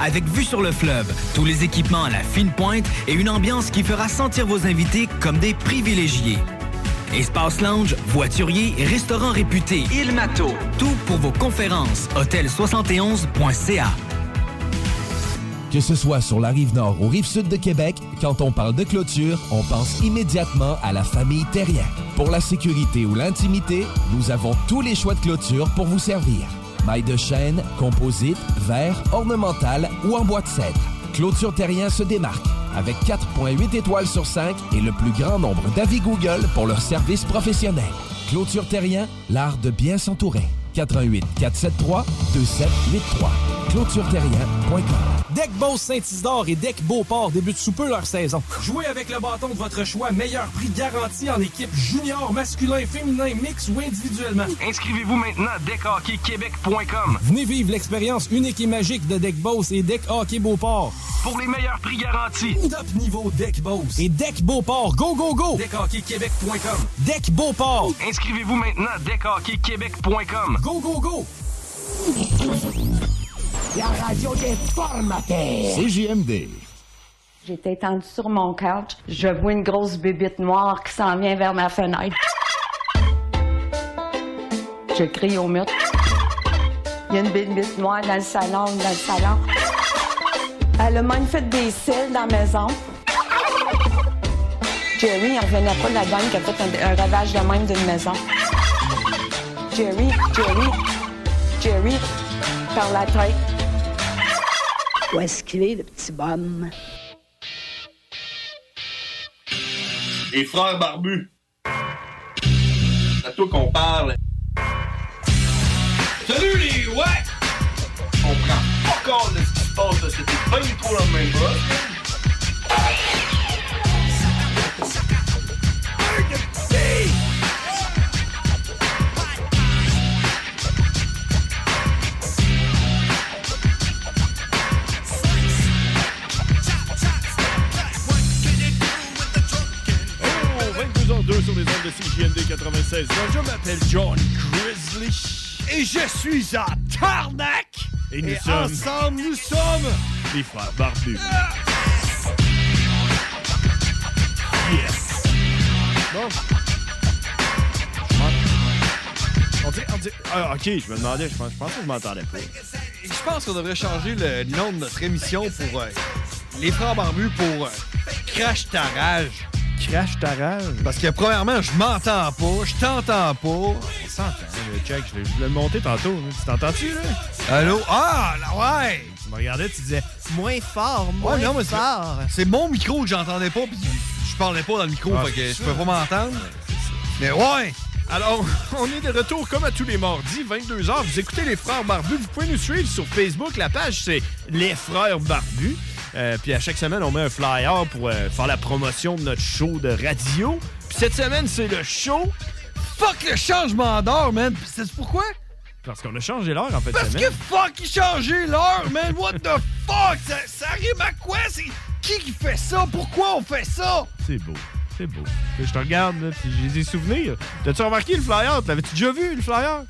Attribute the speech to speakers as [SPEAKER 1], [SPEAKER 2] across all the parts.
[SPEAKER 1] Avec vue sur le fleuve, tous les équipements à la fine pointe et une ambiance qui fera sentir vos invités comme des privilégiés. Espace lounge, voiturier, restaurant réputé, Il Mato, tout pour vos conférences, hôtel71.ca.
[SPEAKER 2] Que ce soit sur la rive nord ou rive sud de Québec, quand on parle de clôture, on pense immédiatement à la famille Terrien. Pour la sécurité ou l'intimité, nous avons tous les choix de clôture pour vous servir. Maille de chêne, composite, verre, ornemental ou en bois de cèdre. Clôture Terrien se démarque avec 4.8 étoiles sur 5 et le plus grand nombre d'avis Google pour leur service professionnel. Clôture Terrien, l'art de bien s'entourer. 88 473 2783. clôtureterrien.com
[SPEAKER 3] Deck Beauce Saint-Isidore et Deck Beauport débutent sous peu leur saison. Jouez avec le bâton de votre choix, meilleur prix garanti en équipe junior, masculin, féminin, mix ou individuellement.
[SPEAKER 4] Inscrivez-vous maintenant à deckhockeyquebec.com.
[SPEAKER 3] Venez vivre l'expérience unique et magique de Deck Beauce et Deck Hockey Beauport.
[SPEAKER 4] Pour les meilleurs prix garantis.
[SPEAKER 3] Top niveau Deck Beauce et Deck Beauport. Go, go, go!
[SPEAKER 4] Deckhockeyquebec.com.
[SPEAKER 3] Deck Beauport.
[SPEAKER 4] Inscrivez-vous maintenant à deckhockeyquebec.com.
[SPEAKER 3] Go, go, go!
[SPEAKER 5] La radio des formateurs.
[SPEAKER 6] CJMD.
[SPEAKER 5] J'étais étendue sur mon couch. Je vois une grosse bébite noire qui s'en vient vers ma fenêtre. Je crie au mur. Il y a une bébite noire dans le salon, dans le salon. Elle a même fait des cils dans la maison. Jerry, il revenait pas de la dame qui a fait un, un ravage de même d'une maison. Jerry, Jerry, Jerry, par la tête.
[SPEAKER 7] Où est-ce qu'il est, le petit bonhomme?
[SPEAKER 8] Les frères barbus. C'est à toi qu'on parle.
[SPEAKER 9] Salut les ouais!
[SPEAKER 8] On prend pas compte de ce qui se passe, là. C'était pas du tout la même chose.
[SPEAKER 10] Oh, 22h02 sur les ondes de CJMD 96. Je m'appelle John Grizzly. Et je suis à Tarnac. Et nous
[SPEAKER 11] Et
[SPEAKER 10] sommes...
[SPEAKER 11] ensemble,
[SPEAKER 10] nous sommes... Les frères barbus. Yes. Bon. Je pense- On dit, on dit- ah, ok, je me demandais, je pense, je pense que je m'entendais pas.
[SPEAKER 11] Je pense qu'on devrait changer le nom de notre émission pour euh, les frères barbus pour euh, Crash ta rage.
[SPEAKER 10] Crash ta rage?
[SPEAKER 11] Parce que premièrement, je m'entends pas, je t'entends pas.
[SPEAKER 10] On s'entend, le Euh, check, je l'ai- je voulais le monter tantôt. hein. Tu t'entends-tu, là?
[SPEAKER 11] Allô? Ah, là, ouais!
[SPEAKER 10] Tu me regardais, tu disais,
[SPEAKER 11] Moins fort,
[SPEAKER 10] moins
[SPEAKER 11] mais c'est-
[SPEAKER 10] fort.
[SPEAKER 11] C'est mon micro que j'entendais pas, puis je parlais pas dans le micro,
[SPEAKER 10] Ah,
[SPEAKER 11] fait que
[SPEAKER 10] c'est
[SPEAKER 11] je
[SPEAKER 10] ça.
[SPEAKER 11] peux pas m'entendre. Mais ouais!
[SPEAKER 10] Alors, on est de retour comme à tous les mardis, 22h. Vous écoutez les Frères Barbus. Vous pouvez nous suivre sur Facebook. La page, c'est Les Frères Barbus. Euh, puis à chaque semaine, on met un flyer pour euh, faire la promotion de notre show de radio. Puis cette semaine, c'est le show.
[SPEAKER 11] Fuck le changement d'heure, man! Puis C'est pourquoi?
[SPEAKER 10] Parce qu'on a changé l'heure en fait.
[SPEAKER 11] Parce que fuck, il changeait l'heure, man! What the fuck? Ça, ça rime à quoi? C'est qui qui fait ça? Pourquoi on fait ça?
[SPEAKER 10] C'est beau. C'est beau. Je te regarde, là, puis j'ai des souvenirs. T'as-tu remarqué le flyer? L'avais-tu déjà vu, le flyer?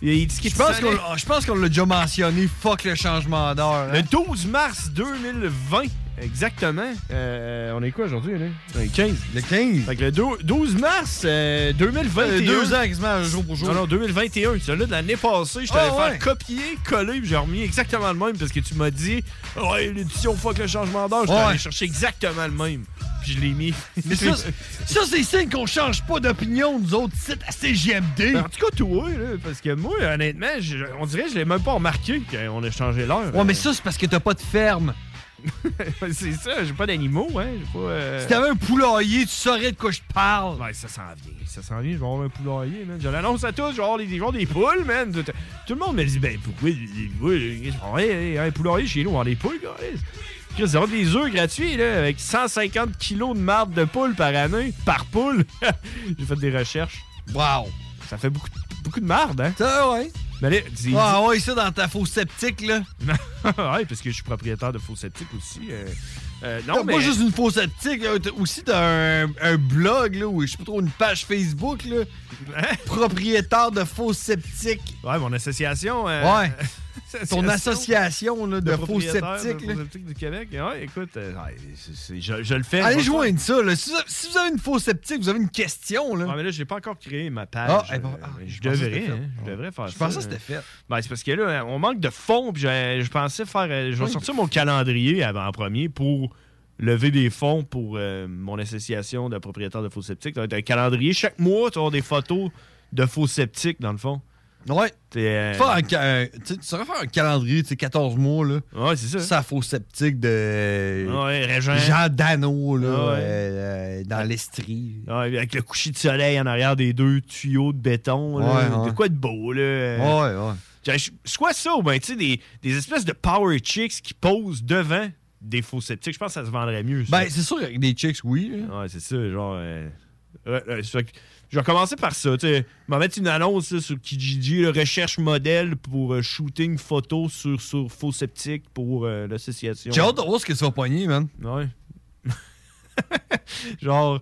[SPEAKER 10] Il, il dit qu'il
[SPEAKER 11] Je pense
[SPEAKER 10] fallait-
[SPEAKER 11] qu'on l'a- je pense qu'on l'a déjà mentionné, fuck le changement d'heure. hein.
[SPEAKER 10] Le 12 mars 2020, Exactement. Euh, on est quoi aujourd'hui, là? Le 15. Le 15. Euh, Fait que le dou- 12 mars euh, 2021.
[SPEAKER 11] Euh, deux ans quasiment, jour pour jour.
[SPEAKER 10] Non, non, 2021. Celui-là de l'année passée, je t'avais
[SPEAKER 11] Ah,
[SPEAKER 10] fait
[SPEAKER 11] ouais.
[SPEAKER 10] copier, coller, puis j'ai remis exactement le même parce que tu m'as dit, ouais, l'édition fuck le changement d'âge. Je
[SPEAKER 11] Ouais.
[SPEAKER 10] t'avais cherché exactement le même. Puis je l'ai mis.
[SPEAKER 11] Mais ça, c'est- ça, c'est signe qu'on change pas d'opinion, nous autres, sites à CGMD.
[SPEAKER 10] Ben, en tout cas, toi, là, parce que moi, honnêtement, je- on dirait que je l'ai même pas remarqué qu'on a changé l'heure.
[SPEAKER 11] Ouais, mais ça, c'est parce que t'as pas de ferme.
[SPEAKER 10] c'est ça, j'ai pas d'animaux, hein. J'ai pas. euh,
[SPEAKER 11] Si t'avais un poulailler, tu saurais de quoi je parle.
[SPEAKER 10] Ouais, ça s'en vient. Ça s'en vient, je vais avoir un poulailler, man. Je l'annonce à tous, je vais avoir des, je vais avoir des poules, man. Tout, tout le monde me dit, ben, pourquoi des poules? Je prends un poulailler chez nous, on va avoir des poules, guys. Chris, ça va des œufs gratuits, là, avec 150 kilos de marde de poules par année, par poule. J'ai fait des recherches.
[SPEAKER 11] Wow!
[SPEAKER 10] Ça fait beaucoup, de- beaucoup de marde, hein?
[SPEAKER 11] Ça, ouais.
[SPEAKER 10] Mais là, dis-
[SPEAKER 11] Ah ouais, ça dans ta fausse sceptique, là.
[SPEAKER 10] ouais, parce que je suis propriétaire de faux sceptiques aussi. euh, euh, non,
[SPEAKER 11] T'as
[SPEAKER 10] mais...
[SPEAKER 11] pas juste une fausse sceptique, là, t'as aussi t'as un, un blog, là, ou je sais pas trop, une page Facebook, là.
[SPEAKER 10] Hein?
[SPEAKER 11] Propriétaire de faux sceptiques.
[SPEAKER 10] Ouais, mon association. euh,
[SPEAKER 11] Ouais. Ton association, là, de, faux
[SPEAKER 10] propriétaires
[SPEAKER 11] sceptiques,
[SPEAKER 10] de
[SPEAKER 11] là.
[SPEAKER 10] faux sceptiques du Québec. Ouais, écoute, euh, ouais, c'est- c'est- je, je le fais.
[SPEAKER 11] Allez
[SPEAKER 10] moi,
[SPEAKER 11] joindre ça, là. Si vous, avez, si vous avez une fausse sceptique, vous avez une question, là.
[SPEAKER 10] Ouais, mais là, j'ai pas encore créé ma page.
[SPEAKER 11] Ah, eh ben,
[SPEAKER 10] Euh,
[SPEAKER 11] ah,
[SPEAKER 10] je,
[SPEAKER 11] je pensais que
[SPEAKER 10] devrais,
[SPEAKER 11] c'était fait.
[SPEAKER 10] hein, je devrais faire
[SPEAKER 11] Je
[SPEAKER 10] ça.
[SPEAKER 11] pensais que c'était fait.
[SPEAKER 10] Ben, c'est parce que là, on manque de fonds. Puis j'ai- je pensais faire. euh, Je vais
[SPEAKER 11] Oui.
[SPEAKER 10] sortir mon calendrier avant en premier pour lever des fonds pour euh, mon association de propriétaires de faux sceptiques. Ça va être un calendrier. Chaque mois, tu vas avoir des photos de faux sceptiques, dans le fond.
[SPEAKER 11] Ouais.
[SPEAKER 10] T'es, euh,
[SPEAKER 11] Faire un ca- un- tu sais, tu saurais faire un calendrier, tu sais, 14 mois, là.
[SPEAKER 10] Ouais, c'est ça.
[SPEAKER 11] Ça, fausse sceptique de.
[SPEAKER 10] Ouais, Régent.
[SPEAKER 11] Jean Dano, là.
[SPEAKER 10] Ah ouais.
[SPEAKER 11] euh, euh, dans l'Estrie.
[SPEAKER 10] Ouais, Ah, avec le coucher de soleil en arrière des deux tuyaux de béton. là.
[SPEAKER 11] Ouais, ouais.
[SPEAKER 10] De quoi de beau, là.
[SPEAKER 11] Ouais, ouais.
[SPEAKER 10] J'ai- je- Soit ça, ou bien, tu sais, des, des espèces de power chicks qui posent devant des faux sceptiques. Je pense que ça se vendrait mieux. ça.
[SPEAKER 11] Ben, c'est sûr, avec des chicks, oui. là.
[SPEAKER 10] Ouais, c'est ça, genre. euh, ouais, ouais, c'est- je vais commencer par ça, tu sais. Je vais mettre une annonce là, sur Kijiji, là, recherche modèle pour euh, shooting photo sur, sur faux sceptiques pour euh, l'association.
[SPEAKER 11] J'ai hâte de voir ce que ça va pogner, man.
[SPEAKER 10] Ouais. Genre.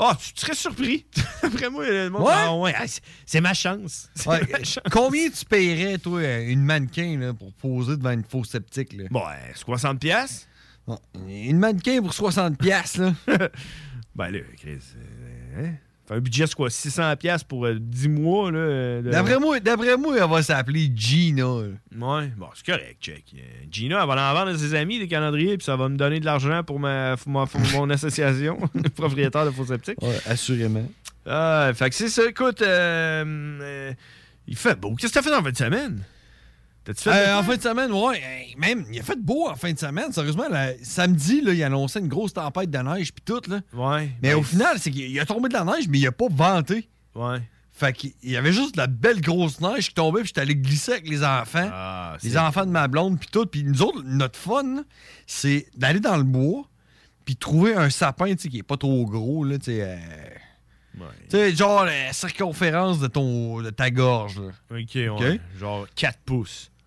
[SPEAKER 10] Ah, tu serais surpris. Après moi, le monde.
[SPEAKER 11] Ouais?
[SPEAKER 10] Ah ouais, ah, c'est- c'est ma chance. C'est
[SPEAKER 11] Ouais, euh,
[SPEAKER 10] ma chance.
[SPEAKER 11] combien tu paierais, toi, euh, une mannequin là, pour poser devant une fausse sceptique? Là?
[SPEAKER 10] Bon, euh, 60 pièces.
[SPEAKER 11] Bon, Une mannequin pour 60 piastres, là.
[SPEAKER 10] Ben là, Chris. euh, hein? Fait un budget, c'est quoi, 600 pièces pour euh, 10 mois, là. euh, de-
[SPEAKER 11] D'après moi, d'après moi, elle va s'appeler Gina. là.
[SPEAKER 10] Ouais, bon, c'est correct, check. Euh, Gina, elle va en vendre à ses amis des calendriers, puis ça va me donner de l'argent pour, ma, pour ma- pour mon association, propriétaire de faux sceptiques.
[SPEAKER 11] Ouais, assurément.
[SPEAKER 10] Ah, fait que c'est ça, écoute, euh, euh, il fait beau. Qu'est-ce que t'as fait en fin de semaine? T'as-tu fait de
[SPEAKER 11] Euh,
[SPEAKER 10] quoi?
[SPEAKER 11] en fin de semaine, ouais. hey, même, il a fait beau en fin de semaine. Sérieusement, là, samedi, là, il annonçait une grosse tempête de neige puis tout. Là.
[SPEAKER 10] Ouais.
[SPEAKER 11] Mais
[SPEAKER 10] ben,
[SPEAKER 11] au final, c'est qu'il il a tombé de la neige, mais il a pas venté.
[SPEAKER 10] Ouais.
[SPEAKER 11] Fait qu'il il y avait juste de la belle grosse neige qui tombait, puis j'étais allé glisser avec les enfants.
[SPEAKER 10] Ah, c'est-
[SPEAKER 11] les enfants de ma blonde, puis tout. Puis nous autres, notre fun, là, c'est d'aller dans le bois, puis trouver un sapin, tu sais, qui est pas trop gros, là, tu sais. euh,
[SPEAKER 10] ouais.
[SPEAKER 11] tu sais, genre la circonférence de, ton, de ta gorge, là.
[SPEAKER 10] Ok, ouais. Genre 4 pouces.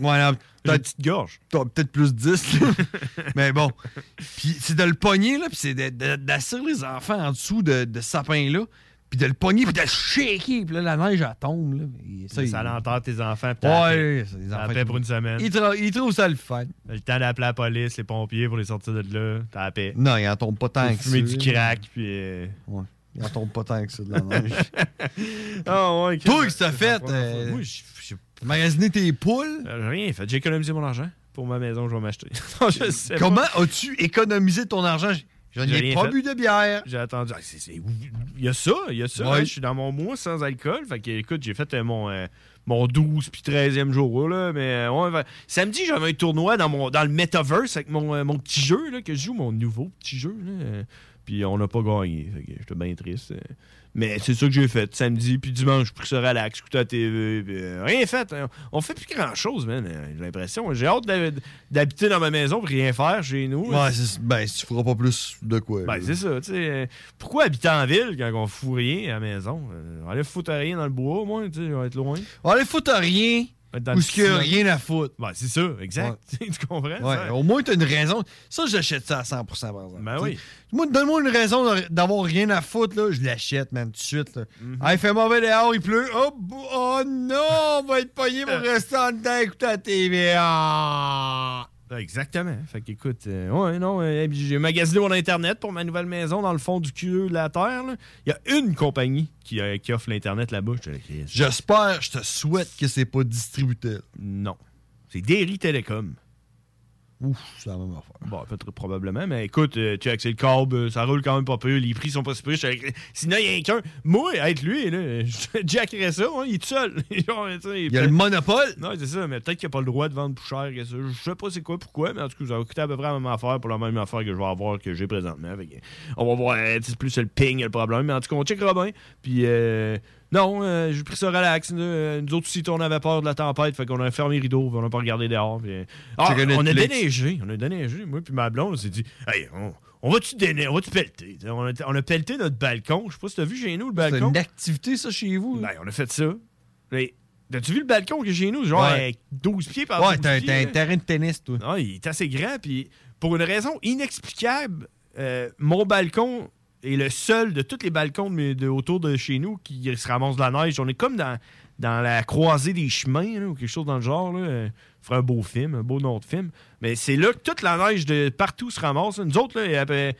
[SPEAKER 11] Ouais, non,
[SPEAKER 10] J'ai
[SPEAKER 11] t'as-
[SPEAKER 10] une petite gorge.
[SPEAKER 11] t'as peut-être plus 10, là. mais bon. Puis c'est de le pogner, là, puis c'est de- de- d'assurer les enfants en dessous de, de ce sapin-là, puis de le pogner, puis de le shaker, puis là, la neige, elle tombe, là. Et
[SPEAKER 10] Ça, l'enterre tes enfants. puis t'as la paix.
[SPEAKER 11] Ouais, les
[SPEAKER 10] T'as la
[SPEAKER 11] enfants.
[SPEAKER 10] paix pour une semaine.
[SPEAKER 11] Ils, tra- ils trouvent ça le fun.
[SPEAKER 10] T'as Le temps d'appeler la police, les pompiers pour les sortir de là. T'as la paix.
[SPEAKER 11] Non, ils en tombent pas tant
[SPEAKER 10] T'as
[SPEAKER 11] que ça.
[SPEAKER 10] fumé du crack, puis. euh,
[SPEAKER 11] Ouais. Ils en tombent pas tant que ça de la neige.
[SPEAKER 10] Ah ouais, ok.
[SPEAKER 11] Toi, qu'est-ce que t'as
[SPEAKER 10] C'est
[SPEAKER 11] fait,
[SPEAKER 10] la première fois.
[SPEAKER 11] euh,
[SPEAKER 10] Moi, j'ai j'ai-
[SPEAKER 11] Magasiner tes poules.
[SPEAKER 10] j'ai Euh, rien fait. J'ai économisé mon argent pour ma maison que je vais m'acheter. Non, je sais pas.
[SPEAKER 11] Comment as-tu économisé ton argent? J- Je
[SPEAKER 10] J'ai rien
[SPEAKER 11] n'ai pas
[SPEAKER 10] fait.
[SPEAKER 11] bu de bière.
[SPEAKER 10] J'ai attendu. Ah, c'est- c'est- Il y a ça, il y a ça.
[SPEAKER 11] Ouais.
[SPEAKER 10] hein. Je suis dans mon mois sans alcool. Fait que, écoute, j'ai fait euh, mon, euh, mon 12 puis 13e jour. Là, mais euh, ouais, fait- Samedi, j'avais un tournoi dans, mon, dans le metaverse avec mon, euh, mon petit jeu là, que je joue, mon nouveau petit jeu. là. Euh, Puis on n'a pas gagné. Fait que j'étais bien triste. euh. Mais c'est ça que j'ai fait. Samedi, puis dimanche, j'ai pris ça relax, écouté la TV. puis, euh, rien fait. hein. On fait plus grand-chose, man. euh, J'ai l'impression. J'ai hâte d'hab- d'habiter dans ma maison puis rien faire chez nous.
[SPEAKER 11] Ouais, c'est- ben, si tu feras pas plus de quoi.
[SPEAKER 10] Ben,
[SPEAKER 11] là.
[SPEAKER 10] c'est ça, tu sais. euh, Pourquoi habiter en ville quand on fout rien à la maison? Euh, On allait foutre rien dans le bois, moi, tu sais, on va être loin.
[SPEAKER 11] On les fout à rien
[SPEAKER 10] On va être dans
[SPEAKER 11] ou
[SPEAKER 10] le
[SPEAKER 11] ce qu'il y a
[SPEAKER 10] petit-
[SPEAKER 11] rien à foutre.
[SPEAKER 10] Ben, c'est ça, exact. tu comprends?
[SPEAKER 11] Ouais, oh.
[SPEAKER 10] ça?
[SPEAKER 11] au moins, t'as une raison. Ça, j'achète ça à 100 par exemple.
[SPEAKER 10] Ben
[SPEAKER 11] T'sais,
[SPEAKER 10] oui.
[SPEAKER 11] Moi, donne-moi une raison de- d'avoir rien à foutre, là. Je l'achète, même, tout de suite, là.
[SPEAKER 10] Mm-hmm.
[SPEAKER 11] Ah, il fait mauvais dehors, il pleut. Oh, bo- oh non, on va être pogné pour rester en dedans, écouter la TV. Ah!
[SPEAKER 10] Exactement. Fait qu'écoute, euh, ouais, non, euh, puis j'ai magasiné mon Internet pour ma nouvelle maison dans le fond du cul de la terre. là. Il y a une compagnie qui, euh, qui offre l'Internet là-bas. J'étais là, Chris.
[SPEAKER 11] J'espère, je te souhaite que c'est pas distributeur.
[SPEAKER 10] Non. C'est Derry Telecom.
[SPEAKER 11] Ouf, c'est la même affaire.
[SPEAKER 10] Bon, peut-être probablement, mais écoute, euh, tu as accès le câble, euh, ça roule quand même pas peu, les prix sont pas si peu. j'étais- Sinon, il y a qu'un. Moi, être lui, là, je jackerais ça, hein, il est tout seul. Genre, tu sais,
[SPEAKER 11] Il y a le monopole.
[SPEAKER 10] Non, c'est ça, mais peut-être qu'il n'a pas le droit de vendre plus cher que ça. Je sais pas c'est quoi, pourquoi, mais en tout cas, ça va coûter à peu près la même affaire pour la même affaire que je vais avoir que j'ai présentement. Fait que on va voir, euh, c'est plus le ping le problème, mais en tout cas, on checkera bien. Puis, euh, non, euh, j'ai pris ça relax. Nous, euh, nous autres aussi, on avait peur de la tempête, fait qu'on a fermé les rideaux, puis on n'a pas regardé dehors. puis, euh, ah,
[SPEAKER 11] Checker
[SPEAKER 10] on a
[SPEAKER 11] Netflix.
[SPEAKER 10] déneigé, on a déneigé. Moi, puis ma blonde, on s'est dit, hey, on. on va-tu déneiger? On va-tu pelleter? T'sais, On a, on a pelleté notre balcon. Je sais pas si t'as vu chez nous le balcon.
[SPEAKER 11] une activité, ça, chez vous? hein?
[SPEAKER 10] Ben, on a fait ça. Mais, T'as-tu vu le balcon que j'ai nous? Genre
[SPEAKER 11] Ouais.
[SPEAKER 10] euh, 12 pieds par
[SPEAKER 11] Ouais,
[SPEAKER 10] 12
[SPEAKER 11] t'as un-
[SPEAKER 10] pieds,
[SPEAKER 11] t'as un
[SPEAKER 10] là.
[SPEAKER 11] terrain de tennis, toi.
[SPEAKER 10] Non, il est assez grand. Puis pour une raison inexplicable, euh, mon balcon est le seul de tous les balcons de, mes- de- autour de chez nous qui se ramasse de la neige. On est comme dans, dans la croisée des chemins là, ou quelque chose dans le genre. Là. Euh, ferait un beau film, un beau nom de film. Mais c'est là que toute la neige de partout se ramasse. là. Nous autres, là, il y a à peu-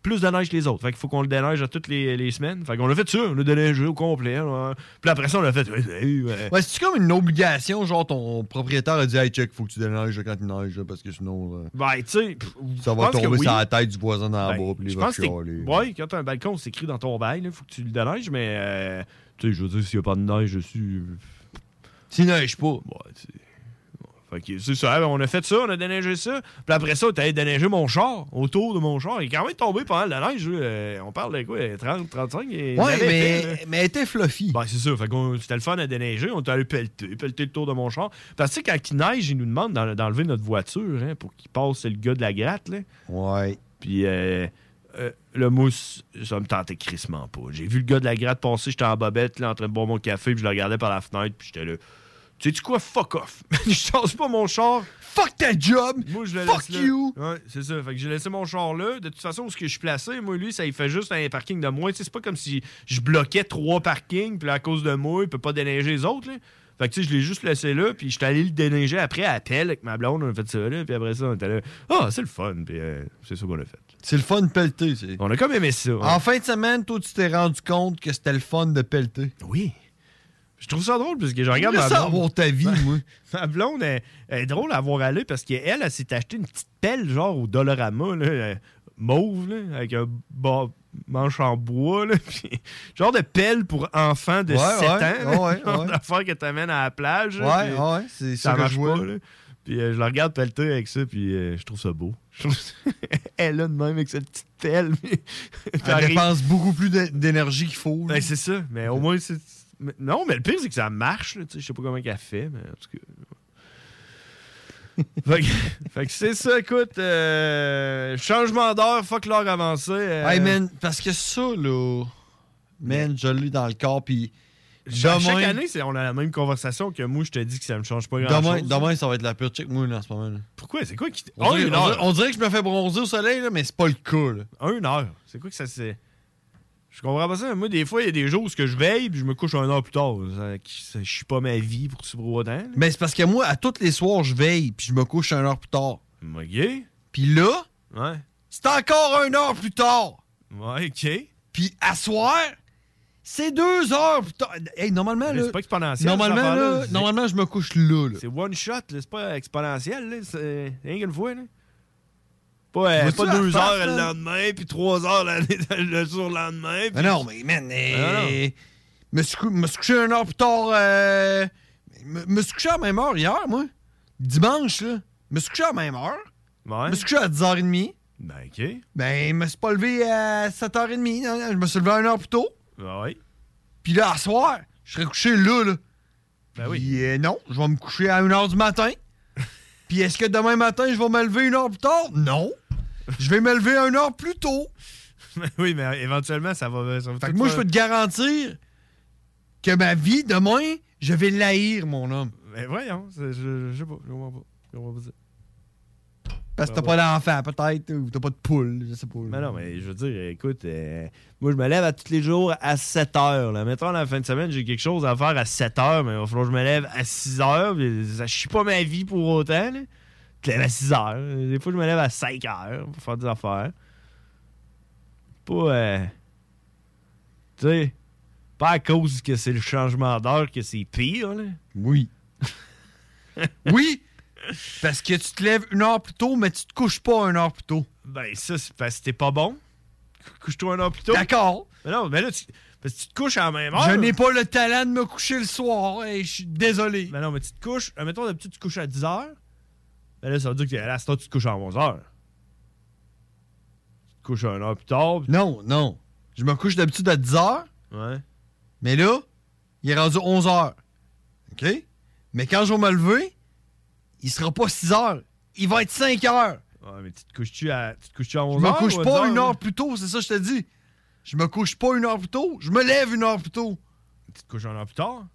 [SPEAKER 10] plus de neige que les autres. Fait qu'il faut qu'on le déneige à toutes les, les semaines. Fait qu'on a fait ça, on l'a déneigé au complet. là. Puis après ça, on l'a fait. ouais, ouais, ouais.
[SPEAKER 11] Ouais, c'est-tu comme une obligation, genre ton propriétaire a dit Hey check, faut que tu déneiges quand il neige là, parce que sinon là,
[SPEAKER 10] Ben, tu sais, pff,
[SPEAKER 11] ça
[SPEAKER 10] je
[SPEAKER 11] va
[SPEAKER 10] pense que
[SPEAKER 11] tomber
[SPEAKER 10] oui.
[SPEAKER 11] sur la tête du voisin d'en
[SPEAKER 10] Ben,
[SPEAKER 11] bas puis il
[SPEAKER 10] je
[SPEAKER 11] va
[SPEAKER 10] pense que
[SPEAKER 11] chialer.
[SPEAKER 10] Oui, quand t'as un balcon, c'est écrit dans ton bail, il faut que tu le déneiges, mais euh, tu sais, je veux dire, s'il n'y a pas de neige dessus.
[SPEAKER 11] S'il neige pas.
[SPEAKER 10] Fait que c'est ça, on a fait ça, on a déneigé ça. Puis après ça, t'as allé déneiger mon char, autour de mon char. Il est quand même tombé pendant la neige. euh, on parle de quoi 30, 35 et il
[SPEAKER 11] Ouais,
[SPEAKER 10] l'avait
[SPEAKER 11] mais-
[SPEAKER 10] fait, là.
[SPEAKER 11] mais elle était fluffy.
[SPEAKER 10] Ben, c'est ça. Fait qu'on- c'était le fun à déneiger. On est allé pelleter, pelleter le tour de mon char. Parce que, tu sais, quand il neige, ils nous demandent d'en- d'enlever notre voiture hein, pour qu'il passe le gars de la gratte. Là.
[SPEAKER 11] Ouais.
[SPEAKER 10] Puis, euh, euh, le mousse, ça me tentait crissement pas. J'ai vu le gars de la gratte passer. J'étais en bobette, là, en train de boire mon café. Puis, je le regardais par la fenêtre. Puis, j'étais là. Tu sais, quoi, fuck off. je change pas mon char.
[SPEAKER 11] Fuck ta job.
[SPEAKER 10] Moi, je le
[SPEAKER 11] Fuck
[SPEAKER 10] laisse là.
[SPEAKER 11] you.
[SPEAKER 10] Ouais, c'est ça. Fait que j'ai laissé mon char là. De toute façon, où ce que je suis placé, moi, lui, ça, il fait juste un parking de moins. Tu sais, c'est pas comme si je bloquais trois parkings, puis à cause de moi, il peut pas déneiger les autres, là. Fait que, tu sais, je l'ai juste laissé là, puis j'étais allé le déneiger après à la pelle avec ma blonde, on a fait ça, là, puis après ça, on était là. Ah, c'est le fun, puis euh, c'est ça qu'on a fait.
[SPEAKER 11] C'est le fun de pelleter, c'est.
[SPEAKER 10] On a comme aimé ça. ouais.
[SPEAKER 11] En fin de semaine, toi tu t'es rendu compte que c'était le fun de pelleter.
[SPEAKER 10] Oui. Je trouve ça drôle parce que je regarde ma
[SPEAKER 11] J'aimerais ça
[SPEAKER 10] blonde.
[SPEAKER 11] avoir ta vie, moi.
[SPEAKER 10] Ma blonde, elle, elle est drôle à voir aller parce qu'elle, elle, s'est acheté une petite pelle, genre au Dollarama, là, euh, mauve, là, avec un bas- manche en bois. là, puis genre de pelle pour enfants de
[SPEAKER 11] Ouais,
[SPEAKER 10] 7
[SPEAKER 11] ouais,
[SPEAKER 10] ans.
[SPEAKER 11] ouais,
[SPEAKER 10] genre
[SPEAKER 11] ouais.
[SPEAKER 10] d'affaire que t'amènes à la plage. là,
[SPEAKER 11] Ouais,
[SPEAKER 10] puis
[SPEAKER 11] ouais, c'est ça
[SPEAKER 10] ça
[SPEAKER 11] que
[SPEAKER 10] marche
[SPEAKER 11] je vois,
[SPEAKER 10] pas.
[SPEAKER 11] là.
[SPEAKER 10] là. Puis euh, je la regarde pelleter avec ça, puis euh, je trouve ça beau. Je trouve ça- elle a de même avec cette petite pelle. puis-
[SPEAKER 11] Elle
[SPEAKER 10] T'arrives-
[SPEAKER 11] dépense beaucoup plus d'é- d'énergie qu'il faut. là.
[SPEAKER 10] ben, c'est ça, mais au moins, c'est. mais- Non, mais le pire, c'est que ça marche. là, tu sais, Je sais pas comment qu'elle fait, mais en tout cas. fait que, fait que c'est ça, écoute. euh, changement d'heure, fuck l'heure avancée. euh,
[SPEAKER 11] Hey man, parce que ça là, man, je l'ai dans le corps puis
[SPEAKER 10] à chaque
[SPEAKER 11] demain-
[SPEAKER 10] année, c'est- on a la même conversation que moi, je te dis que ça me change pas grand
[SPEAKER 11] Demain,
[SPEAKER 10] chose.
[SPEAKER 11] demain, ça va être la pure chick, moi, là, en ce moment. là.
[SPEAKER 10] Pourquoi C'est quoi qui. t-
[SPEAKER 11] On,
[SPEAKER 10] Oh,
[SPEAKER 11] dirait,
[SPEAKER 10] une
[SPEAKER 11] on
[SPEAKER 10] heure.
[SPEAKER 11] dirait- on dirait que je me fais bronzer au soleil, là, mais c'est pas le cas. là.
[SPEAKER 10] Une heure. C'est quoi que ça c'est. Je comprends pas ça. Moi, des fois, il y a des jours où ce que je veille puis je me couche une heure plus tard. Ça- qui- ça- Je suis pas ma vie pour, pour autant. là.
[SPEAKER 11] Mais c'est parce que moi, à tous les soirs, je veille, puis je me couche une heure plus tard.
[SPEAKER 10] Ok.
[SPEAKER 11] Puis là,
[SPEAKER 10] Ouais.
[SPEAKER 11] c'est encore une heure plus tard.
[SPEAKER 10] Ouais, ok.
[SPEAKER 11] Puis à soir, c'est deux heures plus tard. Hey, normalement,
[SPEAKER 10] Mais
[SPEAKER 11] là,
[SPEAKER 10] c'est pas exponentiel.
[SPEAKER 11] normalement,
[SPEAKER 10] cette affaire-là.
[SPEAKER 11] là, normalement, je me couche là. là.
[SPEAKER 10] C'est one shot, là, c'est pas exponentiel, là, c'est rien qu'une fois. Là. Pas, euh,
[SPEAKER 11] Vois-tu
[SPEAKER 10] pas
[SPEAKER 11] Ben, la
[SPEAKER 10] deux
[SPEAKER 11] face,
[SPEAKER 10] heures le
[SPEAKER 11] là?
[SPEAKER 10] lendemain, puis trois heures la- le surlendemain. puis-
[SPEAKER 11] Mais non, mais man, eh,
[SPEAKER 10] Ah, non.
[SPEAKER 11] me suis cou- me suis couché une heure plus tard. euh, me me suis couché à la même heure hier, moi. Dimanche, là. Me suis couché à la même heure.
[SPEAKER 10] Ouais.
[SPEAKER 11] Me suis couché à 10h30.
[SPEAKER 10] Ben, ok.
[SPEAKER 11] Ben, je me suis pas levé à 7h30. non, non, Je me suis levé à 1h plus tôt.
[SPEAKER 10] Ben, ouais.
[SPEAKER 11] Puis là, à soir, je serais couché là, là.
[SPEAKER 10] Ben oui.
[SPEAKER 11] Puis, euh, non, je vais me coucher à 1h du matin. Puis est-ce que demain matin, je vais me lever une heure plus tard? Non. Je vais me lever une heure plus tôt.
[SPEAKER 10] Ben oui, mais éventuellement, ça va. Ça va
[SPEAKER 11] Fait que
[SPEAKER 10] tout
[SPEAKER 11] moi, je
[SPEAKER 10] faire-
[SPEAKER 11] peux te garantir que ma vie, demain, je vais l'haïr, mon homme.
[SPEAKER 10] Ben voyons, c'est- je, je sais pas, je comprends pas. Je comprends pas ça.
[SPEAKER 11] Parce que t'as pas d'enfant, peut-être, ou t'as pas de poule, je sais pas.
[SPEAKER 10] Mais Ben non, mais je veux dire, écoute, euh, moi, je me lève à tous les jours à 7 heures. Là. Mettons, la fin de semaine, j'ai quelque chose à faire à 7 heures, mais il va falloir que je me lève à 6 heures. puis Ça chie pas ma vie pour autant. là. te lèves à 6 heures. Des fois, je me lève à 5 heures pour faire des affaires. Pas. euh, tu sais, pas à cause que c'est le changement d'heure que c'est pire, là.
[SPEAKER 11] Oui. oui! Parce que tu te lèves une heure plus tôt, mais tu te couches pas une heure plus tôt.
[SPEAKER 10] Ben, ça, c'est parce que t'es pas bon. Cou- Couche-toi un heure plus tôt.
[SPEAKER 11] D'accord.
[SPEAKER 10] Mais non, mais là, tu, parce que tu te couches à la même heure.
[SPEAKER 11] Je n'ai pas le talent de me coucher le soir. et je suis désolé.
[SPEAKER 10] Mais Ben non, mais tu te couches. Mettons, d'habitude, tu te couches à 10 heures. Ben là, ça veut dire que là, c'est tu te couches à 11 heures. Tu te couches un heure plus tard.
[SPEAKER 11] Non, non. Je me couche d'habitude à 10 heures.
[SPEAKER 10] Ouais.
[SPEAKER 11] Mais là, il est rendu 11 heures. OK? Mais quand je vais me lever, il sera pas 6 heures. Il va être 5 heures.
[SPEAKER 10] Ouais, mais tu te couches-tu à, tu te couches-tu à
[SPEAKER 11] Je
[SPEAKER 10] 11
[SPEAKER 11] me
[SPEAKER 10] heures?
[SPEAKER 11] couche
[SPEAKER 10] ou à
[SPEAKER 11] pas
[SPEAKER 10] 10
[SPEAKER 11] une heure plus tôt, c'est ça que je te dis. Je me couche pas une heure plus tôt, je me lève une heure plus tôt.
[SPEAKER 10] Tu te couches une heure plus tard?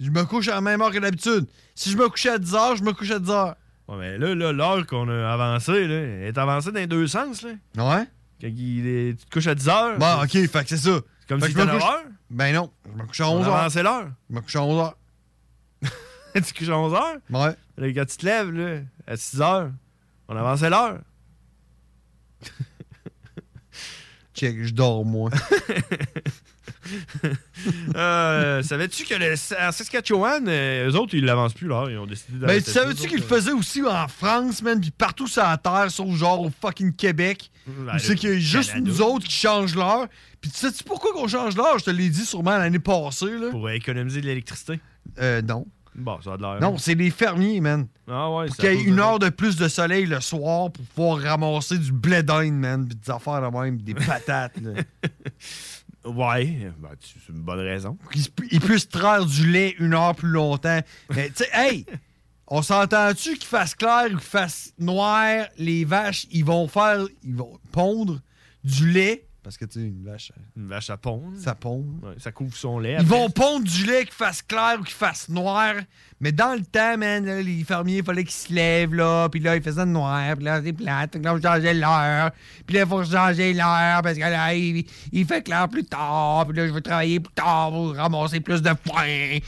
[SPEAKER 11] Je me couche à la même heure que d'habitude. Si je me couchais à 10 heures, je me couche à 10 heures.
[SPEAKER 10] Ouais, mais là, là, l'heure qu'on a avancée, là, elle est avancée dans les deux sens, là.
[SPEAKER 11] Ouais?
[SPEAKER 10] Quand il est- tu te couches à 10 heures.
[SPEAKER 11] Bon, ok, fait que c'est ça.
[SPEAKER 10] comme
[SPEAKER 11] Fait
[SPEAKER 10] si
[SPEAKER 11] que je me
[SPEAKER 10] c'était
[SPEAKER 11] couche-
[SPEAKER 10] l'heure?
[SPEAKER 11] Ben non, je me couche à
[SPEAKER 10] On
[SPEAKER 11] 11
[SPEAKER 10] a
[SPEAKER 11] heures.
[SPEAKER 10] avancé l'heure.
[SPEAKER 11] Je me couche à 11 heures.
[SPEAKER 10] tu te couches à 11 heures?
[SPEAKER 11] Ouais.
[SPEAKER 10] Là, quand tu te lèves, là, à 6 heures, on avançait l'heure.
[SPEAKER 11] Check, je dors, moi.
[SPEAKER 10] Euh, savais-tu que le, à Saskatchewan, euh, eux autres, ils l'avancent plus, là. Ils ont décidé
[SPEAKER 11] Ben,
[SPEAKER 10] d'arrêter
[SPEAKER 11] tu
[SPEAKER 10] ça,
[SPEAKER 11] savais-tu
[SPEAKER 10] eux
[SPEAKER 11] qu'il le
[SPEAKER 10] autres,
[SPEAKER 11] faisait aussi en France, man, pis partout sur la terre, sauf genre au fucking Québec?
[SPEAKER 10] Ouais,
[SPEAKER 11] Où c'est
[SPEAKER 10] le
[SPEAKER 11] qu'il y a juste
[SPEAKER 10] Canada.
[SPEAKER 11] nous autres qui changent l'heure. Puis tu sais-tu pourquoi qu'on change l'heure? Je te l'ai dit sûrement l'année passée, là.
[SPEAKER 10] Pour euh, économiser de l'électricité.
[SPEAKER 11] Euh, non.
[SPEAKER 10] Bon, ça a de l'air.
[SPEAKER 11] Non, c'est les fermiers, man.
[SPEAKER 10] Ah ouais,
[SPEAKER 11] Pour
[SPEAKER 10] c'est
[SPEAKER 11] qu'il
[SPEAKER 10] à
[SPEAKER 11] y ait
[SPEAKER 10] cause
[SPEAKER 11] une
[SPEAKER 10] de-
[SPEAKER 11] heure de plus de soleil le soir pour pouvoir ramasser du blé d'Inde, man, pis des affaires de même, pis des patates, là.
[SPEAKER 10] Ouais, ben, tu- c'est une bonne raison.
[SPEAKER 11] qu'ils se pu- ils puissent traire du lait une heure plus longtemps. Mais tu sais, hey, on s'entend-tu qu'il fasse clair ou qu'il fasse noir, les vaches, ils vont faire, ils vont pondre du lait. Parce que tu sais, une vache,
[SPEAKER 10] Une vache à pondre.
[SPEAKER 11] ça pond.
[SPEAKER 10] Ouais, ça couvre son lait.
[SPEAKER 11] Ils
[SPEAKER 10] après.
[SPEAKER 11] vont pondre du lait qu'il fasse clair ou qu'il fasse noir. Mais dans le temps, man, là, les fermiers, il fallait qu'ils se lèvent, là. Puis là, ils faisaient noir. Puis là, c'est plate. Fait que là, on changeait l'heure. Puis là, il faut changer l'heure parce que là, il, il fait clair plus tard. Puis là, je veux travailler plus tard pour ramasser plus de pain.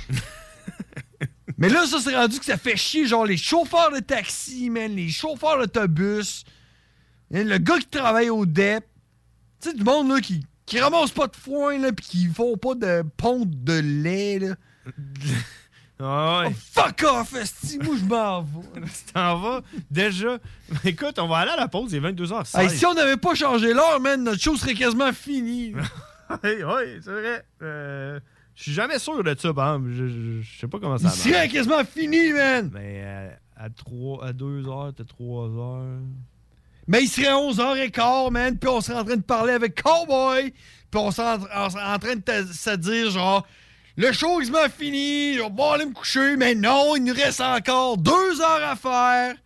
[SPEAKER 11] Mais là, ça s'est rendu que ça fait chier, genre les chauffeurs de taxi, man, les chauffeurs d'autobus, hein, le gars qui travaille au E DEP, tu sais, du monde là, qui, qui ramasse pas de foin, là, pis qui font pas de ponte de lait, là.
[SPEAKER 10] Ah ouais.
[SPEAKER 11] Oh, Fuck off, esti, moi je m'en vais.
[SPEAKER 10] Tu t'en vas déjà. Écoute, on va aller à la pause, il est 22h16.
[SPEAKER 11] Hey, si on n'avait pas changé l'heure, man, notre show serait quasiment finie.
[SPEAKER 10] Hey, ouais, c'est vrai. Euh, je suis jamais sûr de ça, ben. par exemple. Ah, Je- Je je sais pas comment ça
[SPEAKER 11] Il
[SPEAKER 10] marche.
[SPEAKER 11] serait quasiment fini, man.
[SPEAKER 10] Mais euh, à, 3, à 2 heures, t'as 3 heures.
[SPEAKER 11] Mais il serait 11h15, man, puis on serait en train de parler avec Cowboy, puis on serait en, en- en train de te- se dire, genre, le show est quasiment fini, on va aller me coucher, mais non, il nous reste encore deux heures à faire.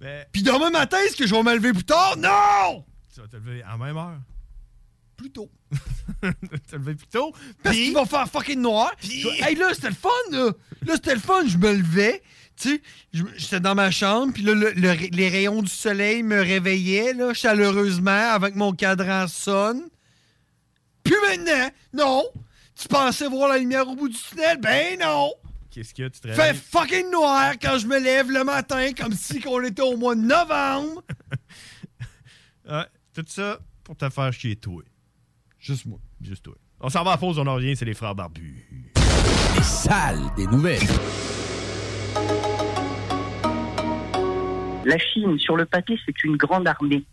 [SPEAKER 10] Mais
[SPEAKER 11] Puis demain matin, est-ce que je vais me lever plus tard? Non!
[SPEAKER 10] tu vas te lever à la même heure.
[SPEAKER 11] Plus tôt.
[SPEAKER 10] tu vas te lever plus tôt.
[SPEAKER 11] Parce
[SPEAKER 10] puis-
[SPEAKER 11] qu'ils vont faire fucking noir. Je- Hey, là, c'était le fun, là. Là, c'était le fun. Je me levais. Tu sais, je- j'étais dans ma chambre, puis là, le- le- les rayons du soleil me réveillaient, là, chaleureusement, avec mon cadran sonne. Puis maintenant, non. Tu pensais voir la lumière au bout du tunnel? Ben non.
[SPEAKER 10] Qu'est-ce qu'il y a, tu te
[SPEAKER 11] Fait
[SPEAKER 10] réveilles?
[SPEAKER 11] fucking noir quand je me lève le matin, comme si on était au mois de novembre.
[SPEAKER 10] Ouais, tout ça pour te faire chier, toi.
[SPEAKER 11] Juste moi.
[SPEAKER 10] Juste toi. On s'en va à la pause, on en revient, c'est les frères barbus.
[SPEAKER 2] Sale des nouvelles.
[SPEAKER 12] La Chine, sur le papier, c'est une grande armée.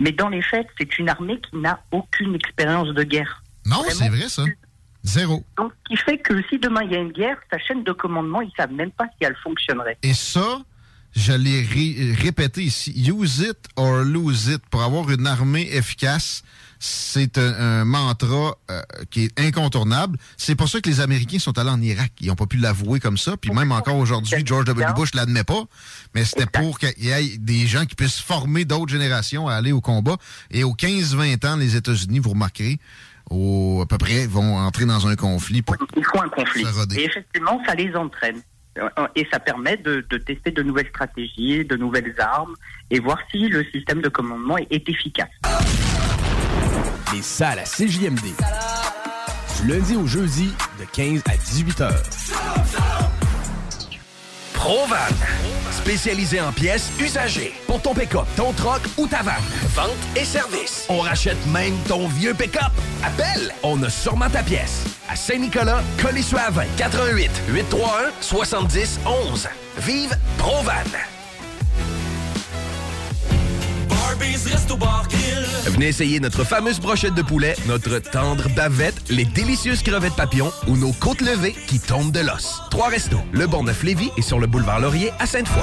[SPEAKER 12] Mais dans les faits, c'est une armée qui n'a aucune expérience de guerre.
[SPEAKER 13] Non, c'est vrai, ça. Zéro.
[SPEAKER 12] Donc, ce qui fait que si demain il y a une guerre, sa chaîne de commandement, ils ne savent même pas si elle fonctionnerait.
[SPEAKER 13] Et ça, je l'ai ré- répété ici. Use it or lose it. Pour avoir une armée efficace, c'est un, un mantra euh, qui est incontournable. C'est pour ça que les Américains sont allés en Irak. Ils n'ont pas pu l'avouer comme ça. Puis même encore aujourd'hui, George W. Bush l'admet pas. Mais c'était pour qu'il y ait des gens qui puissent former d'autres générations à aller au combat. Et aux 15-20 ans, les États-Unis, vous remarquerez, au- à peu près, vont entrer dans un conflit pour
[SPEAKER 12] Il faut un conflit.
[SPEAKER 13] Ça rodait.
[SPEAKER 12] Et effectivement, ça les entraîne. Euh, Et ça permet de, de tester de nouvelles stratégies, de nouvelles armes, et voir si le système de commandement est- est efficace.
[SPEAKER 2] Les salles à CJMD. Du lundi au jeudi, de 15 à 18 heures. Provan. Spécialisé en pièces usagées pour ton pick-up, ton troc ou ta vanne. Vente et service. On rachète même ton vieux pick-up. Appelle, on a sûrement ta pièce. À Saint-Nicolas, Colissois-Avin, 88 831 70 11. Vive Provan. Venez essayer notre fameuse brochette de poulet, notre tendre bavette, les délicieuses crevettes papillons ou nos côtes levées qui tombent de l'os. Trois restos, le Bonneuf Lévis et sur le boulevard Laurier à Sainte-Foy.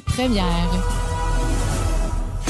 [SPEAKER 14] première.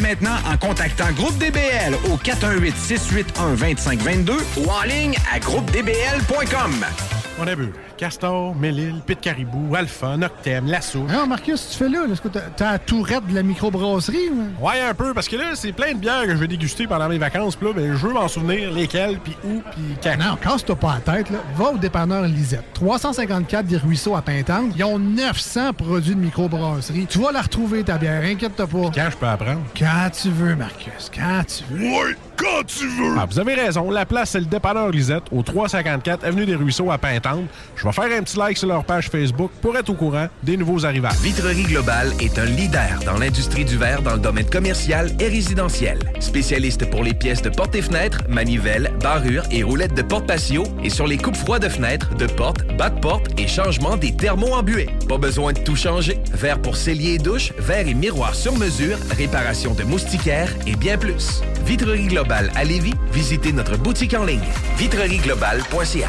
[SPEAKER 15] maintenant en contactant Groupe DBL au 418-681-2522 ou en ligne à groupedbl.com.
[SPEAKER 10] On a bu Castor, Mélile, Pit Caribou, Alpha, Noctem, Lasso.
[SPEAKER 16] Non, Hein, Marcus, tu fais là. là. Est-ce que t'as- t'as la tourette de la microbrasserie? ou-
[SPEAKER 10] Ouais, un peu, parce que là, c'est plein de bières que je vais déguster pendant mes vacances. Puis là, ben, je veux m'en souvenir lesquelles, puis où, puis quand.
[SPEAKER 16] Non, casse-toi pas la tête. Là. Va au dépanneur Lisette. 354 des Ruisseaux à Pintante. Ils ont 900 produits de microbrasserie. Tu vas la retrouver, ta bière. Inquiète-toi pas.
[SPEAKER 10] Quand je peux apprendre?
[SPEAKER 16] Quand tu veux, Marcus. Quand tu veux.
[SPEAKER 10] Oui, quand tu veux! Ah, vous avez raison. La place, c'est le dépanneur Lisette, au 354 Avenue des Ruisseaux à Pintante. Je vais faire un petit like sur leur page Facebook pour être au courant des nouveaux arrivages.
[SPEAKER 2] Vitrerie Globale est un leader dans l'industrie du verre dans le domaine commercial et résidentiel. Spécialiste pour les pièces de portes et fenêtres, manivelles, barrures et roulettes de porte patio et sur les coupes froides de fenêtres, de portes, bas de portes et changement des thermos en buée. Pas besoin de tout changer. Verre pour cellier et douche, verre et miroir sur mesure, réparation de moustiquaires et bien plus. Vitrerie Globale à Lévis, visitez notre boutique en ligne vitrerieglobale.ca.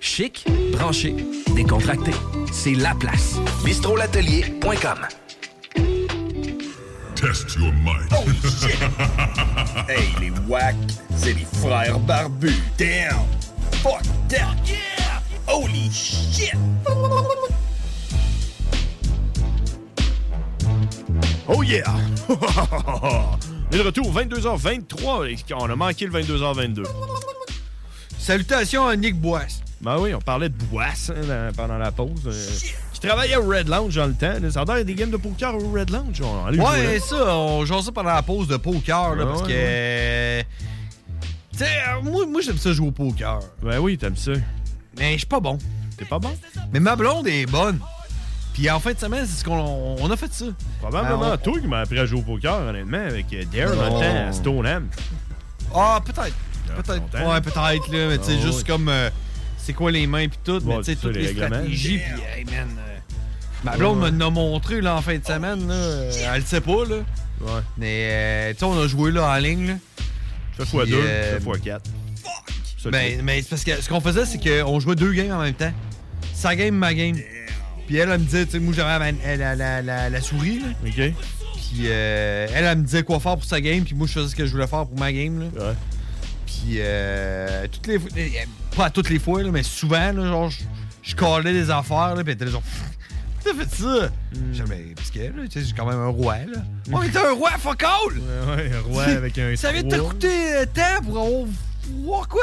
[SPEAKER 2] Chic, branché, décontracté. C'est la place. Bistrolatelier.com.
[SPEAKER 17] Test your mind. Oh, shit! hey, les wack, c'est les frères barbus. Damn! Fuck that! Yeah! Holy shit!
[SPEAKER 10] Oh yeah! Et le retour, 22h23. On a manqué le 22h22.
[SPEAKER 18] Salutations à Nick Boisse.
[SPEAKER 10] Ben oui, on parlait de Boisse hein, dans- pendant la pause. euh, qui travaillait au Red Lounge dans le temps. là. Ça a l'air des games de poker au Red Lounge. On allait jouer hein. Ah là.
[SPEAKER 18] Ouais, ça, on joue ça pendant la pause de poker, là,
[SPEAKER 10] Ouais,
[SPEAKER 18] parce que. Tu sais, euh, moi, moi j'aime ça jouer au poker.
[SPEAKER 10] Ben oui, t'aimes ça.
[SPEAKER 18] Mais je suis pas bon.
[SPEAKER 10] T'es pas bon?
[SPEAKER 18] Mais ma blonde est bonne. Puis en fin de semaine, c'est ce qu'on on a fait ça.
[SPEAKER 10] Probablement
[SPEAKER 11] Ah,
[SPEAKER 18] Ben, on-
[SPEAKER 10] toi qui m'as appris à jouer au poker, honnêtement, avec euh, Dare dans le
[SPEAKER 18] Oh.
[SPEAKER 10] temps, à Stoneham.
[SPEAKER 18] Ah, peut-être.
[SPEAKER 11] Peut-être.
[SPEAKER 10] longtemps.
[SPEAKER 11] Ouais, peut-être, là. Mais tu sais,
[SPEAKER 10] Ah,
[SPEAKER 11] juste
[SPEAKER 10] oui.
[SPEAKER 11] comme. euh, c'est quoi les mains, puis tout.
[SPEAKER 10] Ouais,
[SPEAKER 11] mais tu sais,
[SPEAKER 10] c'est
[SPEAKER 11] toutes
[SPEAKER 10] ça,
[SPEAKER 11] les,
[SPEAKER 10] les règlements. Ah
[SPEAKER 11] stratégies, puis. Hey, man. euh, ma blonde
[SPEAKER 10] Ouais, ouais.
[SPEAKER 11] me l'a montré, là, en fin de semaine, là. euh, Elle le sait pas, là.
[SPEAKER 10] Ouais.
[SPEAKER 11] Mais, euh, tu sais, on a joué, là, en ligne, là.
[SPEAKER 10] Fais fois
[SPEAKER 11] Puis,
[SPEAKER 10] 2,
[SPEAKER 11] euh,
[SPEAKER 10] fais fois 4.
[SPEAKER 18] Ben,
[SPEAKER 11] Mais, Ben, mais c'est parce que ce qu'on faisait, c'est qu'on jouait deux games en même temps. Sa game, ma game. Puis elle, elle me disait, tu sais, moi j'avais la, la, la, la, la souris. Là.
[SPEAKER 10] OK.
[SPEAKER 11] Puis euh, elle, elle me disait quoi faire pour sa game, puis moi je faisais ce que je voulais faire pour ma game. Là.
[SPEAKER 10] Ouais.
[SPEAKER 11] Puis euh, toutes les fois, euh, pas toutes les fois, là, mais souvent, là, genre, je, je callais des affaires, là, puis elle était là, genre, t'as fait ça?
[SPEAKER 10] Hmm.
[SPEAKER 11] Je disais, mais parce que, là, tu sais, j'ai quand même un roi, là. On était un roi, fuck all!
[SPEAKER 10] Ouais, ouais, un roi avec un
[SPEAKER 11] Ça vient de te
[SPEAKER 10] trône.
[SPEAKER 11] coûter euh, tant pour avoir. voir quoi?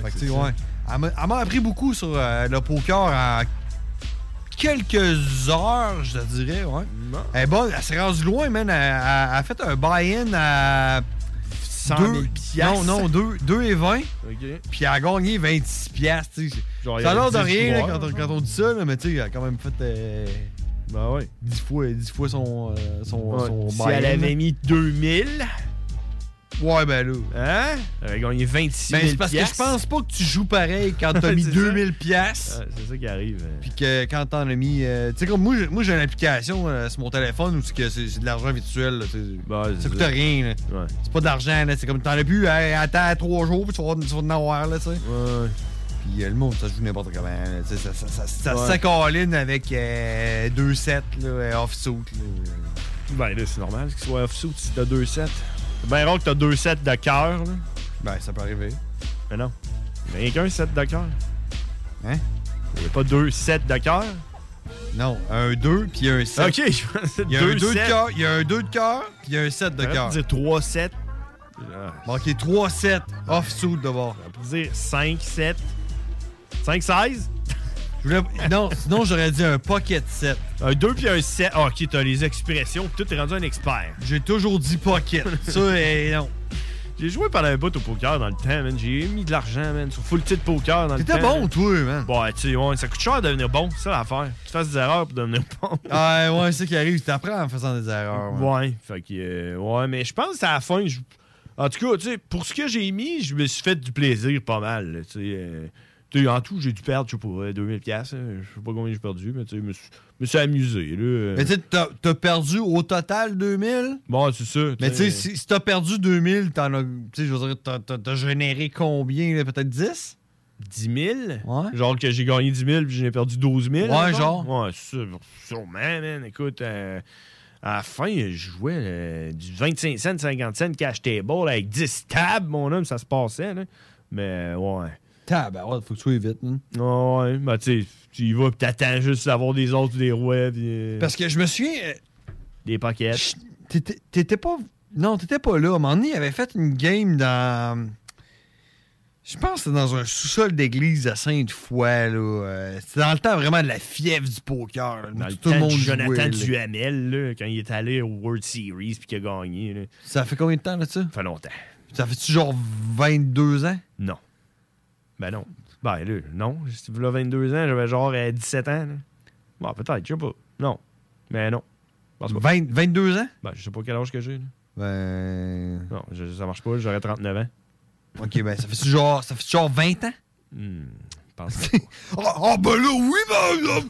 [SPEAKER 11] Fait que, tu sais, ouais. Elle m'a- elle m'a appris beaucoup sur euh, le poker en quelques heures, je te dirais, ouais. Elle est bonne, elle s'est rendue loin, man. Elle, elle- elle a fait un buy-in à...
[SPEAKER 10] 100
[SPEAKER 11] deux-
[SPEAKER 10] 000
[SPEAKER 11] Non,
[SPEAKER 10] piastres.
[SPEAKER 11] non, 2 et 20.
[SPEAKER 10] OK.
[SPEAKER 11] Puis elle a gagné 26 piastres, tu sais.
[SPEAKER 10] Genre, il y
[SPEAKER 11] Ça a
[SPEAKER 10] a
[SPEAKER 11] l'air de
[SPEAKER 10] 10
[SPEAKER 11] rien là,
[SPEAKER 10] joueurs.
[SPEAKER 11] quand, on, quand on dit ça, là, mais tu sais, elle a quand même fait... euh, 10 fois, 10 fois son, euh, son,
[SPEAKER 10] Bah Ouais.
[SPEAKER 11] son
[SPEAKER 10] Si
[SPEAKER 11] buy-in,
[SPEAKER 10] elle
[SPEAKER 11] là. Ben,
[SPEAKER 10] avait mis 2000...
[SPEAKER 11] Ouais, ben là...
[SPEAKER 10] Hein? Elle avait gagné 26
[SPEAKER 11] Ben,
[SPEAKER 10] 000
[SPEAKER 11] c'est parce que je
[SPEAKER 10] piastres.
[SPEAKER 11] pense pas que tu joues pareil quand t'as
[SPEAKER 10] Ouais,
[SPEAKER 11] mis
[SPEAKER 10] c'est ça.
[SPEAKER 11] 2000 piastres.
[SPEAKER 10] Ouais, c'est ça qui arrive. hein.
[SPEAKER 11] Puis que quand t'en as mis. euh, tu sais, comme moi, j'ai- moi j'ai une application euh, sur mon téléphone où c'est que c'est c'est de l'argent virtuel. là, tu sais. ça coûte
[SPEAKER 10] ça.
[SPEAKER 11] rien. là. C'est pas de l'argent. là, C'est comme t'en as plus, hey, attends trois jours, puis tu vas, tu vas en avoir. Là, tu sais. Puis euh, le monde, ça se joue n'importe comment. là, tu sais, ça ça, ça, ça
[SPEAKER 10] Ouais.
[SPEAKER 11] s'accaline avec euh, deux sets là, euh, off-suit.
[SPEAKER 10] Ben là, c'est normal qu'il soit off-suit si t'as 2 sets. C'est bien rare que t'as 2 sets de cœur, là.
[SPEAKER 11] Ben, ça peut arriver.
[SPEAKER 10] Mais non. Mais rien qu'un set de cœur.
[SPEAKER 11] Hein?
[SPEAKER 10] Il a pas 2 sets de cœur?
[SPEAKER 11] Non, un 2 puis un 7.
[SPEAKER 10] Ok, je pensais
[SPEAKER 11] Il y a un
[SPEAKER 10] deux
[SPEAKER 11] 2 de
[SPEAKER 10] sets.
[SPEAKER 11] cœur, il y a un 2 de cœur, puis il y a un 7 de
[SPEAKER 10] Arrête
[SPEAKER 11] cœur.
[SPEAKER 10] de dire 3 sets. Ah,
[SPEAKER 11] Manquer 3 sets off-suit de bord.
[SPEAKER 10] On peut dire 5 sets. 5 16?
[SPEAKER 11] Je voulais- Non, sinon j'aurais dit un pocket set.
[SPEAKER 10] Un 2 puis un 7. Ah, ok, t'as les expressions, puis tout est rendu un expert.
[SPEAKER 11] J'ai toujours dit pocket. Ça, eh, non.
[SPEAKER 10] J'ai joué pendant un bout au poker dans le temps, man. J'ai mis de l'argent, man, sur full tilt poker dans le temps.
[SPEAKER 11] T'étais bon, toi, man.
[SPEAKER 10] Ouais, tu sais, ouais, ça coûte cher de devenir bon, c'est ça l'affaire. Tu fasses des erreurs pour devenir bon.
[SPEAKER 11] Ah, ouais, c'est ça qui arrive. T'apprends en faisant des erreurs.
[SPEAKER 10] Ouais, fait que, euh, ouais, mais je pense que à la fin, je- en tout cas, tu sais, pour ce que j'ai mis, je me suis fait du plaisir pas mal. là, Tu sais, euh, tu sais, en tout, j'ai dû perdre, je sais pas, euh, 2000 pièces. Je sais pas combien j'ai perdu, mais tu sais, je me suis- je me suis amusé. Là.
[SPEAKER 11] Mais tu sais, t'as t'as perdu au total 2000.
[SPEAKER 10] Bon, c'est ça.
[SPEAKER 11] Mais tu sais, si, si t'as perdu 2000, t'en as. Tu sais, je veux dire, t'as- t'as t'as généré combien, là? Peut-être 10?
[SPEAKER 10] 10 000?
[SPEAKER 11] Ouais.
[SPEAKER 10] Genre que j'ai gagné 10 000 puis j'en ai perdu 12 000.
[SPEAKER 11] Ouais,
[SPEAKER 10] mettons.
[SPEAKER 11] genre.
[SPEAKER 10] Ouais, sûr- sûrement, man. Écoute, euh, à la fin, je jouais euh, du 25 cents, 50 cents cash table avec 10 tabs, mon homme, ça se passait, là. Mais, ouais.
[SPEAKER 11] Tab, ouais, faut que tu sois vite, hein. man.
[SPEAKER 10] Ouais, ben, tu sais, tu y vas, puis t'attends juste d'avoir des autres, des rois, puis, euh,
[SPEAKER 11] Parce que je me souviens. euh,
[SPEAKER 10] des paquets.
[SPEAKER 11] T'étais t'étais pas. Non, t'étais pas là. À un moment donné, il avait fait une game dans. Je pense que c'était dans un sous-sol d'église à Sainte-Foy. là. Euh, C'était dans le temps vraiment de la fièvre du poker. là, où
[SPEAKER 10] Dans le
[SPEAKER 11] tout
[SPEAKER 10] temps
[SPEAKER 11] le
[SPEAKER 10] de
[SPEAKER 11] monde jouait,
[SPEAKER 10] Jonathan
[SPEAKER 11] là.
[SPEAKER 10] Duhamel, là, quand il est allé au World Series, puis qu'il a gagné. Là.
[SPEAKER 11] Ça fait combien de temps, là, ça?
[SPEAKER 10] Ça fait longtemps.
[SPEAKER 11] Ça fait-tu genre 22 ans?
[SPEAKER 10] Non. Ben non. Ben là, non. J'étais là 22 ans, j'avais genre euh, 17 ans. là. Bon, peut-être, je sais pas. Non. Mais non. Je pense pas.
[SPEAKER 11] 20 22 ans?
[SPEAKER 10] Ben, je sais pas quel âge que j'ai. là.
[SPEAKER 11] Ben.
[SPEAKER 10] Non, je- ça marche pas, j'aurais 39 ans.
[SPEAKER 11] Ok, ben ça fait genre, ça fait genre 20 ans?
[SPEAKER 10] Hmm, je pense pas.
[SPEAKER 11] Ah, ah, ben là, oui, ben là!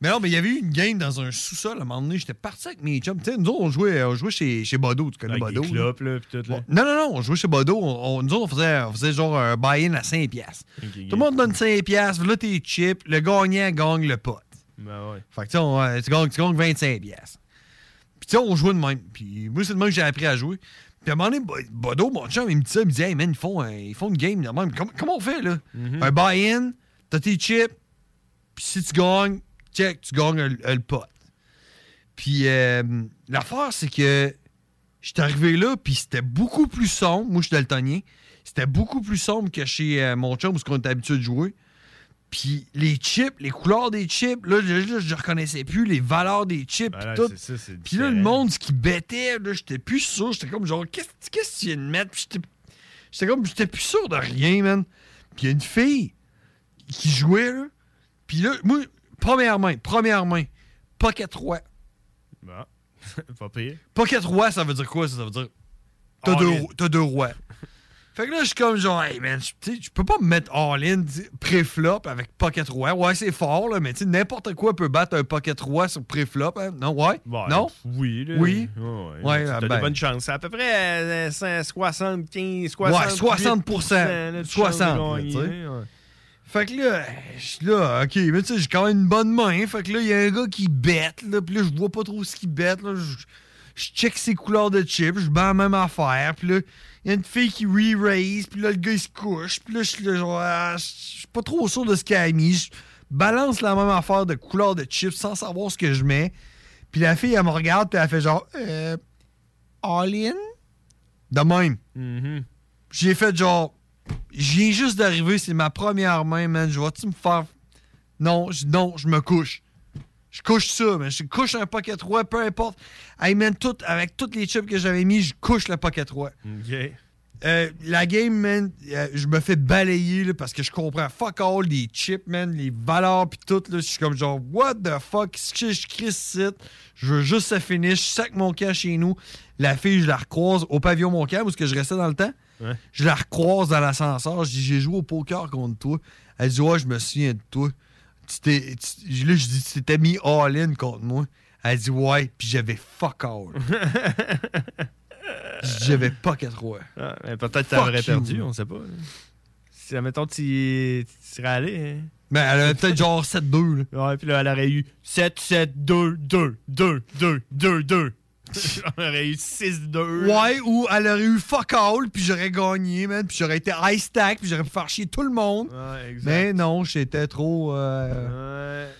[SPEAKER 11] mais non, mais il y avait eu une game dans un sous-sol à un moment donné. J'étais parti avec mes chums. Tu sais, nous autres, on jouait, on jouait chez, chez Bodo. Tu connais
[SPEAKER 10] Avec
[SPEAKER 11] Bodo?
[SPEAKER 10] des
[SPEAKER 11] là?
[SPEAKER 10] clopes, là, pis tout, là.
[SPEAKER 11] Non, non, non, on jouait chez Bodo. On, on- nous autres, on faisait, on faisait genre un buy-in à 5$. piastres. Tout le monde donne 5$, piastres, là, t'es chip. Le gagnant gagne le pot.
[SPEAKER 10] Ben ouais.
[SPEAKER 11] Fait que, tu sais, on, euh, tu gagnes, tu gagnes 25$. piastres. Puis, tu sais, on jouait de même. Puis, moi, c'est de même que j'ai appris à jouer. Puis, à un moment donné, Bo- Bodo, mon chum, il me dit ça. Il me dit, hey, man, ils font, un- ils font une game de même. Comment, comment on fait, là?
[SPEAKER 10] Mhm.
[SPEAKER 11] Un buy-in, t'as tes chips. Puis, si tu gagnes, check, tu gagnes le, le pot. Puis, euh, l'affaire, c'est que j'étais arrivé là, puis c'était beaucoup plus sombre. Moi, je suis daltonien. C'était beaucoup plus sombre que chez euh, mon chum, où on était habitué de jouer. Puis les chips, les couleurs des chips, là, je, je, je reconnaissais plus les valeurs des chips.
[SPEAKER 10] Ben là,
[SPEAKER 11] pis tout.
[SPEAKER 10] c'est ça, c'est
[SPEAKER 11] Puis là, le
[SPEAKER 10] différent.
[SPEAKER 11] monde, ce qui bêtait, là, j'étais plus sûr. J'étais comme genre, qu'est-ce qu'est-ce que tu viens de mettre? Puis j'étais- j'étais comme, j'étais plus sûr de rien, man. Puis il y a une fille qui jouait, là. Puis là, moi, première main, première main, pocket roi.
[SPEAKER 10] Bon. pas pire.
[SPEAKER 11] Pocket roi, ça veut dire quoi, ça? Ça veut dire, t'as
[SPEAKER 10] All
[SPEAKER 11] deux,
[SPEAKER 10] in.
[SPEAKER 11] ro- t'as deux rois. Fait que là, je suis comme genre, hey man, je- tu sais, je peux pas me mettre all-in dis- pré-flop avec pocket roi. Ouais, c'est fort, là, mais tu sais, n'importe quoi peut battre un pocket roi sur pré-flop. hein. Non, ouais? non?
[SPEAKER 10] Ah, Oui. là.
[SPEAKER 11] Oui.
[SPEAKER 10] Ouais, ouais.
[SPEAKER 11] Ouais,
[SPEAKER 10] T'as
[SPEAKER 11] ah,
[SPEAKER 10] de
[SPEAKER 11] ben.
[SPEAKER 10] bonnes chances. C'est à peu près euh, cent- 75, 60
[SPEAKER 11] Ouais, 60%. 60. tu sais. Fait que là, je suis là, ok, mais tu sais, j'ai quand même une bonne main. Fait que là, il y a un gars qui bête, là, puis là, je vois pas trop ce qu'il bête, là. Je je check ses couleurs de chips, je bats la même affaire, puis là, il y a une fille qui re-raise, puis là, le gars, il se couche, puis là, je suis là, genre, ah, je suis pas trop sûr de ce qu'il a mis. Je balance la même affaire de couleur de chips sans savoir ce que je mets. Puis la fille, elle me regarde, puis elle fait genre, euh, all-in? De même. J'ai fait genre. J'ai juste d'arriver, c'est ma première main, man. Je vais-tu me faire. Non, je- non, je me couche. Je couche ça, man. Je couche un pocket roi, peu importe. I man, tout, avec toutes les chips que j'avais mis, je couche le pocket roi.
[SPEAKER 10] OK.
[SPEAKER 11] Euh, la game, man, euh, je me fais balayer là, parce que je comprends fuck all les chips, man, les valeurs pis tout. Là, je suis comme genre, what the fuck, ce que je crie ici? Je veux juste ça finish, je sac mon camp chez nous. La fille, je la recroise au pavillon mon camp, où est-ce que je restais dans le temps.
[SPEAKER 10] Ouais.
[SPEAKER 11] Je la recroise dans l'ascenseur, je dis, j'ai joué au poker contre toi. Elle dit, ouais, je me souviens de toi. Tu t'es, tu- là, je dis, tu t'es mis all-in contre moi. Elle dit, ouais, puis j'avais fuck all. Je dis, j'avais pas 4 rois.
[SPEAKER 10] Ah, mais peut-être que
[SPEAKER 11] Fuck
[SPEAKER 10] t'aurais
[SPEAKER 11] you.
[SPEAKER 10] perdu, on sait pas. là. Si, admettons, tu tu serais allé. Hein?
[SPEAKER 11] Mais Ben, elle avait peut-être genre 7-2.
[SPEAKER 10] Ouais, puis là, elle aurait eu 7-7-2-2-2-2-2-2. On aurait eu 6-2.
[SPEAKER 11] Ouais, ou elle aurait eu fuck all, puis j'aurais gagné, man, puis j'aurais été high stack, puis j'aurais pu faire chier tout le monde.
[SPEAKER 10] Ouais, exact.
[SPEAKER 11] Mais non, j'étais trop. euh,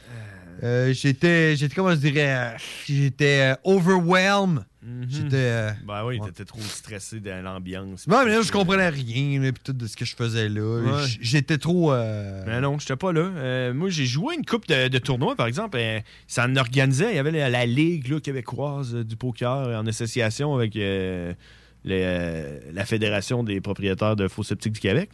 [SPEAKER 11] euh, j'étais, j'étais, comment je dirais, euh, j'étais euh, overwhelmed. J'étais. euh,
[SPEAKER 10] Ben oui, t'étais trop stressé dans l'ambiance.
[SPEAKER 11] ouais, mais là, je comprenais rien, là, puis tout de ce que je faisais là.
[SPEAKER 10] Ouais.
[SPEAKER 11] J- J'étais trop. euh,
[SPEAKER 10] Mais non, j'étais pas là. Euh, moi, j'ai joué une coupe de, de tournois, par exemple. Euh, ça en organisait. Il y avait la, la Ligue là, québécoise euh, du poker euh, en association avec euh, les, euh, la Fédération des propriétaires de faux sceptiques du Québec.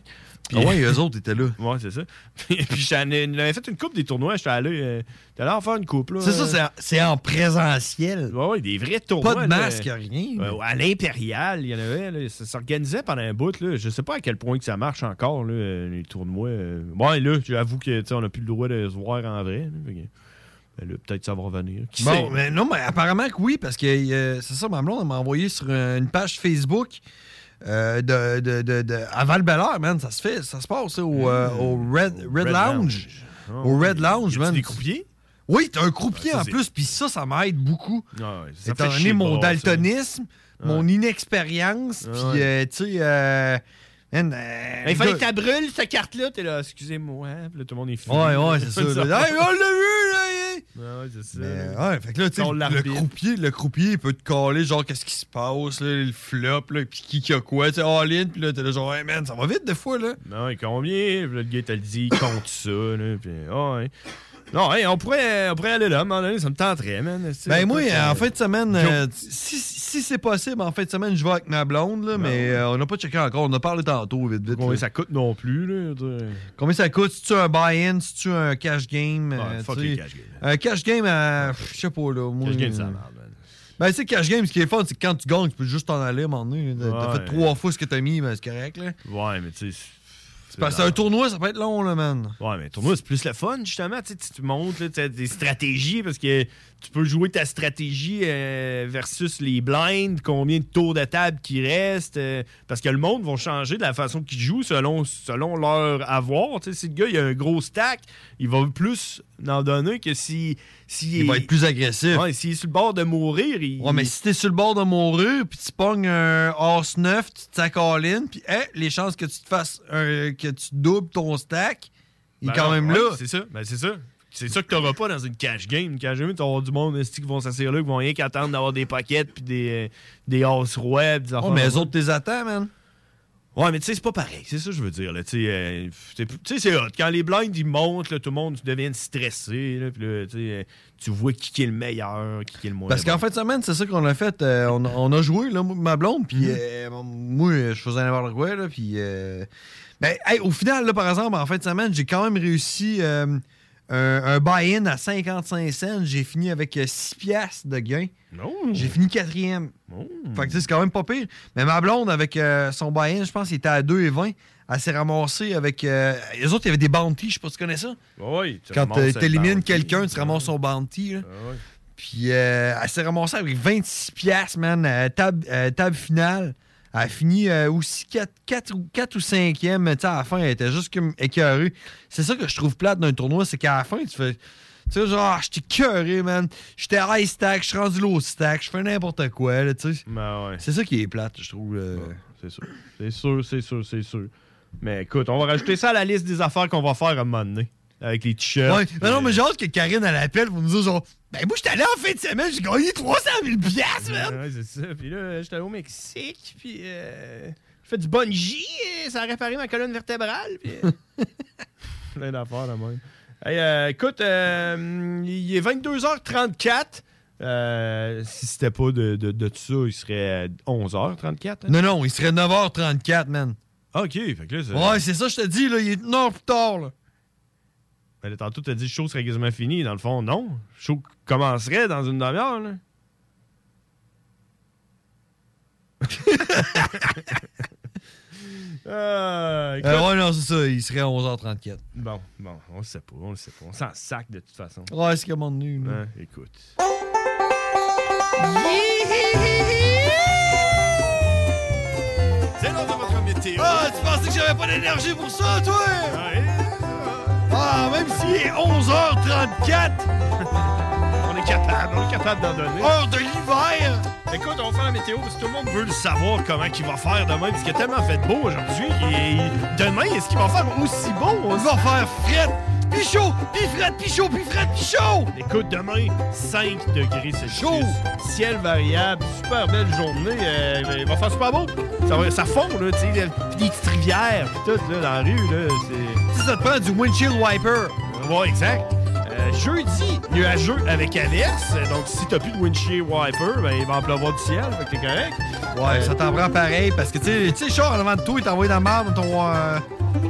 [SPEAKER 11] Ah ouais, eux autres étaient là.
[SPEAKER 10] Ouais, c'est ça. Puis j'en ai- j'avais fait une coupe des tournois. J'étais allé, euh, j'étais allé en faire une coupe. là.
[SPEAKER 11] C'est ça, c'est en- c'est en présentiel.
[SPEAKER 10] Ouais, ouais, des vrais tournois.
[SPEAKER 11] Pas de
[SPEAKER 10] là.
[SPEAKER 11] masque, rien.
[SPEAKER 10] Ouais, ouais, à l'Impérial, il y en avait. là, ça s'organisait pendant un bout. Là. Je sais pas à quel point que ça marche encore, là, euh, les tournois. euh. Ouais, là, j'avoue que tu sais, on n'a plus le droit de se voir en vrai. là, fait que, ben là, peut-être ça va revenir. Qui
[SPEAKER 11] bon,
[SPEAKER 10] sait?
[SPEAKER 11] mais non, mais apparemment que oui, parce que euh, c'est ça, ma blonde elle m'a envoyé sur euh, une page Facebook euh, de, de, de, de- à Val-Belair, man. Ça se fait, ça se passe ça, au, euh, au Red, Red
[SPEAKER 10] Hmm. Red
[SPEAKER 11] Lounge.
[SPEAKER 10] Ah,
[SPEAKER 11] au
[SPEAKER 10] ouais.
[SPEAKER 11] Red Lounge, man.
[SPEAKER 10] des croupiers?
[SPEAKER 11] Oui, t'as un croupier
[SPEAKER 10] Ah, ça,
[SPEAKER 11] en
[SPEAKER 10] c'est-
[SPEAKER 11] plus, puis ça, ça m'aide beaucoup.
[SPEAKER 10] Ah, ouais, ça
[SPEAKER 11] Étant
[SPEAKER 10] fait chier
[SPEAKER 11] donné
[SPEAKER 10] de
[SPEAKER 11] mon
[SPEAKER 10] voir ça.
[SPEAKER 11] daltonisme, mon inexpérience, puis,
[SPEAKER 10] ouais.
[SPEAKER 11] euh, tu sais, euh, man, euh,
[SPEAKER 10] Ben, il fallait
[SPEAKER 11] gars-
[SPEAKER 10] que tu brûles cette carte-là. T'es là, excusez-moi. Puis là, tout le monde est fou.
[SPEAKER 11] Ouais, ouais, c'est ça. là. Hey, on l'a vu, là! hey! Ben,
[SPEAKER 10] Ouais, c'est ça.
[SPEAKER 11] Mais, ouais, fait que là, tu sais,
[SPEAKER 10] Ton
[SPEAKER 11] le
[SPEAKER 10] l'arbitre.
[SPEAKER 11] croupier, le croupier, il peut te caler, genre, qu'est-ce qui se passe, là, le flop, là, pis qui qui a quoi, tu sais, oh, all-in, pis là, t'es là, genre, hey man, ça va vite des fois, là.
[SPEAKER 10] Non, et combien? Puis là, le gars, t'a dit, il compte ça. Là, puis, ah, ouais. Non, hey, on, pourrait, on pourrait aller là, à un moment donné, ça me tenterait, man.
[SPEAKER 11] Ben, moi,
[SPEAKER 10] Écoute,
[SPEAKER 11] en
[SPEAKER 10] euh,
[SPEAKER 11] fin de semaine, euh, si, si c'est possible, en fin de semaine, je vais avec ma blonde, là, mais euh, on n'a pas checké encore, on a parlé tantôt, vite, vite.
[SPEAKER 10] Combien
[SPEAKER 11] là.
[SPEAKER 10] ça coûte non plus, là? de-
[SPEAKER 11] Combien ça coûte? Si tu un buy-in, si tu un cash game.
[SPEAKER 10] Ouais,
[SPEAKER 11] euh,
[SPEAKER 10] fuck
[SPEAKER 11] tu
[SPEAKER 10] les
[SPEAKER 11] sais.
[SPEAKER 10] cash games.
[SPEAKER 11] Un cash game, à, je sais pas, là. moi,
[SPEAKER 10] Cash game,
[SPEAKER 11] euh,
[SPEAKER 10] ça marche, man.
[SPEAKER 11] Ben, tu sais, cash game, ce qui est fun, c'est que quand tu gagnes, tu peux juste t'en aller, à un moment donné. T'as t'as
[SPEAKER 10] Ouais.
[SPEAKER 11] fait trois fois ce que t'as mis, ben, c'est correct, là.
[SPEAKER 10] Ouais, mais tu sais.
[SPEAKER 11] C'est parce que un tournoi, ça peut être long, là, man.
[SPEAKER 10] Ouais, mais tournoi, c'est plus le fun, justement. Tu, sais, tu- tu montes là, tu as des stratégies parce que tu peux jouer ta stratégie euh, versus les blinds, combien de tours de table qui restent. euh, parce que le monde va changer de la façon qu'ils jouent selon, selon leur avoir. Tu sais, si le gars il a un gros stack, il va plus en donner que si. si
[SPEAKER 11] Il va être plus agressif.
[SPEAKER 10] Ouais, s'il est sur le bord de mourir, il.
[SPEAKER 11] Ouais, mais si t'es sur le bord de mon rue, puis tu pognes un horse 9, euh, tu te sacs all in, puis hey, les chances que tu te fasses un- que tu doubles ton stack, il est
[SPEAKER 10] Ben
[SPEAKER 11] quand
[SPEAKER 10] non,
[SPEAKER 11] même
[SPEAKER 10] ouais,
[SPEAKER 11] là.
[SPEAKER 10] C'est ça, ben c'est ça. C'est ça que t'auras pas dans une cash game. Une Cash game, t'auras du monde esti, qui vont s'asseoir là, qui vont rien qu'attendre d'avoir des paquets puis des, euh, des os rois. Des
[SPEAKER 11] Oh, mais les autres, t'es attends, man.
[SPEAKER 10] Ouais, mais tu sais, c'est pas pareil. C'est ça que je veux dire. là. Tu sais, euh, c'est- tu sais, c'est hot. Quand les blinds, ils montent, là, tout le monde devient stressé. Là, puis là, tu sais, euh, tu vois qui qui est le meilleur, qui qui est le moins
[SPEAKER 11] Parce
[SPEAKER 10] bon.
[SPEAKER 11] qu'en fin de semaine, c'est ça qu'on a fait. euh, on, on a joué, là, moi, ma blonde, puis
[SPEAKER 10] Mm-hmm.
[SPEAKER 11] euh, moi, euh, je faisais n'importe quoi, là, puis... euh, ben, hey, au final, là, par exemple, en fin de semaine, j'ai quand même réussi... euh, un, un buy-in à 55 cents. J'ai fini avec euh, 6 piastres de gain.
[SPEAKER 10] Oh.
[SPEAKER 11] J'ai fini quatrième. Fait que tu sais, c'est quand même pas pire. Mais ma blonde, avec euh, son buy-in, je pense qu'il était à 2,20. Elle s'est ramassée avec. Euh, les autres, il y avait des bounties, je sais pas si tu connais ça.
[SPEAKER 10] Oui, tu
[SPEAKER 11] Quand euh,
[SPEAKER 10] ramasses
[SPEAKER 11] tu
[SPEAKER 10] le
[SPEAKER 11] élimines
[SPEAKER 10] bounty.
[SPEAKER 11] quelqu'un, tu ramasses son bounty. là. Puis euh, elle s'est ramassée avec 26 piastres, man. euh, table, euh, table finale. Elle a fini euh, aussi 4, ou, 4 ou 5e. mais tu sais, à la fin, elle était juste comme écœurée. C'est ça que je trouve plate d'un tournoi, c'est qu'à la fin, tu fais. Tu sais, genre, ah, j'étais écœuré, man. J'étais high stack, je suis rendu low stack, je fais n'importe quoi, là, tu sais.
[SPEAKER 10] Ben
[SPEAKER 11] C'est ça qui est plate, je trouve.
[SPEAKER 10] C'est sûr. euh, C'est sûr, c'est sûr, c'est sûr. Mais écoute, on va rajouter ça à la liste des affaires qu'on va faire à un moment donné. Avec les t-shirts.
[SPEAKER 11] Ouais, mais non, mais j'ai hâte que Karine, elle appelle pour nous dire, genre, ben, moi, j'étais allé en fin de semaine, j'ai gagné 300 000 piastres, man.
[SPEAKER 10] euh, Ouais, c'est ça. Puis là, j'étais allé au Mexique, puis euh, j'ai fait du bungee, et ça a réparé ma colonne vertébrale. Puis, euh, plein d'affaires là même. Hey, euh, écoute, euh, il est 22h34. Euh, si c'était pas de, de, de tout ça, il serait euh, 11h34. hein?
[SPEAKER 11] Non, non, il serait 9h34, man.
[SPEAKER 10] Ah, OK, fait que là, c'est...
[SPEAKER 11] Ouais, c'est ça, je te dis, là, il est une heure plus tard, là.
[SPEAKER 10] Mais Ben, là, tantôt, t'as dit que le show serait quasiment fini. Dans le fond, non. Le show commencerait dans une demi-heure, là. Ah, écoute.
[SPEAKER 11] Euh, ouais, non, c'est ça, il serait 11h34.
[SPEAKER 10] Bon, bon, on le sait pas, on le sait pas. On s'en sac de toute façon.
[SPEAKER 11] Ouais, c'est comme on est nul.
[SPEAKER 10] Hein, écoute.
[SPEAKER 1] C'est l'heure de votre météo.
[SPEAKER 11] Ah, tu pensais que j'avais pas d'énergie pour ça, toi? Ah, même s'il est 11h34,
[SPEAKER 10] On est capable, on est capable d'en donner.
[SPEAKER 11] heure de l'hiver!
[SPEAKER 10] Écoute, on va faire la météo parce que tout le monde veut le savoir comment il va faire demain. Parce qu'il a tellement fait beau aujourd'hui. Et demain, est-ce qu'il va faire aussi beau? On
[SPEAKER 11] va faire fret, pis chaud, pis fret, pis chaud, pis fret, pis chaud!
[SPEAKER 10] Écoute, demain, 5 degrés Celsius. Ciel variable, super belle journée. euh, il va faire super beau. Ça, va- ça fond, là, tu sais, le- pis des petites rivières, pis tout, là, dans la rue, là, c'est...
[SPEAKER 11] Ça te prend du windshield wiper.
[SPEAKER 10] Ouais, exact. Euh, jeudi, nuageux avec averse. Donc, si t'as plus de windshield wiper, ben, il va en pleuvoir du ciel, fait que t'es correct. Euh,
[SPEAKER 11] Ouais, ça t'en prend pareil parce que, tu sais, tu sais, le char en avant de toi, il t'a envoyé dans la merde dans ton, euh,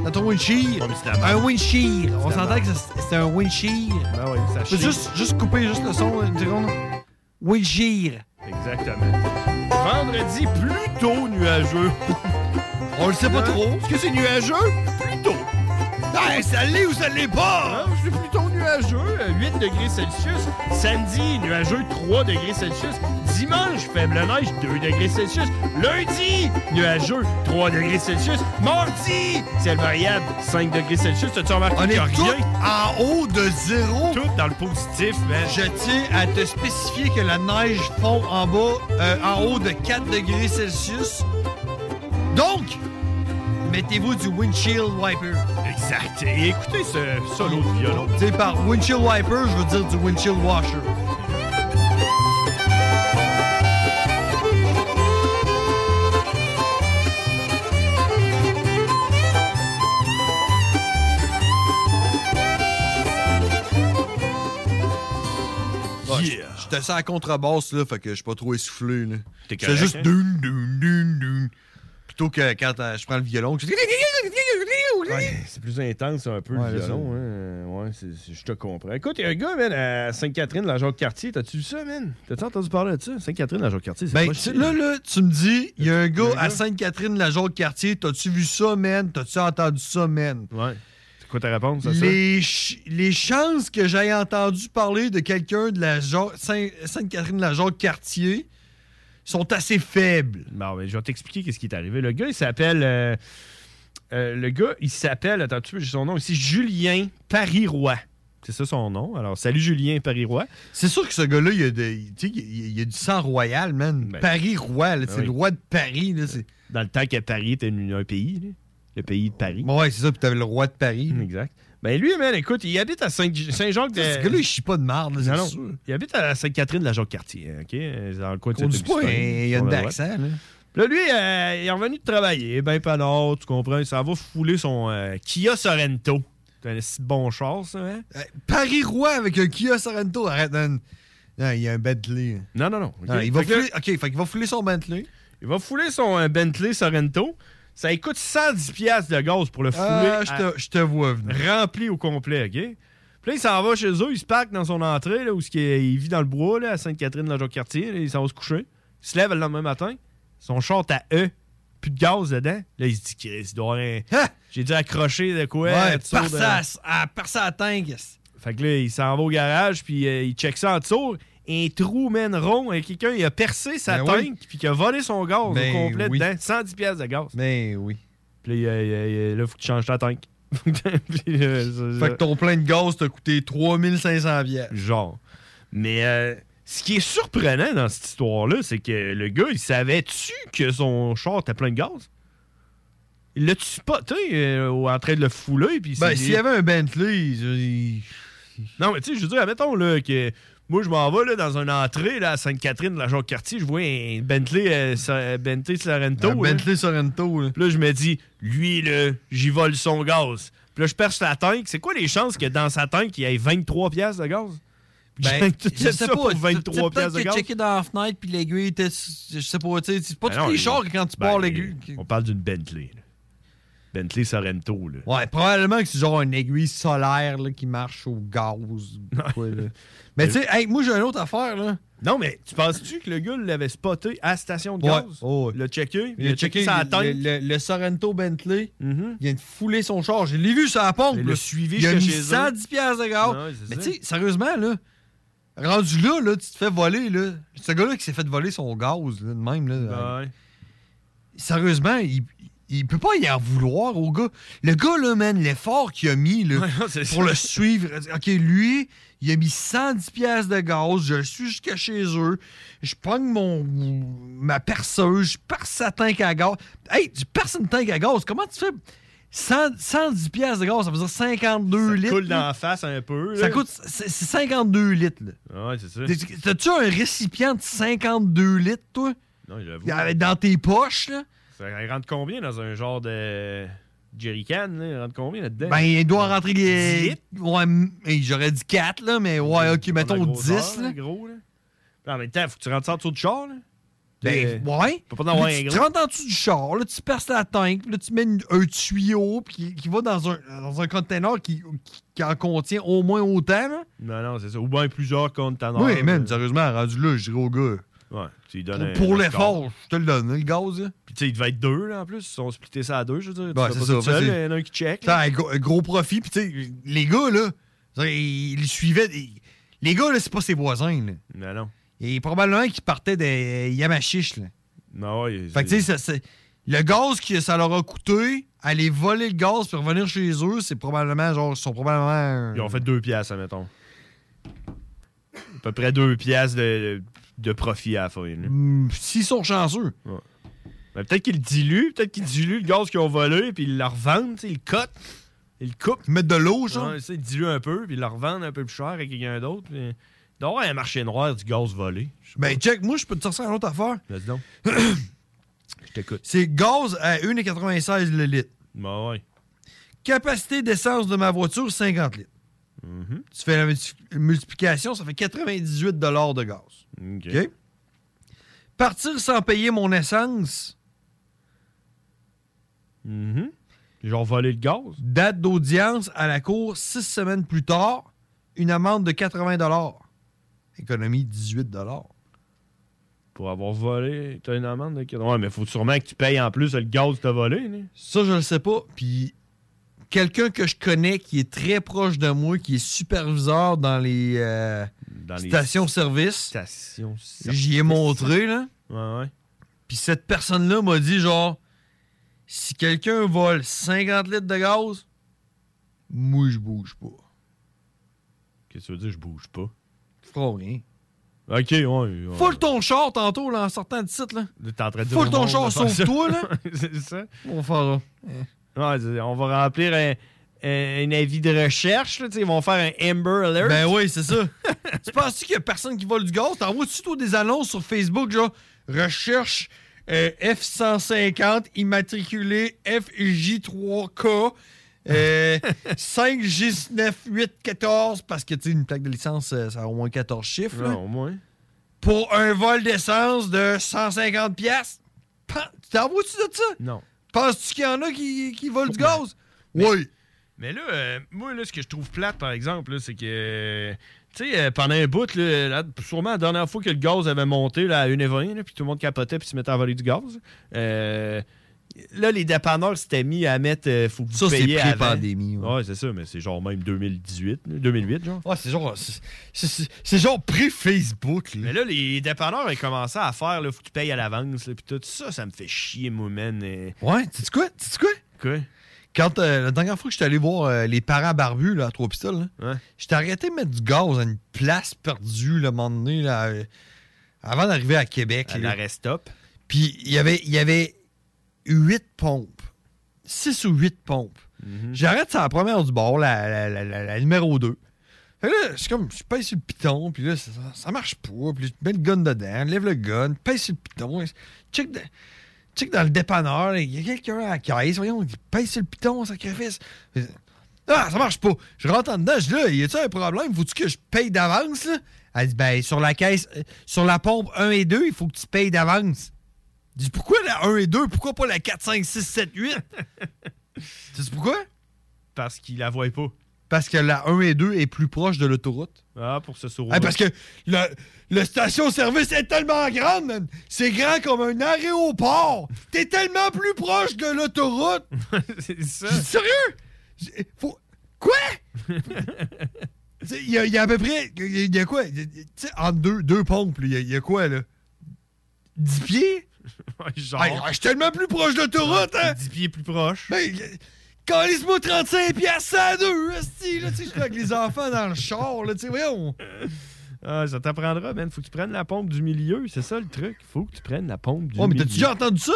[SPEAKER 11] dans ton windshield. Un windshield. On s'entend que c'est- c'est un windshield.
[SPEAKER 10] Ben oui, ça
[SPEAKER 11] Peux
[SPEAKER 10] chie.
[SPEAKER 11] juste, juste couper juste le son euh, une seconde. Windshield.
[SPEAKER 10] Exactement. Vendredi, plutôt nuageux.
[SPEAKER 11] On le sait pas trop.
[SPEAKER 10] Est-ce que c'est nuageux? Plutôt.
[SPEAKER 11] Ah, ça l'est ou ça l'est pas?
[SPEAKER 10] Hein, je suis plutôt nuageux, euh, 8 degrés Celsius. Samedi, nuageux, 3 degrés Celsius. Dimanche, faible neige, 2 degrés Celsius. Lundi, nuageux, 3 degrés Celsius. Mardi, ciel variable, 5 degrés Celsius. T'as-tu remarqué
[SPEAKER 11] On
[SPEAKER 10] qu'il y
[SPEAKER 11] est
[SPEAKER 10] a
[SPEAKER 11] tout
[SPEAKER 10] rien?
[SPEAKER 11] en haut de zéro.
[SPEAKER 10] Tout dans le positif, man.
[SPEAKER 11] Je tiens à te spécifier que la neige fond en bas, euh, en haut de 4 degrés Celsius. Donc, mettez-vous du windshield wiper.
[SPEAKER 10] Exact. Et écoutez ce solo de violon.
[SPEAKER 11] Tu sais, par windshield wiper, je veux dire du windshield washer. Ouais,
[SPEAKER 10] Yeah.
[SPEAKER 11] je- J'étais ça à contrebasse, là, fait que je suis pas trop essoufflé. là.
[SPEAKER 10] T'es
[SPEAKER 11] C'est
[SPEAKER 10] correct,
[SPEAKER 11] juste
[SPEAKER 10] hein?
[SPEAKER 11] dun, dun, dun, dun. Plutôt que quand euh, je prends le violon, que je dis-
[SPEAKER 10] Ouais, c'est plus intense un peu
[SPEAKER 11] Ouais,
[SPEAKER 10] le
[SPEAKER 11] c'est
[SPEAKER 10] violon. hein. Ouais, c'est- c'est- je te comprends. Écoute, il y a un gars, man, à Sainte-Catherine, la Jacques-Cartier. T'as-tu vu ça, man? T'as-tu entendu parler de ça? Sainte-Catherine, la Jacques-Cartier, c'est
[SPEAKER 11] Ben,
[SPEAKER 10] pas
[SPEAKER 11] tu-
[SPEAKER 10] cher.
[SPEAKER 11] là, là, tu me dis, il y a un gars
[SPEAKER 10] gars.
[SPEAKER 11] à Sainte-Catherine, la jauge quartier, t'as-tu vu ça, man? T'as-tu entendu ça, man?
[SPEAKER 10] Ouais. C'est quoi ta réponse à ça?
[SPEAKER 11] Les, ch- les chances que j'aie entendu parler de quelqu'un de la Jor- Saint- Sainte-Catherine, de la jauge quartier sont assez faibles.
[SPEAKER 10] Bon, ben, je vais t'expliquer qu'est-ce qui est arrivé. Le gars, il s'appelle. euh, euh, le gars, il s'appelle. Attends, un petit peu, j'ai son nom ici. Julien Paris-Roi. C'est ça son nom. Alors, salut Julien Paris-Roi.
[SPEAKER 11] C'est sûr que ce gars-là, il y a, de- il- tu sais, il y a- il y a du sang royal, man. Paris-Roi, là, c'est
[SPEAKER 10] Ben, oui. Euh,
[SPEAKER 11] le roi de Paris. Là, c'est...
[SPEAKER 10] Dans le temps que Paris était une- un pays, là. le pays de Paris.
[SPEAKER 11] Ouais, c'est ça, puis t'avais le roi de Paris.
[SPEAKER 10] Exact. Ben, lui, man, écoute, il habite à Saint- Saint-Jacques.
[SPEAKER 11] Ça, Ce gars-là, il chie pas de marde, là, c'est
[SPEAKER 10] Non, non.
[SPEAKER 11] sûr.
[SPEAKER 10] Il habite à Sainte-Catherine de la Jacques-Cartier, OK? Euh, Dans le coin de
[SPEAKER 11] On dit pas,
[SPEAKER 10] Saint-Augustin.
[SPEAKER 11] il y a
[SPEAKER 10] Sur
[SPEAKER 11] un
[SPEAKER 10] la droite.
[SPEAKER 11] accent, là.
[SPEAKER 10] Puis Là, lui, euh, il est revenu de travailler, ben panard, tu comprends? Ça va fouler son euh, Kia Sorento. C'est un si bon char, ça, hein?
[SPEAKER 11] Euh, Paris-Roi avec un Kia Sorento. Arrête, man. Non, il y a un Bentley.
[SPEAKER 10] Non, non, non. OK?
[SPEAKER 11] Non, il va
[SPEAKER 10] Fait que là,
[SPEAKER 11] fouler, OK, fait qu'il va fouler son Bentley.
[SPEAKER 10] il va fouler son euh, Bentley Sorento. Ça coûte 110$ piastres de gaz pour le fouler
[SPEAKER 11] Ah,
[SPEAKER 10] à-
[SPEAKER 11] je te- je te vois venir.
[SPEAKER 10] rempli au complet, OK? Puis là, il s'en va chez eux, il se parque dans son entrée, là, où ce qu'il est- il vit dans le bois, là, à Sainte-Catherine, la quartier Il s'en va se coucher. Il se lève le lendemain matin. Son short à E. Plus de gaz dedans. Là, il se dit, Chris, il doit avoir un- J'ai dû accrocher de quoi.
[SPEAKER 11] Hein? Ouais,
[SPEAKER 10] tu sors
[SPEAKER 11] pars
[SPEAKER 10] de-
[SPEAKER 11] ça à- à- pars ça à tingue.
[SPEAKER 10] Fait que là, il s'en va au garage, puis euh, il check ça en dessous. Un trou, man, rond. Et quelqu'un, il a percé sa
[SPEAKER 11] Ben
[SPEAKER 10] tank,
[SPEAKER 11] oui.
[SPEAKER 10] puis qu'il a volé son gaz
[SPEAKER 11] Ben
[SPEAKER 10] au complet
[SPEAKER 11] oui.
[SPEAKER 10] dedans. 110 pièces de gaz. Mais oui. Puis là, il, il- il- là, faut que tu changes ta tank. Puis, euh, ça-
[SPEAKER 11] Fait que ton plein de gaz t'a coûté 3500 billets.
[SPEAKER 10] Genre. Mais euh, ce qui est surprenant dans cette histoire-là, c'est que le gars, il savait-tu que son char était plein de gaz? Il l'a-tu spoté euh, en train de le fouler? Puis il
[SPEAKER 11] Ben,
[SPEAKER 10] s'est dit-
[SPEAKER 11] s'il y avait un Bentley, il- il-
[SPEAKER 10] Non, mais tu sais, je veux dire, admettons là, que moi, je m'en vais là, dans une entrée là, à Sainte-Catherine, de la Jacques-Cartier, je vois un Bentley, euh, Sa- Bentley Sorrento.
[SPEAKER 11] Un Bentley
[SPEAKER 10] Sorrento. Puis là, je me dis, lui, là, j'y vole son gaz. Puis là, je perce la tank. C'est quoi les chances que dans sa tank, il y ait 23 piastres de gaz?
[SPEAKER 11] Ben,
[SPEAKER 10] Tout
[SPEAKER 11] je
[SPEAKER 10] ça
[SPEAKER 11] sais
[SPEAKER 10] pour
[SPEAKER 11] pas.
[SPEAKER 10] 23
[SPEAKER 11] peut-être
[SPEAKER 10] piastres de
[SPEAKER 11] qu'il a
[SPEAKER 10] gaz.
[SPEAKER 11] checké dans la fenêtre, puis l'aiguille était. Je sais pas, tu sais, c'est pas
[SPEAKER 10] Ben
[SPEAKER 11] tous
[SPEAKER 10] non,
[SPEAKER 11] les
[SPEAKER 10] il-
[SPEAKER 11] chars que quand tu
[SPEAKER 10] ben,
[SPEAKER 11] pars l'aiguille.
[SPEAKER 10] On parle d'une Bentley. là. Bentley Sorrento. Là.
[SPEAKER 11] Ouais, probablement que c'est genre une aiguille solaire là, qui marche au gaz. ou quoi, là. Mais tu sais, hey, moi j'ai une autre affaire là.
[SPEAKER 10] Non, mais tu penses-tu que le gars l'avait spoté à la station de
[SPEAKER 11] Ouais.
[SPEAKER 10] gaz? Le checké, il a checké sa tank.
[SPEAKER 11] le, le- le Sorrento Bentley. Il vient de fouler son char. Je l'ai vu sur la pompe.
[SPEAKER 10] Il l'a
[SPEAKER 11] là.
[SPEAKER 10] Mm-hmm. suivi
[SPEAKER 11] Il a
[SPEAKER 10] jusqu'à
[SPEAKER 11] mis
[SPEAKER 10] chez eux.
[SPEAKER 11] 110 piastres de gaz.
[SPEAKER 10] Ouais, c'est
[SPEAKER 11] Mais
[SPEAKER 10] ça.
[SPEAKER 11] tu sais, sérieusement, là, rendu là, là, tu te fais voler. Là. Ce gars-là qui s'est fait voler son gaz, là, de même. Là, euh,
[SPEAKER 10] hey.
[SPEAKER 11] Sérieusement, il, il peut pas y en vouloir au gars. Le gars, là, man, l'effort qu'il a mis là,
[SPEAKER 10] c'est
[SPEAKER 11] pour
[SPEAKER 10] ça.
[SPEAKER 11] le suivre. OK, lui, il a mis 110 pièces de gaz. Je le suis jusqu'à chez eux. Je prends mon, ma perceuse. Je perce sa tank à gaz. Hey, tu perces une tank à gaz. Comment tu fais 100 110 pièces de gaz, ça veut dire 52 litres.
[SPEAKER 10] coule dans
[SPEAKER 11] là.
[SPEAKER 10] la face un peu.
[SPEAKER 11] Ça coûte c'est c'est 52 litres. là.
[SPEAKER 10] Ah Ouais, c'est ça.
[SPEAKER 11] T'es- T'as-tu un récipient de 52 litres, toi?
[SPEAKER 10] Non, il l'avoue.
[SPEAKER 11] Avec- Dans tes poches, là?
[SPEAKER 10] Ça rentre combien dans un genre de jerrycan? Là? Il rentre combien là-dedans?
[SPEAKER 11] Ben, il doit rentrer
[SPEAKER 10] Dix
[SPEAKER 11] les.
[SPEAKER 10] litres?
[SPEAKER 11] Ouais, m- hey, j'aurais dit 4, là, mais ouais, ok, mettons
[SPEAKER 10] Pour la
[SPEAKER 11] 10,
[SPEAKER 10] grosseur,
[SPEAKER 11] là.
[SPEAKER 10] Gros, là. Puis En même temps, faut que tu rentres ça en dessous du char. Là.
[SPEAKER 11] Ben,
[SPEAKER 10] Euh,
[SPEAKER 11] ouais.
[SPEAKER 10] Faut pas en avoir
[SPEAKER 11] Là,
[SPEAKER 10] un
[SPEAKER 11] tu
[SPEAKER 10] gros.
[SPEAKER 11] te rentres en dessous du char, là, tu perces la tank, puis là, tu mets une- un tuyau puis qui, qui va dans un, dans un container qui, qui- qui en contient au moins autant, là.
[SPEAKER 10] Non, non, c'est ça. Ou bien plusieurs conteneurs.
[SPEAKER 11] oui, man, sérieusement, rendu là, je dirais au gars.
[SPEAKER 10] Ah euh, Ouais, tu lui donnes
[SPEAKER 11] Pour,
[SPEAKER 10] un-
[SPEAKER 11] pour
[SPEAKER 10] un
[SPEAKER 11] l'effort,
[SPEAKER 10] score.
[SPEAKER 11] je te le donne, hein, le gaz, là.
[SPEAKER 10] Puis, tu sais, il devait être deux, là, en plus. Ils sont splittés ça à deux, je veux dire. Tu
[SPEAKER 11] Ouais,
[SPEAKER 10] fais
[SPEAKER 11] c'est
[SPEAKER 10] pas
[SPEAKER 11] ça,
[SPEAKER 10] tout seul,
[SPEAKER 11] c'est-
[SPEAKER 10] il y en a un qui check.
[SPEAKER 11] Putain, Un gros, un gros profit. Puis, tu sais, les gars, là, c'est-à-dire, ils ils suivaient. ils- les gars, là, c'est pas ses voisins, là.
[SPEAKER 10] Non, non.
[SPEAKER 11] Et probablement qu'ils partaient des Yamachiches, là.
[SPEAKER 10] Non, ouais.
[SPEAKER 11] Fait que, tu sais, ça- c'est- le gaz que ça leur a coûté, aller voler le gaz pour revenir chez eux, c'est probablement, genre, ils sont probablement.
[SPEAKER 10] Ils ont fait deux piastres, admettons. À peu près deux piastres de, de profit à la fin. là.
[SPEAKER 11] Hmm, S'ils sont chanceux.
[SPEAKER 10] Ouais. Ben, peut-être qu'ils le diluent, peut-être qu'ils diluent le gaz qu'ils ont volé, puis ils le revendent, tu sais, ils le cotent, ils le coupent.
[SPEAKER 11] Ils mettent de l'eau, genre.
[SPEAKER 10] Ouais, tu sais, ils diluent un peu, puis ils le revendent un peu plus cher à quelqu'un d'autre. puis- Il doit y avoir un marché noir du gaz volé.
[SPEAKER 11] Ben, check, moi, je peux te sortir une autre affaire.
[SPEAKER 10] Vas-y donc. Je t'écoute.
[SPEAKER 11] C'est gaz à 1,96 le litre.
[SPEAKER 10] Ben ouais.
[SPEAKER 11] Capacité d'essence de ma voiture, 50 litres.
[SPEAKER 10] Mm-hmm.
[SPEAKER 11] Tu fais la multi- multiplication, ça fait 98 de gaz.
[SPEAKER 10] OK.
[SPEAKER 11] OK? Partir sans payer mon essence.
[SPEAKER 10] Mm-hmm. Genre voler le gaz.
[SPEAKER 11] Date d'audience à la cour, six semaines plus tard, une amende de 80 Économie 18
[SPEAKER 10] Pour avoir volé, t'as une amende de 80. Ouais, mais faut sûrement que tu payes en plus le gaz que t'as volé. là.
[SPEAKER 11] Ça, je le sais pas. Puis, quelqu'un que je connais qui est très proche de moi, qui est superviseur dans les, euh,
[SPEAKER 10] les
[SPEAKER 11] stations-service.
[SPEAKER 10] Stations-service.
[SPEAKER 11] J'y ai montré, là.
[SPEAKER 10] Ouais, ouais.
[SPEAKER 11] Puis cette personne-là m'a dit, genre, si quelqu'un vole 50 litres de gaz, moi, je bouge pas.
[SPEAKER 10] Qu'est-ce que tu veux dire, je bouge pas?
[SPEAKER 11] Je ferai rien.
[SPEAKER 10] Ok, ouais. ouais.
[SPEAKER 11] Foule ton char tantôt, là, en sortant du site, là.
[SPEAKER 10] Là, T'es en train de dire
[SPEAKER 11] Foule
[SPEAKER 10] au
[SPEAKER 11] ton
[SPEAKER 10] monde
[SPEAKER 11] char,
[SPEAKER 10] de faire ça.
[SPEAKER 11] sauve-toi, là.
[SPEAKER 10] c'est ça.
[SPEAKER 11] On fera.
[SPEAKER 10] Ouais, c'est- on va remplir un, un- un avis de recherche. Là, tu sais, ils vont faire un Amber Alert.
[SPEAKER 11] Ben oui, c'est ça. tu penses-tu qu'il y a personne qui vole du gaz? T'envoies-tu toi des annonces sur Facebook, genre recherche euh, F-150 immatriculé FJ3K euh, 5G9814 parce que tu sais, une plaque de licence, euh, ça a au moins 14 chiffres. là.
[SPEAKER 10] Non, au moins.
[SPEAKER 11] Pour un vol d'essence de 150$. piastres. Pen- T'envoies-tu de ça?
[SPEAKER 10] Non.
[SPEAKER 11] Penses-tu qu'il y en a qui, qui volent du gaz? Oui.
[SPEAKER 10] Mais là, euh, moi, là, ce que je trouve plate, par exemple, là, c'est que. euh, Tu sais, euh, pendant un bout, là, la- sûrement la dernière fois que le gaz avait monté là, à 1,20, là, puis tout le monde capotait puis se mettait à voler du gaz. euh, là, les dépanneurs s'étaient mis à mettre. euh, faut que vous
[SPEAKER 11] Ça, c'est
[SPEAKER 10] payiez avant.
[SPEAKER 11] pré-pandémie,
[SPEAKER 10] Ouais, c'est ça, mais c'est genre même 2018, là, 2008, genre.
[SPEAKER 11] Ouais, c'est genre. c'est- C'est c'est genre pré-Facebook, là.
[SPEAKER 10] Mais là, les dépanneurs ils commençaient à faire, là, faut que tu payes à l'avance, là, puis tout ça, ça me fait chier, moi, man. euh.
[SPEAKER 11] Ouais, tu sais quoi? Tu sais quoi?
[SPEAKER 10] Quoi?
[SPEAKER 11] Quand euh, la dernière fois que j'étais allé voir euh, les parents barbus là, à trois pistoles, là, j'étais arrêté de mettre du gaz à une place perdue le moment donné là, euh, avant d'arriver à Québec.
[SPEAKER 10] À
[SPEAKER 11] là.
[SPEAKER 10] la restop.
[SPEAKER 11] Puis il y avait il y avait huit pompes. Six ou huit pompes.
[SPEAKER 10] Mm-hmm.
[SPEAKER 11] J'arrête sur la première du bord, la, la- la- la- la numéro 2. Fait que là, c'est comme, je pèse sur le piton, puis là, ça, ça marche pas. Puis je mets le gun dedans, lève le gun, pèse sur le piton. Check, de- check dans le dépanneur, il y a quelqu'un à la caisse. Voyons, il pèse sur le piton, sacrifice. Ah, ça marche pas. Je rentre en dedans, je dis là, y a-tu un problème? Faut-tu que je paye d'avance, là? Elle dit, ben, sur la caisse, euh, sur la pompe 1 et 2, il faut que tu payes d'avance. Je dis, pourquoi la 1 et 2? Pourquoi pas la 4, 5, 6, 7, 8? tu sais pourquoi?
[SPEAKER 10] Parce qu'il la voit pas.
[SPEAKER 11] Parce que la 1 et 2 est plus proche de l'autoroute.
[SPEAKER 10] Ah, pour ce sourire.
[SPEAKER 11] Hey, parce que le, le station-service est tellement grande, man. C'est grand comme un aéroport. T'es tellement plus proche de l'autoroute.
[SPEAKER 10] c'est ça.
[SPEAKER 11] Sérieux? J'ai- Faut... Quoi? Tu sais, Il y, a- il y a à peu près. Il y a- il y a quoi? Il y a- Tu sais, entre deux, deux pompes, là, il y, a- il y a quoi, là? 10 pieds?
[SPEAKER 10] genre.
[SPEAKER 11] Hey, je suis tellement plus proche de l'autoroute, hein?
[SPEAKER 10] 10 pieds plus proche.
[SPEAKER 11] Ben, calisse-moi 35 piastres à deux, hostie, là, tu sais, je suis avec les enfants dans le char, là, tu sais, voyons.
[SPEAKER 10] Ah, ça t'apprendra, man. Faut que tu prennes la pompe du milieu. C'est ça le truc. Faut que tu prennes la pompe du
[SPEAKER 11] Oh, mais
[SPEAKER 10] milieu.
[SPEAKER 11] t'as-tu déjà entendu ça?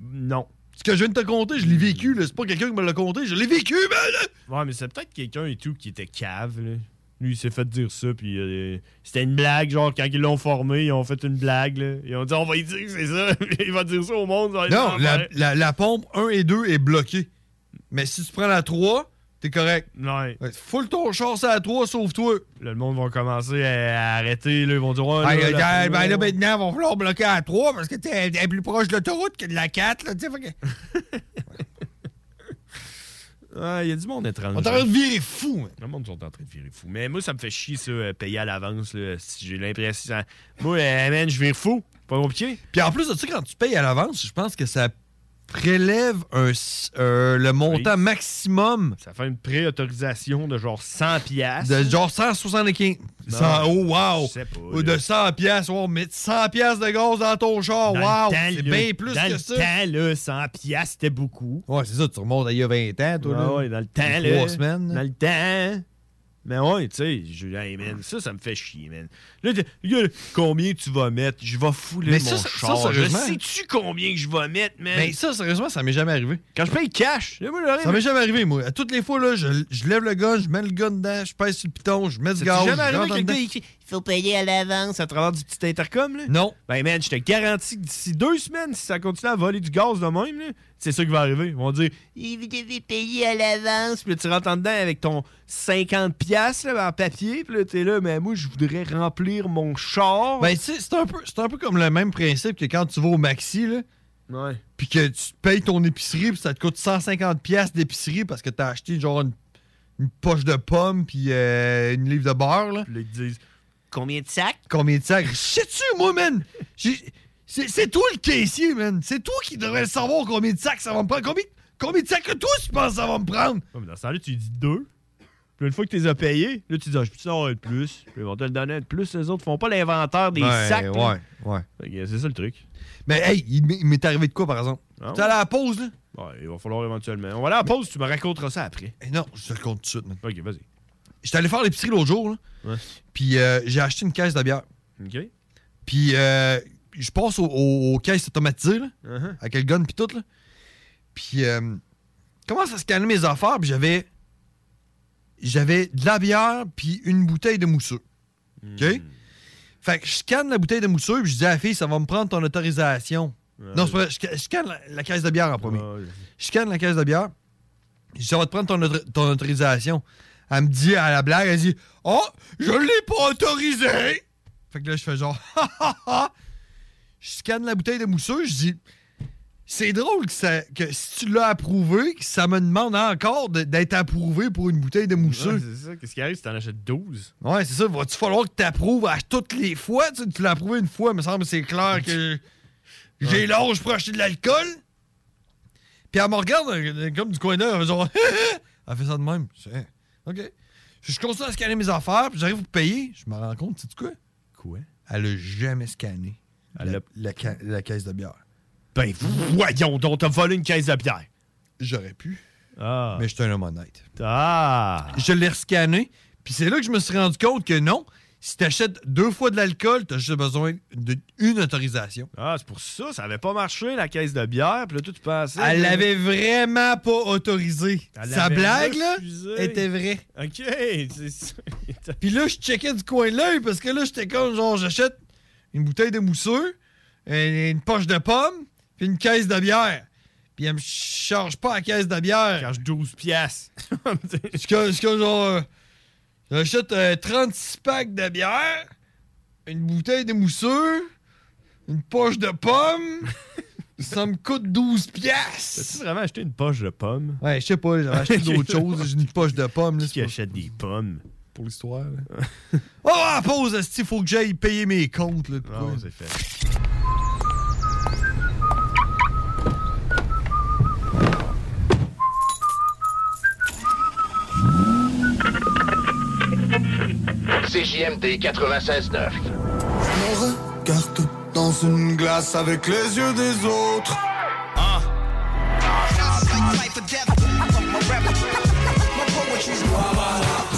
[SPEAKER 10] Non.
[SPEAKER 11] Ce que je viens de te conter, je l'ai vécu, là. C'est pas quelqu'un qui me l'a conté, je l'ai vécu, man!
[SPEAKER 10] Ouais, mais c'est peut-être quelqu'un et tout qui était cave, là. Lui, il s'est fait dire ça, puis euh, c'était une blague, genre, quand ils l'ont formé, ils ont fait une blague, là. Ils ont dit, on va y dire que c'est ça, Ah, il va dire ça au monde. ça va être
[SPEAKER 11] Non,
[SPEAKER 10] ça,
[SPEAKER 11] la,
[SPEAKER 10] ouais.
[SPEAKER 11] la- la pompe 1 et 2 est bloquée. Mais si tu prends la 3, t'es correct.
[SPEAKER 10] Ouais.
[SPEAKER 11] Full ton char, c'est la 3, sauve-toi.
[SPEAKER 10] Là, le monde va commencer à, à arrêter, là. Ils vont dire, ouais,
[SPEAKER 11] Hey,
[SPEAKER 10] Ah, là,
[SPEAKER 11] euh,
[SPEAKER 10] la-
[SPEAKER 11] ben, ben là, maintenant, on va falloir bloquer à 3 parce que t'es t'es plus proche de l'autoroute que de la 4, là, tu sais, fait que-
[SPEAKER 10] Ah, il y a du monde étrange.
[SPEAKER 11] On est en train de virer fou, hein. man.
[SPEAKER 10] Le monde sont en train de virer fou. Mais moi, ça me fait chier, ça, euh, payer à l'avance, là. Si J'ai l'impression. Moi, euh, man, je vire fou. Pas compliqué.
[SPEAKER 11] Puis en plus de ça, quand tu payes à l'avance, je pense que ça prélève un s- euh, le montant maximum.
[SPEAKER 10] Ça fait une préautorisation de genre 100 piastres.
[SPEAKER 11] De genre 175.
[SPEAKER 10] Non,
[SPEAKER 11] 100, oh, wow!
[SPEAKER 10] je sais pas,
[SPEAKER 11] Ou de 100 piastres, wow, mettre 100 piastres de gaz dans ton char,
[SPEAKER 10] Dans le
[SPEAKER 11] Oh, wow!
[SPEAKER 10] temps,
[SPEAKER 11] C'est
[SPEAKER 10] là,
[SPEAKER 11] bien plus
[SPEAKER 10] dans
[SPEAKER 11] que
[SPEAKER 10] le
[SPEAKER 11] ça.
[SPEAKER 10] temps, là, 100 piastres, c'était beaucoup.
[SPEAKER 11] Ouais, c'est ça, tu remontes à il y a 20 ans, toi,
[SPEAKER 10] Ouais,
[SPEAKER 11] là.
[SPEAKER 10] ouais, dans le temps,
[SPEAKER 11] Trois
[SPEAKER 10] là.
[SPEAKER 11] semaines.
[SPEAKER 10] Dans le temps. Mais ouais, tu sais, je- hey, man, ça, ça me fait chier, man. Là, t- là, combien tu vas mettre? Je vais fouler
[SPEAKER 11] Mais
[SPEAKER 10] mon
[SPEAKER 11] ça, ça- ça,
[SPEAKER 10] char. je
[SPEAKER 11] sérieusement-
[SPEAKER 10] sais-tu combien que je vais mettre, man?
[SPEAKER 11] Mais ça, sérieusement, ça m'est jamais arrivé.
[SPEAKER 10] Quand je paye cash, là, moi, j'arrive-
[SPEAKER 11] Ça m'est jamais arrivé, moi. À toutes les fois, là, je, je lève le gun, je mets le gun dedans, je pèse sur le piton, je mets du
[SPEAKER 10] C'est
[SPEAKER 11] gaz.
[SPEAKER 10] jamais
[SPEAKER 11] je
[SPEAKER 10] arrivé
[SPEAKER 11] rentre
[SPEAKER 10] que le
[SPEAKER 11] dedans.
[SPEAKER 10] gars il crie, Il faut payer à l'avance à travers du petit intercom, là?
[SPEAKER 11] Non.
[SPEAKER 10] Ben, man, je te garantis que d'ici deux semaines, si ça continue à voler du gaz de même, là, c'est ça qui va arriver. Ils vont dire Vous devez payer à l'avance. Puis là, tu rentres en dedans avec ton 50$ piastres, là, en papier. Puis là, t'es là, mais moi, je voudrais remplir mon char.
[SPEAKER 11] Ben, tu sais, c'est un, peu- c'est un peu comme le même principe que quand tu vas au maxi, là.
[SPEAKER 10] Ouais.
[SPEAKER 11] Puis que tu payes ton épicerie, puis ça te coûte 150$ piastres d'épicerie parce que t'as acheté genre une, une poche de pommes, puis euh, une livre de beurre, là.
[SPEAKER 10] Puis là, ils te disent Combien de sacs
[SPEAKER 11] Combien de sacs Sais-tu, moi, man J'ai- C'est c'est toi le caissier, man. C'est toi qui devrais le savoir combien de sacs ça va me prendre. Combien, combien de sacs que toi, tu penses que ça va me prendre
[SPEAKER 10] Ouais, mais dans ce temps-là, tu lui dis deux. Puis une fois que tu les as payés, là, tu dis Ah, je peux en avoir un de plus. Puis ils vont te le donner un de plus. Les autres font pas l'inventaire des
[SPEAKER 11] Ben,
[SPEAKER 10] sacs. là.
[SPEAKER 11] Ouais, ouais.
[SPEAKER 10] Fait que C'est ça le truc.
[SPEAKER 11] Mais hey, il m'est- il m'est arrivé de quoi, par exemple?
[SPEAKER 10] Ah
[SPEAKER 11] T'es allé à la pause, là?
[SPEAKER 10] Ouais, il va falloir éventuellement. On va aller à la pause, tu me raconteras ça après.
[SPEAKER 11] Eh non, je te le compte tout de suite, man.
[SPEAKER 10] Ok, vas-y.
[SPEAKER 11] J'étais allé faire l'épicerie l'autre jour, là.
[SPEAKER 10] Ouais.
[SPEAKER 11] Puis euh, j'ai acheté une caisse de bière.
[SPEAKER 10] Ok.
[SPEAKER 11] Puis euh, je passe au- au- aux caisses automatisées, là.
[SPEAKER 10] Uh-huh.
[SPEAKER 11] Avec le gun, puis tout, là. Puis euh, commence à scanner mes affaires, puis j'avais. J'avais de la bière, puis une bouteille de mousseux. OK? Fait que je scanne la bouteille de mousseux, puis je dis à la fille, ça va me prendre ton autorisation. non, c'est pas vrai, je sca- je scanne la, la caisse de bière en premier. Je scanne la caisse de bière. Je dis, ça va te prendre ton, autor- ton autorisation. Elle me dit à la blague, elle dit Oh, je l'ai pas autorisé! Fait que là, je fais genre Ha ha ha! Je scanne la bouteille de mousseux, je dis C'est drôle que, ça- que si tu l'as approuvé, que ça me demande encore de- d'être approuvé pour une bouteille de mousseux.
[SPEAKER 10] Ouais, c'est ça. Qu'est-ce qui arrive si t'en achètes 12?
[SPEAKER 11] Ouais, c'est ça. Va-tu falloir que tu approuves à toutes les fois? Tu, tu l'as approuvé une fois, me semble, c'est clair que j'ai
[SPEAKER 10] Ouais.
[SPEAKER 11] l'âge pour acheter de l'alcool. Puis elle me regarde euh, comme du coin d'œil, genre, elle fait ça de même. Je fais, OK. Je suis constant à scanner mes affaires, puis j'arrive pour payer. Je me rends compte, sais-tu quoi?
[SPEAKER 10] Quoi?
[SPEAKER 11] Elle a jamais scanné la, la ca- la caisse de bière.
[SPEAKER 10] Ben voyons donc, t'as volé une caisse de bière.
[SPEAKER 11] J'aurais pu.
[SPEAKER 10] Ah.
[SPEAKER 11] Mais j'étais un homme honnête.
[SPEAKER 10] Ah!
[SPEAKER 11] Je l'ai rescanné, puis c'est là que je me suis rendu compte que non, si t'achètes deux fois de l'alcool, t'as juste besoin d'une autorisation.
[SPEAKER 10] Ah, c'est pour ça, ça avait pas marché la caisse de bière, puis là, tout passait.
[SPEAKER 11] Elle l'avait vraiment pas autorisé.
[SPEAKER 10] Elle
[SPEAKER 11] Sa
[SPEAKER 10] l'avait
[SPEAKER 11] blague, là,
[SPEAKER 10] refusé.
[SPEAKER 11] était vraie.
[SPEAKER 10] OK, c'est ça.
[SPEAKER 11] Puis là, je checkais du coin de l'œil parce que là, j'étais comme genre, j'achète une bouteille de mousseux, euh, une poche de pommes, puis une caisse de bière. Puis elle me charge pas la caisse de bière.
[SPEAKER 10] charge 12 piastres.
[SPEAKER 11] c'est comme, c'est comme genre, euh, j'achète euh, 36 packs de bière, une bouteille de mousseux, une poche de pommes. ça me coûte 12 piastres.
[SPEAKER 10] T'as-tu vraiment acheté une poche de pommes?
[SPEAKER 11] Ouais, je sais pas, j'avais acheté d'autres choses. J'ai une poche de pommes. Là,
[SPEAKER 10] qui achète des pommes?
[SPEAKER 11] Pour l'histoire. Oh, à la pause, il faut que j'aille payer mes comptes. Là, de quoi.
[SPEAKER 10] Ah, c'est fait.
[SPEAKER 11] euh.
[SPEAKER 19] CJMD 96.9.
[SPEAKER 20] Me regarde dans une glace avec les yeux des autres.
[SPEAKER 10] Ah!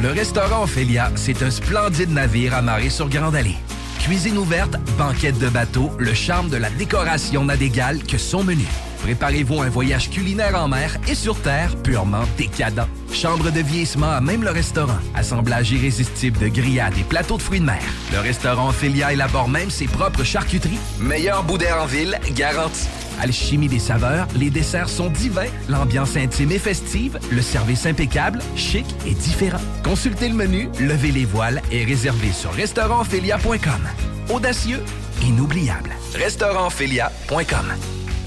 [SPEAKER 2] Le restaurant Ophélia, c'est un splendide navire amarré sur Grande Allée. Cuisine ouverte, banquette de bateau, le charme de la décoration n'a d'égal que son menu. Préparez-vous un voyage culinaire en mer et sur terre purement décadent. Chambre de vieillissement à même le restaurant. Assemblage irrésistible de grillades et plateaux de fruits de mer. Le restaurant Ophélia élabore même ses propres charcuteries. Meilleur boudin en ville, garanti. Alchimie des saveurs, les desserts sont divins, l'ambiance intime et festive, le service impeccable, chic et différent. Consultez le menu, levez les voiles et réservez sur restaurantphilia.com. Audacieux, inoubliable. Restaurantphilia.com.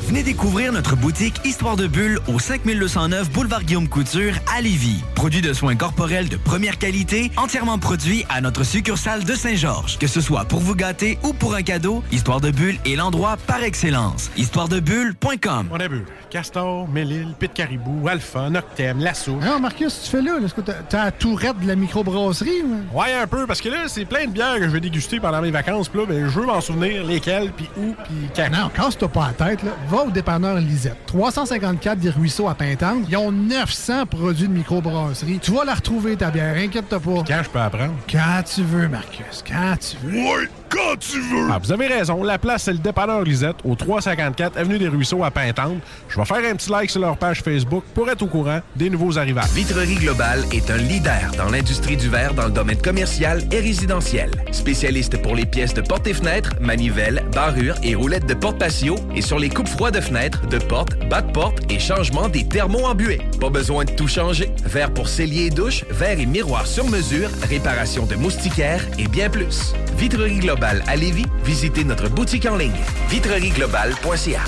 [SPEAKER 1] Venez découvrir notre boutique Histoire de Bulle au 5209 Boulevard Guillaume Couture à Lévis. Produit de soins corporels de première qualité, entièrement produit à notre succursale de Saint-Georges. Que ce soit pour vous gâter ou pour un cadeau, Histoire de Bulle est l'endroit par excellence. Histoiredebulle.com
[SPEAKER 21] On a bu Castor, Mélile, Pit Caribou, Alpha, Noctem, Lasso.
[SPEAKER 16] Alors, Marcus, tu fais là, là, est-ce que t'as t'as la tourette de la microbrasserie? ou-
[SPEAKER 21] Ouais, un peu, parce que là, c'est plein de bières que je vais déguster pendant mes vacances. Puis là, ben, je veux m'en souvenir lesquelles, puis où, puis quand.
[SPEAKER 16] Non, casse-toi pas la tête, là. va au dépanneur Lisette. 354 des Ruisseaux à Pintante. Ils ont 900 produits de microbrasserie. Tu vas la retrouver, ta bière, inquiète-toi pas.
[SPEAKER 21] quand je peux apprendre?
[SPEAKER 16] Quand tu veux, Marcus, quand tu veux.
[SPEAKER 21] Oui, quand tu veux! Ah, vous avez raison. La place, c'est le dépanneur Lisette, au 354 Avenue des Ruisseaux à Pintante. Je vais faire un petit like sur leur page Facebook pour être au courant des nouveaux arrivages.
[SPEAKER 2] Vitrerie Globale est un leader dans l'industrie du verre dans le domaine commercial et résidentiel. Spécialiste pour les pièces de portes et fenêtres, manivelles, barrures et roulettes de porte patio et sur les coupes froides de fenêtres, de portes, bas de porte et changement des thermos en buée. Pas besoin de tout changer. Verre pour cellier et douche, verre et miroir sur mesure, réparation de moustiquaires et bien plus. Vitrerie Globale à Lévis, visitez notre boutique en ligne vitrerieglobale.ca.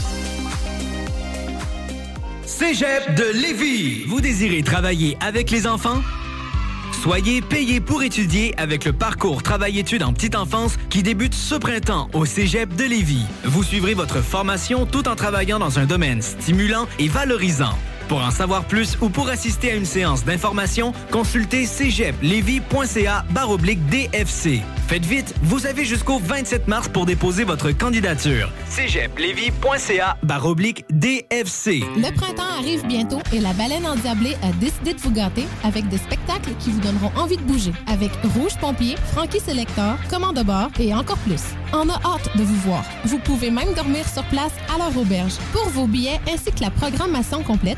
[SPEAKER 1] Cégep de Lévis. Vous désirez travailler avec les enfants? Soyez payé pour étudier avec le parcours Travail-études en petite enfance qui débute ce printemps au Cégep de Lévis. Vous suivrez votre formation tout en travaillant dans un domaine stimulant et valorisant. Pour en savoir plus ou pour assister à une séance d'information, consultez cégeplevy.ca baroblique DFC. Faites vite, vous avez jusqu'au 27 mars pour déposer votre candidature. cégeplevy.ca baroblique DFC.
[SPEAKER 22] Le printemps arrive bientôt et la baleine endiablée a décidé de vous gâter avec des spectacles qui vous donneront envie de bouger. Avec Rouge Pompier, Frankie Selector, Commande bord et encore plus. On a hâte de vous voir. Vous pouvez même dormir sur place à leur auberge. Pour vos billets ainsi que la programmation complète,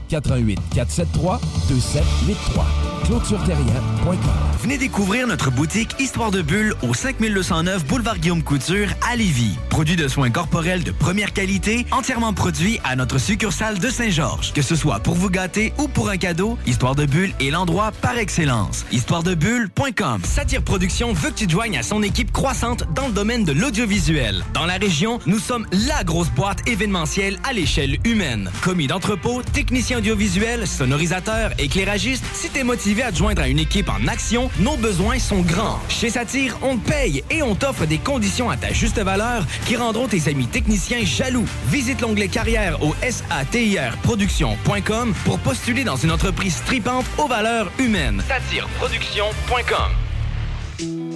[SPEAKER 23] 88 473 2783. Clôtureterrien.com
[SPEAKER 1] Venez découvrir notre boutique Histoire de Bulle au 5209 Boulevard Guillaume Couture à Lévis. Produit de soins corporels de première qualité, entièrement produit à notre succursale de Saint-Georges. Que ce soit pour vous gâter ou pour un cadeau, Histoire de Bulle est l'endroit par excellence. Histoiredebulle.com Satire Production veut que tu te joignes à son équipe croissante dans le domaine de l'audiovisuel. Dans la région, nous sommes la grosse boîte événementielle à l'échelle humaine. Commis d'entrepôt, technicien audiovisuel, sonorisateur, éclairagiste, si t'es motivé à te joindre à une équipe en action, nos besoins sont grands. Chez Satire, on te paye et on t'offre des conditions à ta juste valeur qui rendront tes amis techniciens jaloux. Visite l'onglet carrière au satirproduction.com pour postuler dans une entreprise tripante aux valeurs humaines. Satireproduction.com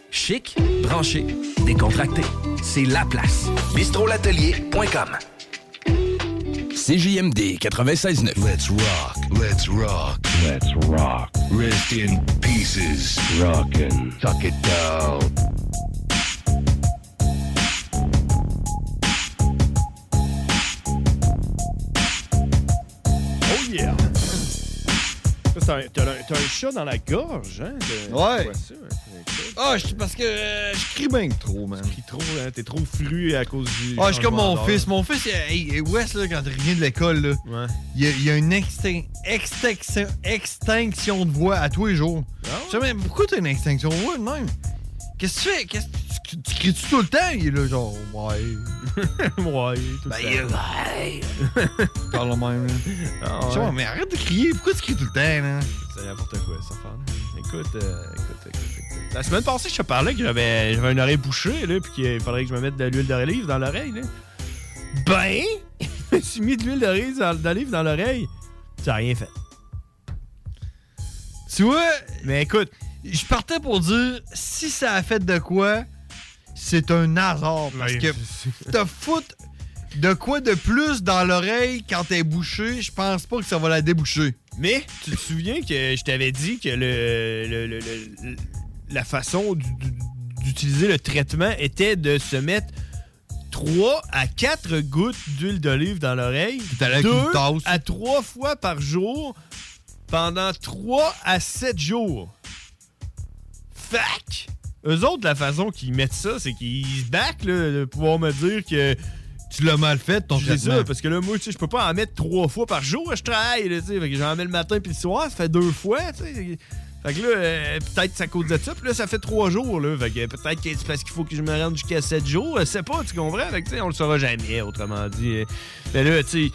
[SPEAKER 2] Chic, branché, décontracté. C'est la place. bistrolatelier.com.
[SPEAKER 24] CJMD 96.9. Let's rock, let's rock, let's rock.
[SPEAKER 25] Rest in pieces. Rockin'. Tuck it down.
[SPEAKER 10] Oh yeah! Ça, T'as un, t'as un- t'as un chat dans la gorge, hein? de-
[SPEAKER 11] Ouais.
[SPEAKER 10] tu vois ça, hein?
[SPEAKER 11] Ah, je- parce que euh, je crie bien que trop, man.
[SPEAKER 10] T'es trop, hein, t'es trop fru à cause du.
[SPEAKER 11] Ah, je suis comme mon
[SPEAKER 10] changement d'heure.
[SPEAKER 11] fils. Mon fils, euh, hey, hey, Wes, là, quand il revient de l'école, là, il y a- il y a, une extin- extinction, extinction de voix à tous les jours.
[SPEAKER 10] Ah
[SPEAKER 11] Je sais, mais pourquoi t'as une extinction de voix de même? Qu'est-ce que tu fais? Qu'est-ce que tu, tu cries-tu tout le temps? Il est là, genre, ouais.
[SPEAKER 10] ouais, tout
[SPEAKER 11] ben,
[SPEAKER 10] le temps. Ah
[SPEAKER 11] il est ouais. Il parle le même, là. Je sais
[SPEAKER 10] ouais.
[SPEAKER 11] pas, mais arrête de crier. Pourquoi tu cries tout le temps, là?
[SPEAKER 10] C'est n'importe quoi, ça fait. Écoute, euh, écoute, écoute, écoute. La semaine passée, je te parlais que j'avais, j'avais une oreille bouchée, là, puis qu'il faudrait que je me mette de l'huile d'olive dans l'oreille, là. Ben, je me suis mis de l'huile d'olive dans- d'olive dans l'oreille. Tu n'as rien fait.
[SPEAKER 11] Tu vois? Mais écoute, je partais pour dire si ça a fait de quoi, c'est un hasard. Parce
[SPEAKER 10] Ouais,
[SPEAKER 11] que te foutre de quoi de plus dans l'oreille quand t'es bouché, je pense pas que ça va la déboucher.
[SPEAKER 10] Mais tu te souviens que je t'avais dit que le, le- le- le- la façon du- du- d'utiliser le traitement était de se mettre 3 à 4 gouttes d'huile d'olive dans l'oreille.
[SPEAKER 11] allé avec
[SPEAKER 10] 2
[SPEAKER 11] une tasse.
[SPEAKER 10] à 3 fois par jour pendant 3 à 7 jours. Fac! Eux autres, la façon qu'ils mettent ça, c'est qu'ils se back, là, de pouvoir me dire que.
[SPEAKER 11] Tu l'as mal fait, ton
[SPEAKER 10] C'est
[SPEAKER 11] traitement.
[SPEAKER 10] ça, parce que là, moi, tu sais, je peux pas en mettre trois fois par jour. Je travaille, là, tu sais. Fait que j'en mets le matin puis le soir, ça fait deux fois, tu sais. Fait que là, euh, peut-être ça cause de ça. Puis là, ça fait trois jours, là. Fait que peut-être que c'est parce qu'il faut que je me rende jusqu'à sept jours. Je sais pas, tu comprends? Fait que, tu sais, on le saura jamais, autrement dit. Mais là, tu sais,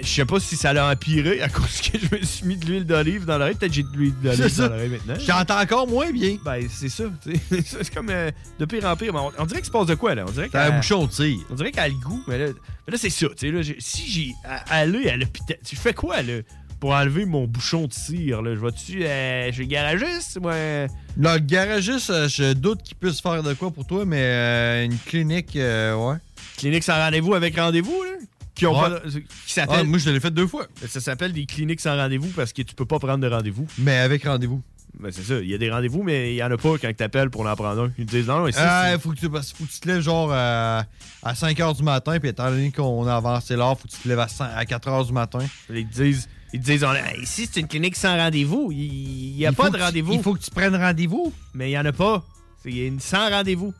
[SPEAKER 10] Je sais pas si ça l'a empiré à cause que je me suis mis de l'huile d'olive dans l'oreille. Peut-être que j'ai de l'huile
[SPEAKER 11] C'est
[SPEAKER 10] d'olive
[SPEAKER 11] ça.
[SPEAKER 10] dans l'oreille maintenant.
[SPEAKER 11] J'entends encore moins bien.
[SPEAKER 10] Ben, c'est ça. tu sais. c'est comme euh, de pire en pire. Mais on, on dirait qu'il se passe de quoi, là? On dirait
[SPEAKER 11] T'as un
[SPEAKER 10] qu'elle-
[SPEAKER 11] bouchon de tir.
[SPEAKER 10] On dirait qu'elle a le goût, mais là, mais là, c'est ça. tu sais, là, j'ai- si j'ai à- allé à l'hôpital, tu fais quoi, là, pour enlever mon bouchon de tir? Là? Je vais-tu euh, chez le garagiste? Moi,
[SPEAKER 11] Le garagiste, euh, je doute qu'il puisse faire de quoi pour toi, mais euh, une clinique, euh, ouais.
[SPEAKER 10] Clinique sans rendez-vous avec rendez-vous, là? Qui ont
[SPEAKER 11] Ouais.
[SPEAKER 10] pas- qui s'appellent-
[SPEAKER 11] Ah, moi, je l'ai fait deux fois.
[SPEAKER 10] Ça s'appelle des cliniques sans rendez-vous parce que tu peux pas prendre de rendez-vous.
[SPEAKER 11] Mais avec rendez-vous.
[SPEAKER 10] Ben, c'est ça. Il y a des rendez-vous, mais il y en a pas quand t'appelles pour en prendre un. Ils te disent non, non, ici,
[SPEAKER 11] Ah, faut, que tu, parce- faut que tu te lèves genre euh, à 5 h du matin, puis étant donné qu'on a avancé l'heure, faut que tu te lèves à, 5 à 4 h du matin.
[SPEAKER 10] Ils te disent, ils te disent on a- ici, c'est une clinique sans rendez-vous. Il n'y a
[SPEAKER 11] Il
[SPEAKER 10] pas
[SPEAKER 11] faut
[SPEAKER 10] de
[SPEAKER 11] que tu-
[SPEAKER 10] rendez-vous.
[SPEAKER 11] il faut que tu prennes rendez-vous.
[SPEAKER 10] Mais il n'y en a pas. C'est- Il y a une sans rendez-vous.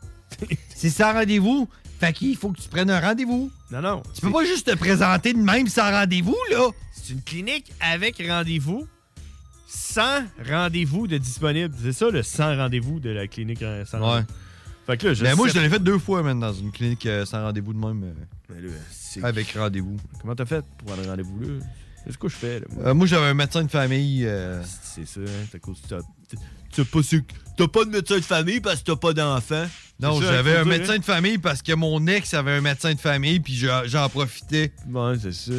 [SPEAKER 11] c'est sans rendez-vous. Fait qu'il faut que tu prennes un rendez-vous.
[SPEAKER 10] Non, non.
[SPEAKER 11] Tu peux pas juste te présenter de même sans rendez-vous, là.
[SPEAKER 10] C'est une clinique avec rendez-vous, sans rendez-vous de disponible. C'est ça, le sans rendez-vous de la clinique euh, sans
[SPEAKER 11] Ouais.
[SPEAKER 10] rendez-vous. Fait que là, je
[SPEAKER 11] Mais Ben, moi,
[SPEAKER 10] sais-
[SPEAKER 11] je l'ai fait deux fois, même, dans une clinique euh, sans rendez-vous de même. euh, avec rendez-vous.
[SPEAKER 10] Ben, Comment t'as fait pour avoir un rendez-vous, là? C'est ce que je fais, là.
[SPEAKER 11] Euh, moi, j'avais un médecin de famille. euh,
[SPEAKER 10] C'est ça, hein, t'as cause- t'as- t'as pas su- T'as pas de médecin de famille parce que t'as pas d'enfant.
[SPEAKER 11] Non,
[SPEAKER 10] C'est ça,
[SPEAKER 11] j'avais
[SPEAKER 10] faut
[SPEAKER 11] un
[SPEAKER 10] dire,
[SPEAKER 11] médecin de famille parce que mon ex avait un médecin de famille, puis je- j'en profitais.
[SPEAKER 10] Ouais, c'est ça.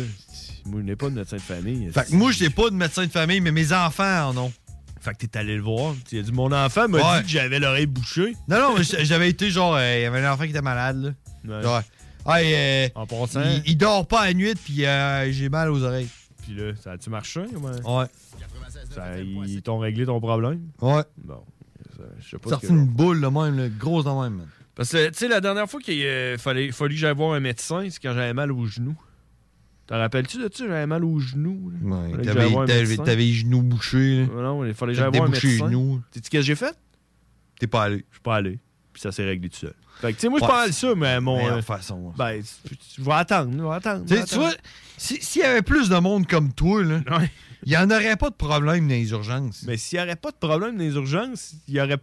[SPEAKER 10] Moi, je n'ai pas de médecin de famille.
[SPEAKER 11] Fait que moi, j'ai pas de médecin de famille, mais mes enfants en ont.
[SPEAKER 10] Fait que t'es allé le voir. Tu as dit, mon enfant m'a
[SPEAKER 11] Ouais.
[SPEAKER 10] dit que j'avais l'oreille bouchée.
[SPEAKER 11] Non, non, mais j'- j'avais été genre, euh, il y avait un enfant qui était malade, là.
[SPEAKER 10] Ouais.
[SPEAKER 11] Genre, hey, euh,
[SPEAKER 10] En passant.
[SPEAKER 11] Il, il dort pas à nuit, puis euh, j'ai mal aux oreilles.
[SPEAKER 10] Puis là, ça a-tu marché?
[SPEAKER 11] Ouais.
[SPEAKER 10] Ça, ils t'ont réglé ton problème?
[SPEAKER 11] Ouais.
[SPEAKER 10] Bon. ça, Je sais pas. ce
[SPEAKER 11] Sorti
[SPEAKER 10] que-
[SPEAKER 11] une boule, le même, là, grosse dans même, man.
[SPEAKER 10] Parce que, tu sais, la dernière fois qu'il euh, fallait, fallait que j'aille voir un médecin, c'est quand j'avais mal au genou. T'en rappelles-tu de ça? J'avais mal au genou.
[SPEAKER 11] Ouais, t'avais- T'avais t'avais les genoux bouchés, là.
[SPEAKER 10] Non, il fallait que
[SPEAKER 11] T'as
[SPEAKER 10] j'aille voir un
[SPEAKER 11] débouché les
[SPEAKER 10] médecin.
[SPEAKER 11] genoux.
[SPEAKER 10] T'es-tu qu'est-ce que j'ai fait?
[SPEAKER 11] T'es pas allé.
[SPEAKER 10] Je suis pas allé. Puis ça s'est réglé tout seul. Fait que, tu sais, moi,
[SPEAKER 11] Ouais.
[SPEAKER 10] je parle de ça, mais mon.
[SPEAKER 11] Meilleure
[SPEAKER 10] euh,
[SPEAKER 11] façon. hein.
[SPEAKER 10] Ben, tu- tu- je vais attendre. Je vais attendre.
[SPEAKER 11] Tu sais, tu vois, si- s'il y avait plus de monde comme toi, là, il y en aurait pas de problème dans les urgences.
[SPEAKER 10] Mais s'il n'y aurait pas de problème dans les urgences, il y aurait.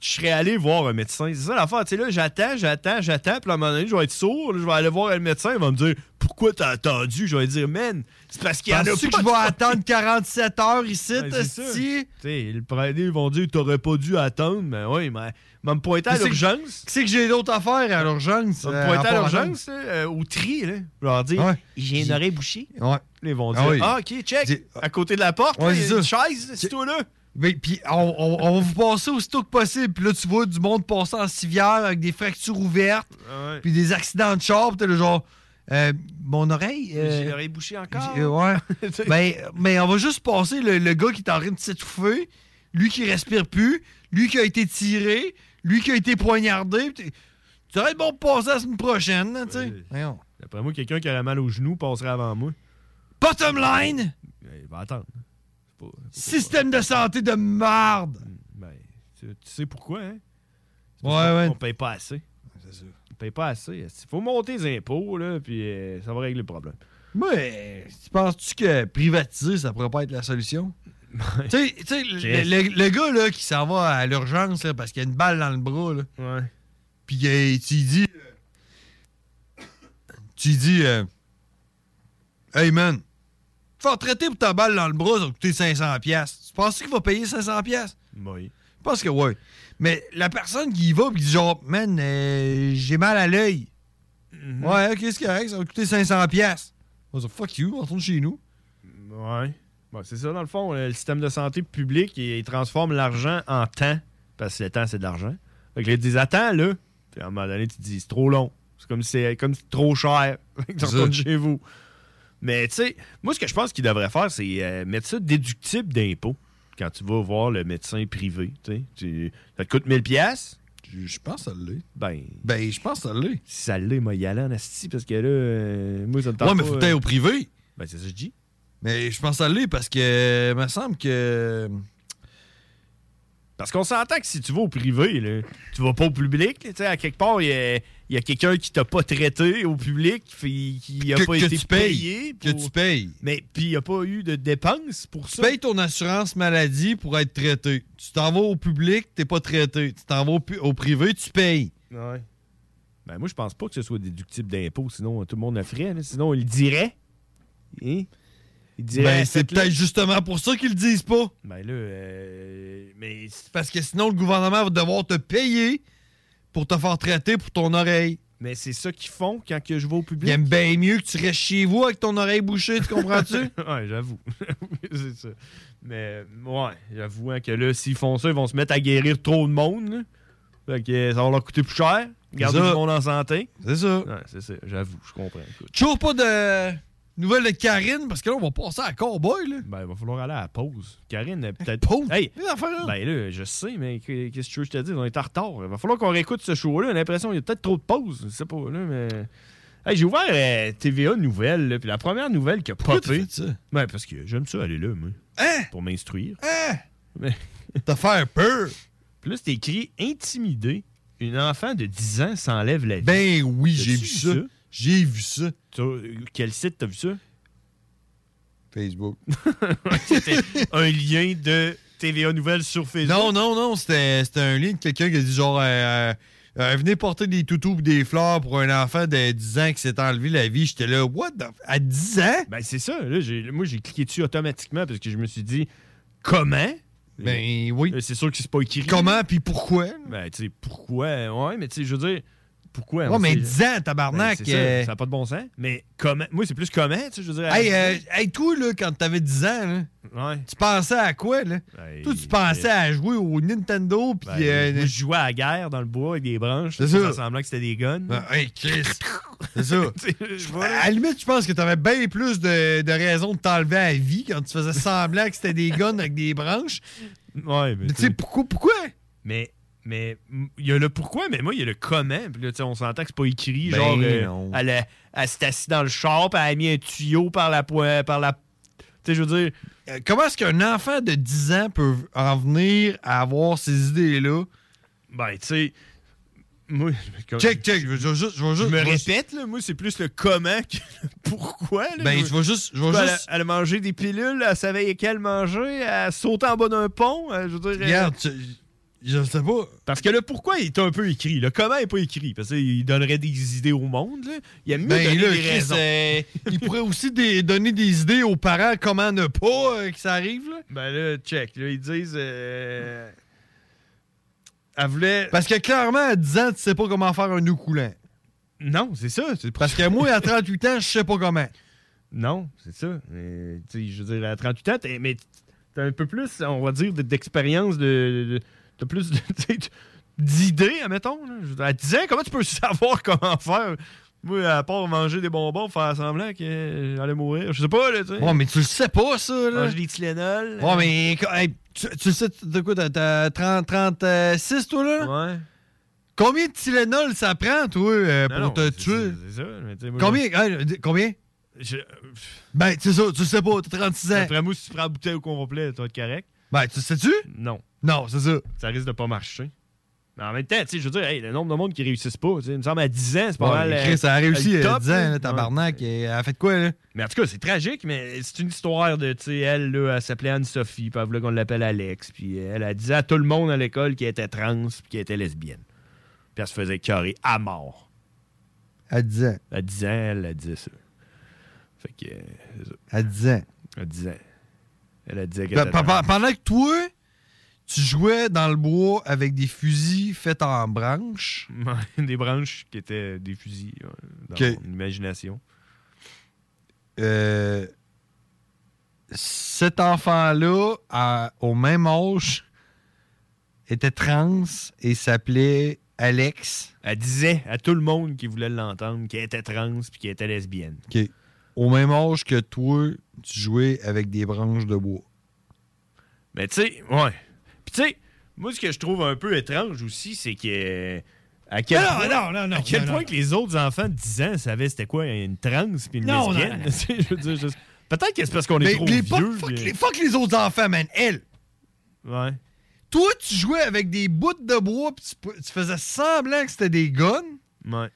[SPEAKER 10] Je serais allé voir un médecin. C'est ça l'affaire. Tu sais, là, j'attends, j'attends, j'attends. Puis à un moment donné, je vais être sourd. là, je vais aller voir un médecin. Il va me dire Pourquoi t'as attendu Je vais lui dire Man, c'est parce qu'il y en a pas.
[SPEAKER 11] Penses-tu que je vais attendre 47 heures ici,
[SPEAKER 10] Ouais, c'est ça.
[SPEAKER 11] hostie?
[SPEAKER 10] Tu sais, le premier, ils vont dire T'aurais pas dû attendre. Mais oui, mais. mais me pointer à
[SPEAKER 11] Mais c'est-
[SPEAKER 10] l'urgence.
[SPEAKER 11] C'est que j'ai d'autres affaires à l'urgence.
[SPEAKER 10] Ça me
[SPEAKER 11] euh,
[SPEAKER 10] pointait à
[SPEAKER 11] part
[SPEAKER 10] l'urgence, là, euh, au tri, là. Je leur dis,
[SPEAKER 11] Ouais.
[SPEAKER 10] j'ai une oreille bouchée.
[SPEAKER 11] Ouais.
[SPEAKER 10] Ils vont dire,
[SPEAKER 11] Ah
[SPEAKER 10] ah,
[SPEAKER 11] oui.
[SPEAKER 10] ok, check, à côté de la porte, là,
[SPEAKER 11] Ouais,
[SPEAKER 10] il y a
[SPEAKER 11] c'est
[SPEAKER 10] une
[SPEAKER 11] ça.
[SPEAKER 10] chaise, c'est toi là.
[SPEAKER 11] Mais puis on, on- on va vous passer aussitôt que possible. Puis là, tu vois du monde passer en civière avec des fractures ouvertes,
[SPEAKER 10] Ouais.
[SPEAKER 11] puis des accidents de char, puis t'es le genre, euh, mon oreille. euh,
[SPEAKER 10] J'ai l'oreille bouchée encore.
[SPEAKER 11] j'ai- euh, ouais. ben, mais on va juste passer le, le gars qui est en train de s'étouffer, lui qui respire plus, lui qui a été tiré, lui qui a été poignardé. puis t'es- Tu aurais bon de passer à la semaine prochaine, là, tu sais. Voyons.
[SPEAKER 10] D'après moi, quelqu'un qui aurait mal au genou passerait avant moi.
[SPEAKER 11] Bottom line,
[SPEAKER 10] Il va attendre.
[SPEAKER 11] système de santé de merde.
[SPEAKER 10] Tu, tu sais pourquoi, hein?
[SPEAKER 11] Ouais, ouais.
[SPEAKER 10] On paye pas assez. C'est ça. On paye pas assez. Il faut monter les impôts, là, puis euh, ça va régler le problème.
[SPEAKER 11] Mais tu penses-tu que privatiser, ça pourrait pas être la solution? tu sais, tu sais, le, le- le gars là, qui s'en va à l'urgence là, parce qu'il y a une balle dans le bras, là,
[SPEAKER 10] Ouais.
[SPEAKER 11] puis euh, tu lui dis... euh, tu lui dis... euh, hey man, faire traiter pour ta balle dans le bras, ça va coûter 500$. piastres. Tu penses qu'il va payer 500$? piastres?
[SPEAKER 10] Oui.
[SPEAKER 11] Je pense que oui. Mais la personne qui y va puis qui dit genre, man, euh, j'ai mal à l'œil.
[SPEAKER 10] Mm-hmm.
[SPEAKER 11] Ouais, ok, c'est correct, ça va coûter 500$. piastres. On va dire, fuck you, on retourne chez nous.
[SPEAKER 10] Ouais. Bon, c'est ça, dans le fond. euh, Le système de santé publique, il, il transforme l'argent en temps. Parce que le temps, c'est de l'argent. Fait que là, ils te disent, attends, là. Puis à un moment donné, tu te dis, c'est trop long. C'est comme si c'est euh, comme si c'est trop cher. Fait que tu
[SPEAKER 11] C'est ça.
[SPEAKER 10] retournes chez vous. Mais tu sais, moi, ce que je pense qu'il devrait faire, c'est euh, mettre ça déductible d'impôts quand tu vas voir le médecin privé. tu sais. Tu- ça te coûte 1000$. piastres.
[SPEAKER 11] Je pense que ça l'est.
[SPEAKER 10] Ben,
[SPEAKER 11] ben je pense que ça l'est.
[SPEAKER 10] Si ça l'est, moi, y aller en asti, parce que là, euh, moi, ça me tente
[SPEAKER 11] Ouais, mais
[SPEAKER 10] pas,
[SPEAKER 11] faut
[SPEAKER 10] euh.
[SPEAKER 11] peut-être au privé.
[SPEAKER 10] Ben, c'est ça que je dis.
[SPEAKER 11] Mais je pense à l'est parce que, me semble que.
[SPEAKER 10] Parce qu'on s'entend que si tu vas au privé, là, tu vas pas au public. là, tu sais, à quelque part, il y a, il y a quelqu'un qui t'a pas traité au public, puis qui a
[SPEAKER 11] Que-
[SPEAKER 10] pas
[SPEAKER 11] que
[SPEAKER 10] été
[SPEAKER 11] tu payes.
[SPEAKER 10] payé.
[SPEAKER 11] Que tu payes.
[SPEAKER 10] Mais puis il n'y a pas eu de dépenses pour
[SPEAKER 11] Tu payes ton assurance maladie pour être traité. Tu t'en vas au public, t'es pas traité. Tu t'en vas au, pu- au privé, tu payes.
[SPEAKER 10] Ouais. Ben moi, je pense pas que ce soit déductible d'impôt, sinon euh, tout le monde le ferait. là. Sinon, il le dirait. Hein? Il dirait,
[SPEAKER 11] Ben, c'est
[SPEAKER 10] faites-le.
[SPEAKER 11] peut-être justement pour ça qu'ils le disent pas.
[SPEAKER 10] Ben là, euh, mais c'est-
[SPEAKER 11] Parce que sinon, le gouvernement va devoir te payer pour te faire traiter pour ton oreille.
[SPEAKER 10] Mais c'est ça qu'ils font quand que je vais au public.
[SPEAKER 11] Ils aiment bien mieux que tu restes chez vous avec ton oreille bouchée, tu comprends-tu?
[SPEAKER 10] ouais, j'avoue. Oui, c'est ça. Mais ouais, j'avoue hein, que là, s'ils font ça, ils vont se mettre à guérir trop de monde. là. Fait que euh, ça va leur coûter plus cher. Garder
[SPEAKER 11] C'est ça.
[SPEAKER 10] le monde en santé.
[SPEAKER 11] C'est ça.
[SPEAKER 10] Ouais, c'est ça. J'avoue, je comprends. écoute.
[SPEAKER 11] Toujours pas de nouvelles de Karine, parce que là, on va passer à Cowboy, là.
[SPEAKER 10] Ben, il va falloir aller à la pause. Karine, euh, peut-être. Pause? Hey! Ben là, je sais, mais qu- qu'est-ce que tu veux que je te dise? On est en retard. Il va falloir qu'on réécoute ce show-là. J'ai l'impression qu'il y a peut-être trop de pauses. Je sais pas, là, mais. Hey, j'ai ouvert euh, TVA Nouvelles, là, puis la première nouvelle qui a popé. Ben, parce que j'aime ça aller là, moi. Pour m'instruire. Mais...
[SPEAKER 11] Te faire peur.
[SPEAKER 10] Puis là, c'est écrit intimider. Une enfant de 10 ans s'enlève la vie.
[SPEAKER 11] Ben oui,
[SPEAKER 10] T'as-tu
[SPEAKER 11] j'ai vu ça. J'ai vu ça.
[SPEAKER 10] T'as- Quel site t'as vu ça?
[SPEAKER 11] Facebook.
[SPEAKER 10] C'était un lien de TVA Nouvelles sur Facebook.
[SPEAKER 11] Non, non, non, c'était c'était un lien de quelqu'un qui a dit genre, euh, euh, euh, venez porter des toutous pis des fleurs pour un enfant de 10 ans qui s'est enlevé la vie. J'étais là, what the... f- À 10 ans?
[SPEAKER 10] Ben, c'est ça. Là, j'ai- moi, j'ai cliqué dessus automatiquement parce que je me suis dit, comment? Euh,
[SPEAKER 11] Ben oui.
[SPEAKER 10] C'est sûr que c'est pas écrit.
[SPEAKER 11] Comment puis pourquoi?
[SPEAKER 10] Ben, tu sais, pourquoi? Ouais, mais tu sais, je veux dire, pourquoi?
[SPEAKER 11] Ouais,
[SPEAKER 10] on
[SPEAKER 11] mais
[SPEAKER 10] sait-
[SPEAKER 11] 10 ans, tabarnak,
[SPEAKER 10] Ben, c'est ça,
[SPEAKER 11] euh,
[SPEAKER 10] ça n'a pas de bon sens. Mais comment? Moi, c'est plus comment, tu sais, je veux dire.
[SPEAKER 11] Hey, euh, hey, toi, là, quand t'avais 10 ans,
[SPEAKER 10] là,
[SPEAKER 11] tu pensais à quoi, là? toi, tu pensais à jouer au Nintendo, puis... euh,
[SPEAKER 10] Ben, moi, je jouais à la guerre dans le bois avec des branches.
[SPEAKER 11] C'est ça.
[SPEAKER 10] ça.
[SPEAKER 11] Ah,
[SPEAKER 10] faisait semblant que c'était des guns.
[SPEAKER 11] hey, Chris! C'est ça. À la limite, je pense que t'avais bien plus de, de raisons de t'enlever à vie quand tu faisais semblant que c'était des guns avec des branches.
[SPEAKER 10] Ouais, mais.
[SPEAKER 11] tu sais, pourquoi, pourquoi?
[SPEAKER 10] Mais. Mais m- il y a le pourquoi, mais moi, il y a le comment. Puis là, tu sais, on s'entend que c'est pas écrit.
[SPEAKER 11] Ben
[SPEAKER 10] genre, euh,
[SPEAKER 11] non.
[SPEAKER 10] elle, a- elle s'est assise dans le char, puis elle a mis un tuyau par la. poi- Par la tu sais, je veux dire.
[SPEAKER 11] Euh, Comment est-ce qu'un enfant de 10 ans peut en venir à avoir ces idées-là?
[SPEAKER 10] Ben, tu sais. Moi,
[SPEAKER 11] Check, check, je vais juste. Je, vais
[SPEAKER 10] Je
[SPEAKER 11] juste-
[SPEAKER 10] me
[SPEAKER 11] je vais-
[SPEAKER 10] répète, là, moi, c'est plus le comment que le pourquoi. là.
[SPEAKER 11] Ben, je vais juste- je vais
[SPEAKER 10] Elle a-
[SPEAKER 11] juste-
[SPEAKER 10] Elle a mangé des pilules, elle savait lesquelles manger, elle sautait en bas d'un pont. euh, Je veux dire,
[SPEAKER 11] Regarde, je sais pas.
[SPEAKER 10] Parce que le pourquoi il est un peu écrit. Le comment est pas écrit. Parce qu'il donnerait des idées au monde. là. Il a mieux
[SPEAKER 11] Ben,
[SPEAKER 10] donné
[SPEAKER 11] là,
[SPEAKER 10] des
[SPEAKER 11] Chris,
[SPEAKER 10] raisons.
[SPEAKER 11] euh, il pourrait aussi des- donner des idées aux parents comment ne pas euh, que ça arrive, là.
[SPEAKER 10] Ben là, check. Là, ils disent. euh, Elle voulait.
[SPEAKER 11] Parce que clairement, à 10 ans, tu sais pas comment faire un nœud coulant.
[SPEAKER 10] Non, c'est ça.
[SPEAKER 11] Parce que moi, à 38 ans, je sais pas comment.
[SPEAKER 10] Non, c'est ça. Mais, tu sais, je veux dire, à 38 ans, t'es- mais t'as un peu plus, on va dire, de- d'expérience, de, de- t'as plus de- tu sais, d'idées, admettons. là. Je veux dire, À 10 ans, comment tu peux savoir comment faire? Moi, à part manger des bonbons, faire semblant que j'allais mourir. Je sais pas, là, tu sais.
[SPEAKER 11] Ouais, mais tu le sais pas, ça, là.
[SPEAKER 10] Manger des Tylenol.
[SPEAKER 11] Ouais, mais co- hey, tu, tu sais de quoi, t'as- t'as 30, 36, toi, là?
[SPEAKER 10] Ouais.
[SPEAKER 11] Combien de Tylenol ça prend, toi, euh, pour
[SPEAKER 10] Non, non,
[SPEAKER 11] te
[SPEAKER 10] c'est-
[SPEAKER 11] tuer?
[SPEAKER 10] C'est ça, mais tu sais, moi,
[SPEAKER 11] Combien? hey, dis- combien?
[SPEAKER 10] je-
[SPEAKER 11] Ben, c'est ça, tu le sais pas, t'as 36 ans.
[SPEAKER 10] Après moi, si tu prends la bouteille au complet, tu vas être correct.
[SPEAKER 11] Ben, tu le sais-tu?
[SPEAKER 10] Non.
[SPEAKER 11] Non, c'est ça.
[SPEAKER 10] Ça risque de pas marcher. Mais en même temps, tu sais, je veux dire, hey, le nombre de monde qui réussissent pas, tu sais, il me semble à 10 ans, c'est pas
[SPEAKER 11] Ouais,
[SPEAKER 10] mal.
[SPEAKER 11] mais
[SPEAKER 10] euh,
[SPEAKER 11] Chris, elle a réussi
[SPEAKER 10] le
[SPEAKER 11] à
[SPEAKER 10] top,
[SPEAKER 11] 10 ans,
[SPEAKER 10] là.
[SPEAKER 11] là, tabarnak. et Elle a fait quoi, là?
[SPEAKER 10] Mais en tout cas, c'est tragique, mais c'est une histoire de, tu sais, elle, là, elle s'appelait Anne-Sophie, puis elle voulait qu'on l'appelle Alex, puis euh, elle, a dit à tout le monde à l'école qu'elle était trans, puis qu'elle était lesbienne. Puis elle se faisait carrer à mort.
[SPEAKER 11] À 10 ans.
[SPEAKER 10] À 10 ans, elle a dit ça. Fait que, euh, c'est ça.
[SPEAKER 11] À 10 ans.
[SPEAKER 10] À 10 ans. Elle a dit qu'elle
[SPEAKER 11] Ben,
[SPEAKER 10] était
[SPEAKER 11] pe-
[SPEAKER 10] trans.
[SPEAKER 11] pe- pendant que toi, tu jouais dans le bois avec des fusils faits en branches.
[SPEAKER 10] Ouais, des branches qui étaient des fusils ouais, dans
[SPEAKER 11] Ok.
[SPEAKER 10] mon imagination.
[SPEAKER 11] Euh, cet enfant-là, à- au même âge, était trans et s'appelait Alex.
[SPEAKER 10] Elle disait à tout le monde qui voulait l'entendre qu'elle était trans puis qu'elle était lesbienne.
[SPEAKER 11] OK. Au même âge que toi, tu jouais avec des branches de bois.
[SPEAKER 10] Mais tu sais, ouais. Puis tu sais, moi ce que je trouve un peu étrange aussi, c'est que à quel
[SPEAKER 11] Non,
[SPEAKER 10] point,
[SPEAKER 11] non, non, non,
[SPEAKER 10] à quel
[SPEAKER 11] non,
[SPEAKER 10] point
[SPEAKER 11] non.
[SPEAKER 10] que les autres enfants de 10 ans savaient c'était quoi une trans puis une
[SPEAKER 11] Non, non, non,
[SPEAKER 10] lesbienne.
[SPEAKER 11] non.
[SPEAKER 10] tu sais, je veux dire, juste- Peut-être que c'est parce qu'on est
[SPEAKER 11] Mais
[SPEAKER 10] trop
[SPEAKER 11] les-
[SPEAKER 10] vieux.
[SPEAKER 11] fuck,
[SPEAKER 10] puis-
[SPEAKER 11] les, fuck les autres enfants, man. Elle.
[SPEAKER 10] Ouais.
[SPEAKER 11] Toi, tu jouais avec des bouts de bois, puis tu, pou- tu faisais semblant que c'était des guns.
[SPEAKER 10] Ouais.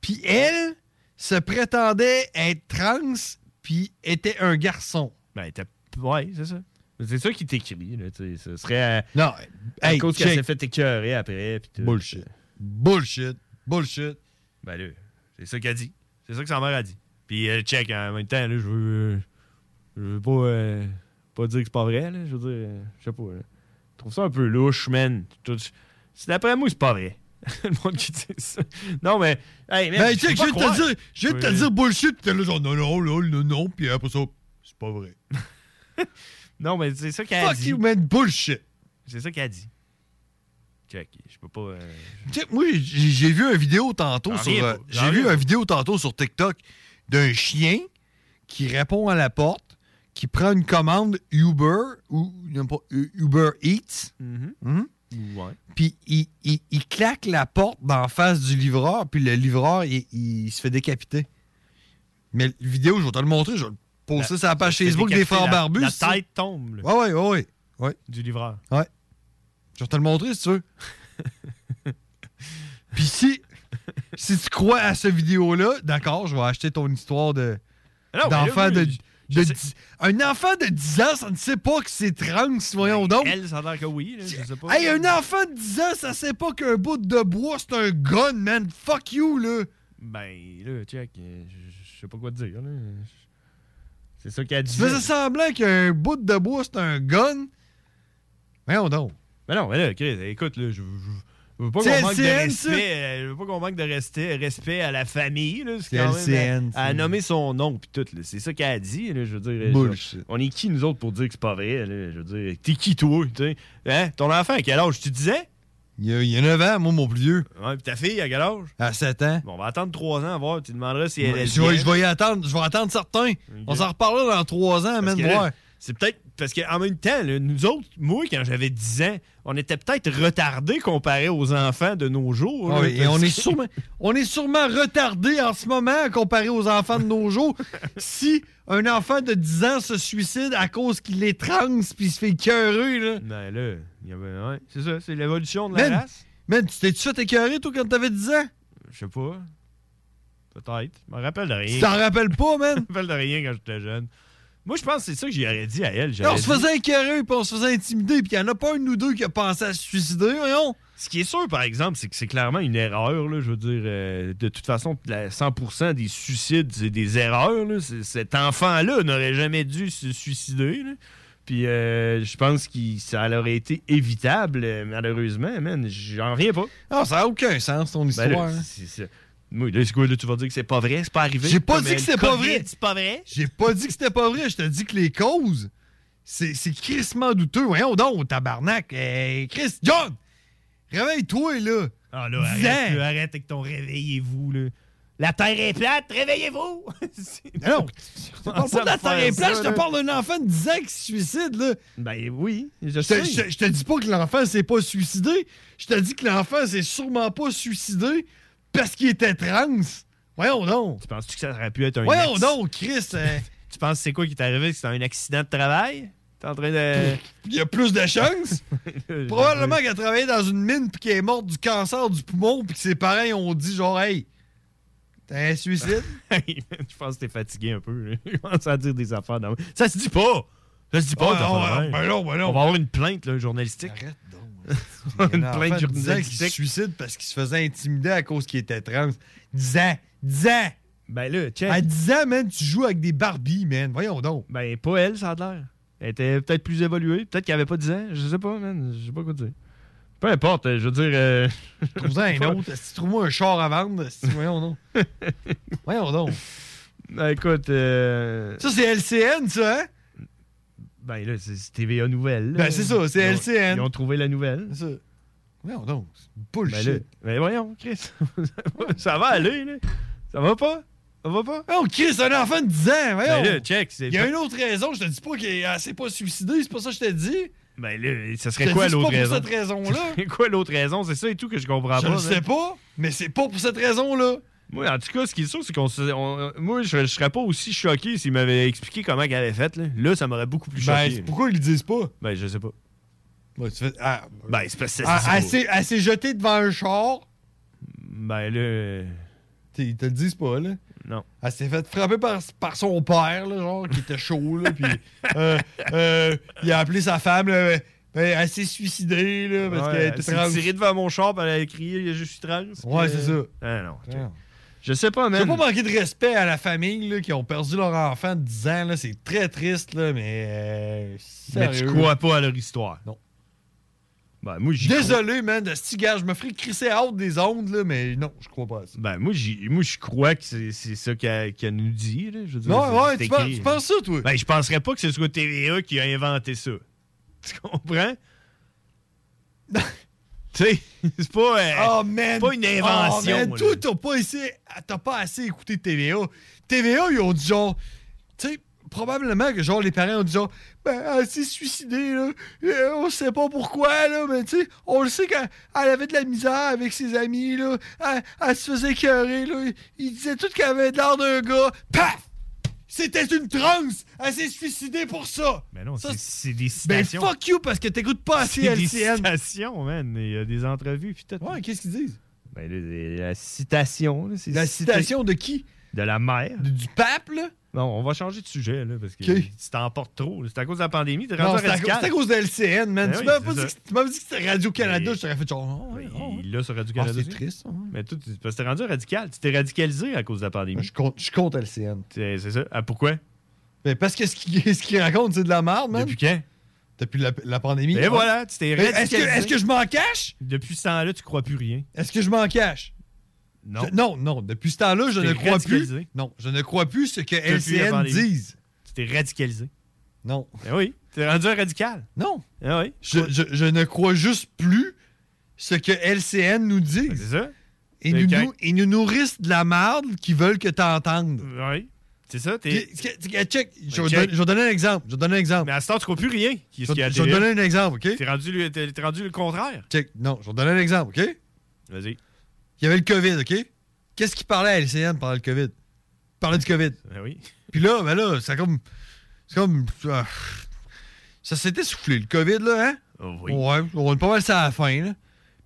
[SPEAKER 11] Puis elle se prétendait être trans, puis était un garçon.
[SPEAKER 10] Ben, t'as- ouais, c'est ça. Mais C'est ça qui t'écrit, là, tu sais. Ce serait à,
[SPEAKER 11] Non,
[SPEAKER 10] à
[SPEAKER 11] hey,
[SPEAKER 10] cause qu'elle
[SPEAKER 11] check.
[SPEAKER 10] s'est fait écœurer après. puis tout.
[SPEAKER 11] Bullshit. Bullshit. Bullshit.
[SPEAKER 10] Ben là, c'est ça qu'elle dit. C'est ça que sa mère a dit. Puis Puis euh, check, en même temps, là, je veux. Je veux pas, euh, pas dire que c'est pas vrai, là. Je veux dire, euh, je sais pas. là. Je trouve ça un peu louche, man. Tout- C'est d'après moi, c'est pas vrai. le monde qui dit ça. Non, mais. Hey, man,
[SPEAKER 11] Ben,
[SPEAKER 10] je
[SPEAKER 11] tu sais,
[SPEAKER 10] peux
[SPEAKER 11] je
[SPEAKER 10] pas
[SPEAKER 11] viens de
[SPEAKER 10] croire.
[SPEAKER 11] te dire, je viens de te
[SPEAKER 10] Oui.
[SPEAKER 11] dire bullshit, pis t'es là genre non, non, non, non, non, pis après ça, c'est pas vrai.
[SPEAKER 10] Non, mais c'est ça qu'elle a
[SPEAKER 11] Fuck
[SPEAKER 10] dit.
[SPEAKER 11] you, man, bullshit.
[SPEAKER 10] C'est ça qu'elle a dit. Check, je peux pas. euh,
[SPEAKER 11] Tu sais, moi, j'ai j'ai vu une vidéo tantôt
[SPEAKER 10] J'en
[SPEAKER 11] sur.
[SPEAKER 10] reviens
[SPEAKER 11] euh,
[SPEAKER 10] pas, j'en
[SPEAKER 11] J'ai vu
[SPEAKER 10] reviens
[SPEAKER 11] une vidéo tantôt sur TikTok d'un chien qui répond à la porte, qui prend une commande Uber ou non, pas, U- Uber Eats.
[SPEAKER 10] Mm-hmm.
[SPEAKER 11] Mhm.
[SPEAKER 10] Ouais.
[SPEAKER 11] Puis il, il- il claque la porte d'en face du livreur, puis le livreur, il, il se fait décapiter. Mais la vidéo, je vais te le montrer, je vais le poster
[SPEAKER 10] La-
[SPEAKER 11] sur la page
[SPEAKER 10] c'est
[SPEAKER 11] Facebook des
[SPEAKER 10] décapité,
[SPEAKER 11] Frères
[SPEAKER 10] la-
[SPEAKER 11] Barbus.
[SPEAKER 10] la
[SPEAKER 11] si tu veux.
[SPEAKER 10] tête tombe, là.
[SPEAKER 11] Ouais, ouais, ouais, ouais, ouais.
[SPEAKER 10] Du livreur.
[SPEAKER 11] Ouais. Je vais te le montrer si tu veux. Puis si, si tu crois à cette vidéo-là, d'accord, je vais acheter ton histoire de
[SPEAKER 10] Ah non,
[SPEAKER 11] d'enfant
[SPEAKER 10] mais là,
[SPEAKER 11] de,
[SPEAKER 10] oui,
[SPEAKER 11] de dix- Un enfant de 10 ans, ça ne sait pas que c'est trans, voyons donc.
[SPEAKER 10] Ben, Elle, ça a l'air que oui, là, je sais pas.
[SPEAKER 11] Hey, un enfant de 10 ans, ça sait pas qu'un bout de bois, c'est un gun, man. Fuck you, là.
[SPEAKER 10] Ben, là, check, euh, je je sais pas quoi te dire, là. Je- C'est ça qu'elle dit.
[SPEAKER 11] Tu faisais semblant qu'un bout de bois, c'est un gun. Voyons donc.
[SPEAKER 10] Ben non, mais là, Chris, écoute, là, je, je- je veux pas
[SPEAKER 11] C'est
[SPEAKER 10] qu'on manque de
[SPEAKER 11] LCN,
[SPEAKER 10] respect.
[SPEAKER 11] ça?
[SPEAKER 10] euh, Je veux pas qu'on manque de rester- respect à la famille, là.
[SPEAKER 11] C'est
[SPEAKER 10] C'est quand
[SPEAKER 11] LCN,
[SPEAKER 10] même. Elle a
[SPEAKER 11] ça.
[SPEAKER 10] nommé son nom, puis tout, là. C'est ça qu'elle a dit, là, je veux dire. euh,
[SPEAKER 11] Bullshit.
[SPEAKER 10] je- on est qui, nous autres, pour dire que c'est pas vrai, là? Je veux dire, t'es qui, toi, tu sais? Hein? Ton enfant, à quel âge, tu disais?
[SPEAKER 11] Il y, a, il y a 9 ans, moi, mon plus vieux,
[SPEAKER 10] Ouais, puis ta fille, à quel âge?
[SPEAKER 11] à 7 ans.
[SPEAKER 10] Bon, on va attendre 3 ans à voir, tu demanderas si elle est
[SPEAKER 11] Je vais, je vais y attendre, je vais attendre certains. On s'en reparlera dans 3 ans, man.
[SPEAKER 10] Parce que là,
[SPEAKER 11] Ouais.
[SPEAKER 10] C'est peut-être parce qu'en même temps, là, nous autres, moi, quand j'avais 10 ans, on était peut-être retardés comparé aux enfants de nos jours.
[SPEAKER 11] Ah
[SPEAKER 10] là,
[SPEAKER 11] oui, et
[SPEAKER 10] parce
[SPEAKER 11] on
[SPEAKER 10] que-
[SPEAKER 11] est, sûrement, on est sûrement retardé en ce moment comparé aux enfants de nos jours. si un enfant de 10 ans se suicide à cause qu'il est trans puis il se fait cœurer, là.
[SPEAKER 10] Ben là, il y avait- ouais, c'est ça, c'est l'évolution de la
[SPEAKER 11] Man,
[SPEAKER 10] race.
[SPEAKER 11] man, tu t'es-tu fait écœurer, toi, quand t'avais 10 ans?
[SPEAKER 10] Je sais pas. Peut-être. Je me rappelle de rien.
[SPEAKER 11] Tu t'en rappelles pas, man? Je
[SPEAKER 10] me rappelle de rien quand j'étais jeune. Moi, je pense que c'est ça que j'y aurais dit à elle.
[SPEAKER 11] Là,
[SPEAKER 10] j'aurais
[SPEAKER 11] on se
[SPEAKER 10] dit-
[SPEAKER 11] faisait écœurer puis on se faisait intimider, puis il y en a pas un de nous deux qui a pensé à se suicider, voyons.
[SPEAKER 10] Ce qui est sûr, par exemple, c'est que c'est clairement une erreur. Là, je veux dire, euh, de toute façon, la 100% des suicides, c'est des erreurs. là. C'est- Cet enfant-là n'aurait jamais dû se suicider. là. Puis euh, je pense que ça aurait été évitable, euh, malheureusement. Man, j'en reviens pas.
[SPEAKER 11] Ah, ça n'a aucun sens, ton
[SPEAKER 10] Ben là,
[SPEAKER 11] histoire. hein.
[SPEAKER 10] c'est- c'est- Moi, là, c'est quoi, là, tu vas dire que c'est pas vrai, c'est pas arrivé.
[SPEAKER 11] J'ai pas
[SPEAKER 10] Comme,
[SPEAKER 11] dit
[SPEAKER 10] euh,
[SPEAKER 11] que c'était pas
[SPEAKER 10] le COVID,
[SPEAKER 11] vrai.
[SPEAKER 10] C'est pas vrai.
[SPEAKER 11] J'ai pas dit que c'était pas vrai. Je te dis que les causes, c'est, c'est crissement douteux. Voyons donc, tabarnak. Hey, Chris, John, réveille-toi, là.
[SPEAKER 10] Ah là, arrête,
[SPEAKER 11] Viens.
[SPEAKER 10] là, arrête avec ton réveillez-vous. là. La terre est plate, réveillez-vous. C'est-
[SPEAKER 11] Non, je te parle pas de la terre est plate,
[SPEAKER 10] Ça,
[SPEAKER 11] je te
[SPEAKER 10] là.
[SPEAKER 11] parle d'un enfant de 10 ans qui se suicide, là.
[SPEAKER 10] Ben oui, je
[SPEAKER 11] te,
[SPEAKER 10] sais.
[SPEAKER 11] je, te- je te dis pas que l'enfant s'est pas suicidé. Je te dis que l'enfant s'est sûrement pas suicidé parce qu'il était trans. Voyons donc.
[SPEAKER 10] Tu penses-tu que ça aurait pu être un
[SPEAKER 11] Voyons
[SPEAKER 10] acc-
[SPEAKER 11] donc, Chris. euh,
[SPEAKER 10] Tu penses que c'est quoi qui t'est arrivé? que C'est un accident de travail? T'es en train de.
[SPEAKER 11] Il y a plus de chances. Probablement qu'elle a travaillé dans une mine puis qu'elle est morte du cancer du poumon puis que ses parents ils ont dit genre hey t'as un suicide.
[SPEAKER 10] Hey, man, je pense que t'es fatigué un peu. là. Je commence à dire des affaires. dans- Ça se dit pas! Ça se dit pas,
[SPEAKER 11] Ouais,
[SPEAKER 10] t'as pas
[SPEAKER 11] ouais,
[SPEAKER 10] de
[SPEAKER 11] ben
[SPEAKER 10] même.
[SPEAKER 11] non, ben non.
[SPEAKER 10] On va avoir une plainte là, journalistique. Arrête donc. une
[SPEAKER 11] Un enfant
[SPEAKER 10] plainte
[SPEAKER 11] de 10 ans qui se
[SPEAKER 10] journalistique.
[SPEAKER 11] suicide parce qu'il se faisait intimider à cause qu'il était trans. 10 ans, 10 ans.
[SPEAKER 10] Ben là, check.
[SPEAKER 11] À 10 ans, man, tu joues avec des Barbies, man. Voyons donc.
[SPEAKER 10] Ben pas elle, ça a l'air. Elle était peut-être plus évoluée. Peut-être qu'elle avait pas 10 ans. Je sais pas, man. Je sais pas quoi dire. Peu importe, euh, je veux dire. euh,
[SPEAKER 11] Trouve-en un autre. Si tu trouves moi un char à vendre, si- voyons donc. voyons donc.
[SPEAKER 10] Ben, écoute. euh,
[SPEAKER 11] Ça, c'est LCN, ça, hein?
[SPEAKER 10] Ben là, c'est c'est TVA Nouvelle. là.
[SPEAKER 11] Ben, c'est ça, c'est
[SPEAKER 10] Ils ont-
[SPEAKER 11] LCN.
[SPEAKER 10] Ils ont trouvé la nouvelle.
[SPEAKER 11] C'est ça. oh, Voyons donc. c'est
[SPEAKER 10] Ben, là,
[SPEAKER 11] Bullshit.
[SPEAKER 10] ben voyons, Chris. ça va aller, là. Ça va pas? Ça va pas?
[SPEAKER 11] Oh, Chris, un enfant de 10 ans, voyons.
[SPEAKER 10] Ben là, check. c'est-
[SPEAKER 11] Il y a une autre raison, je te dis pas qu'elle s'est pas suicidée, c'est pas ça que je te dis.
[SPEAKER 10] Ben là, ça
[SPEAKER 11] Je
[SPEAKER 10] serait
[SPEAKER 11] te
[SPEAKER 10] quoi
[SPEAKER 11] dis, c'est
[SPEAKER 10] l'autre
[SPEAKER 11] pas pour
[SPEAKER 10] raison?
[SPEAKER 11] cette raison-là.
[SPEAKER 10] C'est quoi l'autre raison? C'est ça et tout que je comprends
[SPEAKER 11] Je
[SPEAKER 10] pas.
[SPEAKER 11] le sais
[SPEAKER 10] man.
[SPEAKER 11] pas, mais c'est pas pour cette raison-là.
[SPEAKER 10] Moi, en tout cas, ce qui est sûr, c'est qu'on se- on- Moi, je, je serais pas aussi choqué s'il m'avait expliqué comment qu'elle avait fait. Là, Là, ça m'aurait beaucoup plus
[SPEAKER 11] Ben,
[SPEAKER 10] choqué.
[SPEAKER 11] c'est pourquoi ils le disent pas?
[SPEAKER 10] Ben, je sais pas.
[SPEAKER 11] Ben, tu fais- ah,
[SPEAKER 10] Ben, c'est parce que
[SPEAKER 11] Ah,
[SPEAKER 10] c'est-
[SPEAKER 11] elle s'est- elle s'est jetée devant un char.
[SPEAKER 10] Ben là.
[SPEAKER 11] T'sais, Ils te le disent pas, là.
[SPEAKER 10] Non.
[SPEAKER 11] Elle s'est faite frapper par, par son père, là, genre, qui était chaud, là, puis euh, euh, il a appelé sa femme, là, ben, elle s'est suicidée, là, parce
[SPEAKER 10] Ouais,
[SPEAKER 11] qu'elle
[SPEAKER 10] elle
[SPEAKER 11] était
[SPEAKER 10] s'est
[SPEAKER 11] trans.
[SPEAKER 10] tirée devant mon char, puis elle a crié « Je suis trans ».
[SPEAKER 11] Ouais,
[SPEAKER 10] puis,
[SPEAKER 11] c'est ça.
[SPEAKER 10] euh, Ah non. ok. Je sais pas, man.
[SPEAKER 11] C'est pas manquer de respect à la famille là, qui ont perdu leur enfant de 10 ans. là. C'est très triste, là, mais. euh,
[SPEAKER 10] Mais tu
[SPEAKER 11] sérieux.
[SPEAKER 10] crois pas à leur histoire.
[SPEAKER 11] Non.
[SPEAKER 10] Ben, moi, j'y crois.
[SPEAKER 11] Désolé, man, de ce gars, je me ferais crisser out des ondes, là, mais non, je crois pas à ça.
[SPEAKER 10] Ben, moi, j'y- moi, je crois que c'est c'est ça qu'elle qu'elle nous dit. Là. Je veux dire,
[SPEAKER 11] Ouais,
[SPEAKER 10] c'est-
[SPEAKER 11] ouais,
[SPEAKER 10] c'est
[SPEAKER 11] tu penses-
[SPEAKER 10] écrit.
[SPEAKER 11] tu penses ça, toi?
[SPEAKER 10] Ben, je penserais pas que ce soit TVA qui a inventé ça. Tu comprends? tu sais, c'est pas, euh, c'est pas une invention.
[SPEAKER 11] Oh, man,
[SPEAKER 10] là.
[SPEAKER 11] toi, t'as pas, essayé- t'as pas assez écouté TVA. TVA, ils ont dit genre. Tu sais, probablement que genre les parents ont dit genre. Ben, elle s'est suicidée, là. Euh, on sait pas pourquoi, là. Mais tu sais, on le sait qu'elle elle avait de la misère avec ses amis, là. Elle, elle se faisait écœurer, là. Ils disaient tout qu'elle avait l'air d'un gars. Paf! C'était une transe! Elle s'est suicidée pour ça!
[SPEAKER 10] Mais non,
[SPEAKER 11] Ça,
[SPEAKER 10] c'est- c'est des
[SPEAKER 11] Ben,
[SPEAKER 10] citations.
[SPEAKER 11] fuck you parce que t'écoutes pas assez
[SPEAKER 10] C'est des
[SPEAKER 11] LCN.
[SPEAKER 10] citations, man. Il y a des entrevues, puis tout.
[SPEAKER 11] Ouais, qu'est-ce qu'ils disent?
[SPEAKER 10] Ben, là, c'est la citation. là, c'est
[SPEAKER 11] La
[SPEAKER 10] cité
[SPEAKER 11] citation de qui?
[SPEAKER 10] De la mère.
[SPEAKER 11] Du pape, là?
[SPEAKER 10] Non, on va changer de sujet, là, parce que
[SPEAKER 11] Ok.
[SPEAKER 10] tu t'emportes trop. là. C'est à cause de la pandémie. T'es
[SPEAKER 11] Non,
[SPEAKER 10] rendu
[SPEAKER 11] c'est à,
[SPEAKER 10] radical.
[SPEAKER 11] c'est à cause de LCN, man.
[SPEAKER 10] Ben
[SPEAKER 11] tu
[SPEAKER 10] oui,
[SPEAKER 11] m'avais
[SPEAKER 10] c'est
[SPEAKER 11] pas dit
[SPEAKER 10] ça. Ben
[SPEAKER 11] que c'était- tu m'avais dit que c'était Radio-Canada, je t'aurais fait genre. oh, ouais, oh, ouais.
[SPEAKER 10] Il l'a sur Radio-Canada.
[SPEAKER 11] Ah, c'est triste, ouais.
[SPEAKER 10] Mais toi, tu- parce que t'es rendu radical. Tu t'es radicalisé à cause de la pandémie. Je
[SPEAKER 11] compte, je compte LCN.
[SPEAKER 10] C'est ça. Ah, pourquoi?
[SPEAKER 11] Mais Ben, parce que ce qu'il ce qu'il raconte, c'est de la merde, man.
[SPEAKER 10] Depuis quand?
[SPEAKER 11] Depuis la, la pandémie.
[SPEAKER 10] Et
[SPEAKER 11] Ouais.
[SPEAKER 10] voilà, tu t'es
[SPEAKER 11] Mais Est-ce que,
[SPEAKER 10] radicalisé.
[SPEAKER 11] est-ce que je m'en cache?
[SPEAKER 10] Depuis ce temps-là, tu crois plus rien.
[SPEAKER 11] Est-ce que je m'en cache?
[SPEAKER 10] Non.
[SPEAKER 11] Je- non, non. Depuis ce temps-là, je
[SPEAKER 10] T'es
[SPEAKER 11] ne crois plus.
[SPEAKER 10] radicalisé.
[SPEAKER 11] Non, je ne crois plus ce que
[SPEAKER 10] Depuis la
[SPEAKER 11] LCN
[SPEAKER 10] pandémie.
[SPEAKER 11] disent.
[SPEAKER 10] Tu t'es radicalisé.
[SPEAKER 11] Non.
[SPEAKER 10] Ben oui. T'es rendu un radical.
[SPEAKER 11] Non.
[SPEAKER 10] Ah oui.
[SPEAKER 11] Je, je- je ne crois juste plus ce que LCN nous dit.
[SPEAKER 10] Ben, c'est ça.
[SPEAKER 11] Ils
[SPEAKER 10] C'est
[SPEAKER 11] nous,
[SPEAKER 10] quand-
[SPEAKER 11] nou- ils nous nourrissent de la merde qu'ils veulent que tu entendes.
[SPEAKER 10] Oui. C'est ça. T'es. Ben,
[SPEAKER 11] Puis, que- que- Check, je vais
[SPEAKER 10] check.
[SPEAKER 11] don- je vais donner un exemple. Je vais donner un exemple.
[SPEAKER 10] Mais à ce temps, tu crois plus rien. qui-
[SPEAKER 11] Je
[SPEAKER 10] ce qui
[SPEAKER 11] vais
[SPEAKER 10] a
[SPEAKER 11] je vais
[SPEAKER 10] été-
[SPEAKER 11] donner un exemple, OK?
[SPEAKER 10] T'es rendu, le- t'es- t'es rendu le contraire.
[SPEAKER 11] Check. Non, je vais donner un exemple, OK?
[SPEAKER 10] Vas-y.
[SPEAKER 11] Il y avait le COVID, OK? Qu'est-ce qui parlait à LCN pendant le COVID? Il parlait du COVID.
[SPEAKER 10] Ben oui.
[SPEAKER 11] Puis là, ben là, c'est comme. C'est comme. ah, ça s'est essoufflé, le COVID, là, hein?
[SPEAKER 10] Oh oui.
[SPEAKER 11] Ouais, on est pas mal ça à la fin, là.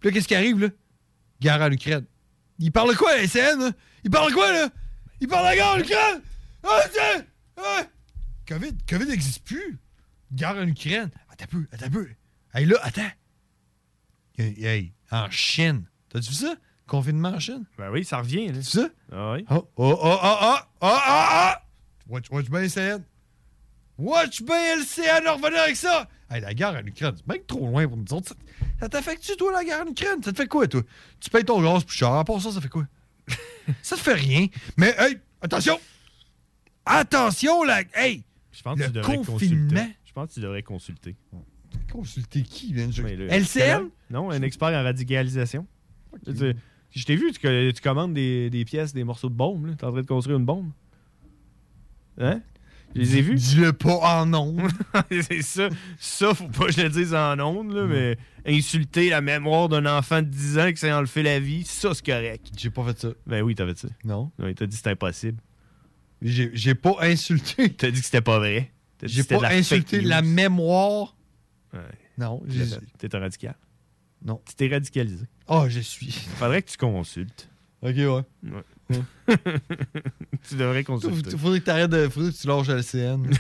[SPEAKER 11] Puis là, qu'est-ce qui arrive, là? Guerre en Ukraine. Il parle de quoi, à LCN, là? Il parle de quoi, là? Il parle de la guerre en Ukraine! Ah, tiens! Ah! COVID, COVID n'existe plus! Guerre en Ukraine. Attends un peu, attends un peu. Hey, là, attends. Hey, hey, en Chine. T'as-tu vu ça? Confinement en Chine?
[SPEAKER 10] Ben oui, ça revient. là.
[SPEAKER 11] C'est ça?
[SPEAKER 10] Ah oui.
[SPEAKER 11] Oh, oh, oh, oh, oh, oh, oh, oh! Watch, watch bien LCN. Watch bien LCN, on revenait avec ça! Hey, la guerre en Ukraine, c'est bien que trop loin pour nous autres. Ça, ça t'affecte-tu, toi, la guerre en Ukraine? Ça te fait quoi, toi? Tu payes ton gaz plus cher. À part ça, ça fait quoi? ça te fait rien. Mais, hey, attention! Attention, la... Hey!
[SPEAKER 10] Je pense que
[SPEAKER 11] Le
[SPEAKER 10] tu devrais
[SPEAKER 11] confinement.
[SPEAKER 10] consulter. Je pense que tu devrais consulter.
[SPEAKER 11] Consulter qui, man? Je-
[SPEAKER 10] Mais le-
[SPEAKER 11] LCN?
[SPEAKER 10] Euh, Non, un expert en radicalisation. Tu- Je t'ai vu, tu, co- tu commandes des, des pièces, des morceaux de bombe. là. T'es en train de construire une bombe. Hein? Je les ai vus.
[SPEAKER 11] Dis-le pas en ondes.
[SPEAKER 10] c'est ça. Ça, faut pas que je le dise en ondes,
[SPEAKER 11] Mm.
[SPEAKER 10] là, mais insulter la mémoire d'un enfant de 10 ans qui s'est enlevé la vie, ça, c'est correct.
[SPEAKER 11] J'ai pas fait ça.
[SPEAKER 10] Ben oui, t'as fait ça.
[SPEAKER 11] Non.
[SPEAKER 10] Oui, t'as dit que c'était impossible.
[SPEAKER 11] J'ai j'ai pas insulté.
[SPEAKER 10] T'as dit que c'était pas vrai. T'as dit que
[SPEAKER 11] J'ai
[SPEAKER 10] c'était de
[SPEAKER 11] pas
[SPEAKER 10] fake
[SPEAKER 11] insulté
[SPEAKER 10] news.
[SPEAKER 11] la mémoire.
[SPEAKER 10] Ouais.
[SPEAKER 11] Non,
[SPEAKER 10] Tu
[SPEAKER 11] j'ai-
[SPEAKER 10] l'as fait. T'es un radical.
[SPEAKER 11] Non.
[SPEAKER 10] Tu t'es radicalisé.
[SPEAKER 11] Ah, je suis.
[SPEAKER 10] Faudrait que tu consultes.
[SPEAKER 11] Ok, ouais.
[SPEAKER 10] Ouais. tu devrais consulter.
[SPEAKER 11] Faut- Faudrait que t'arrêtes de. Faudrait que tu lâches LCN.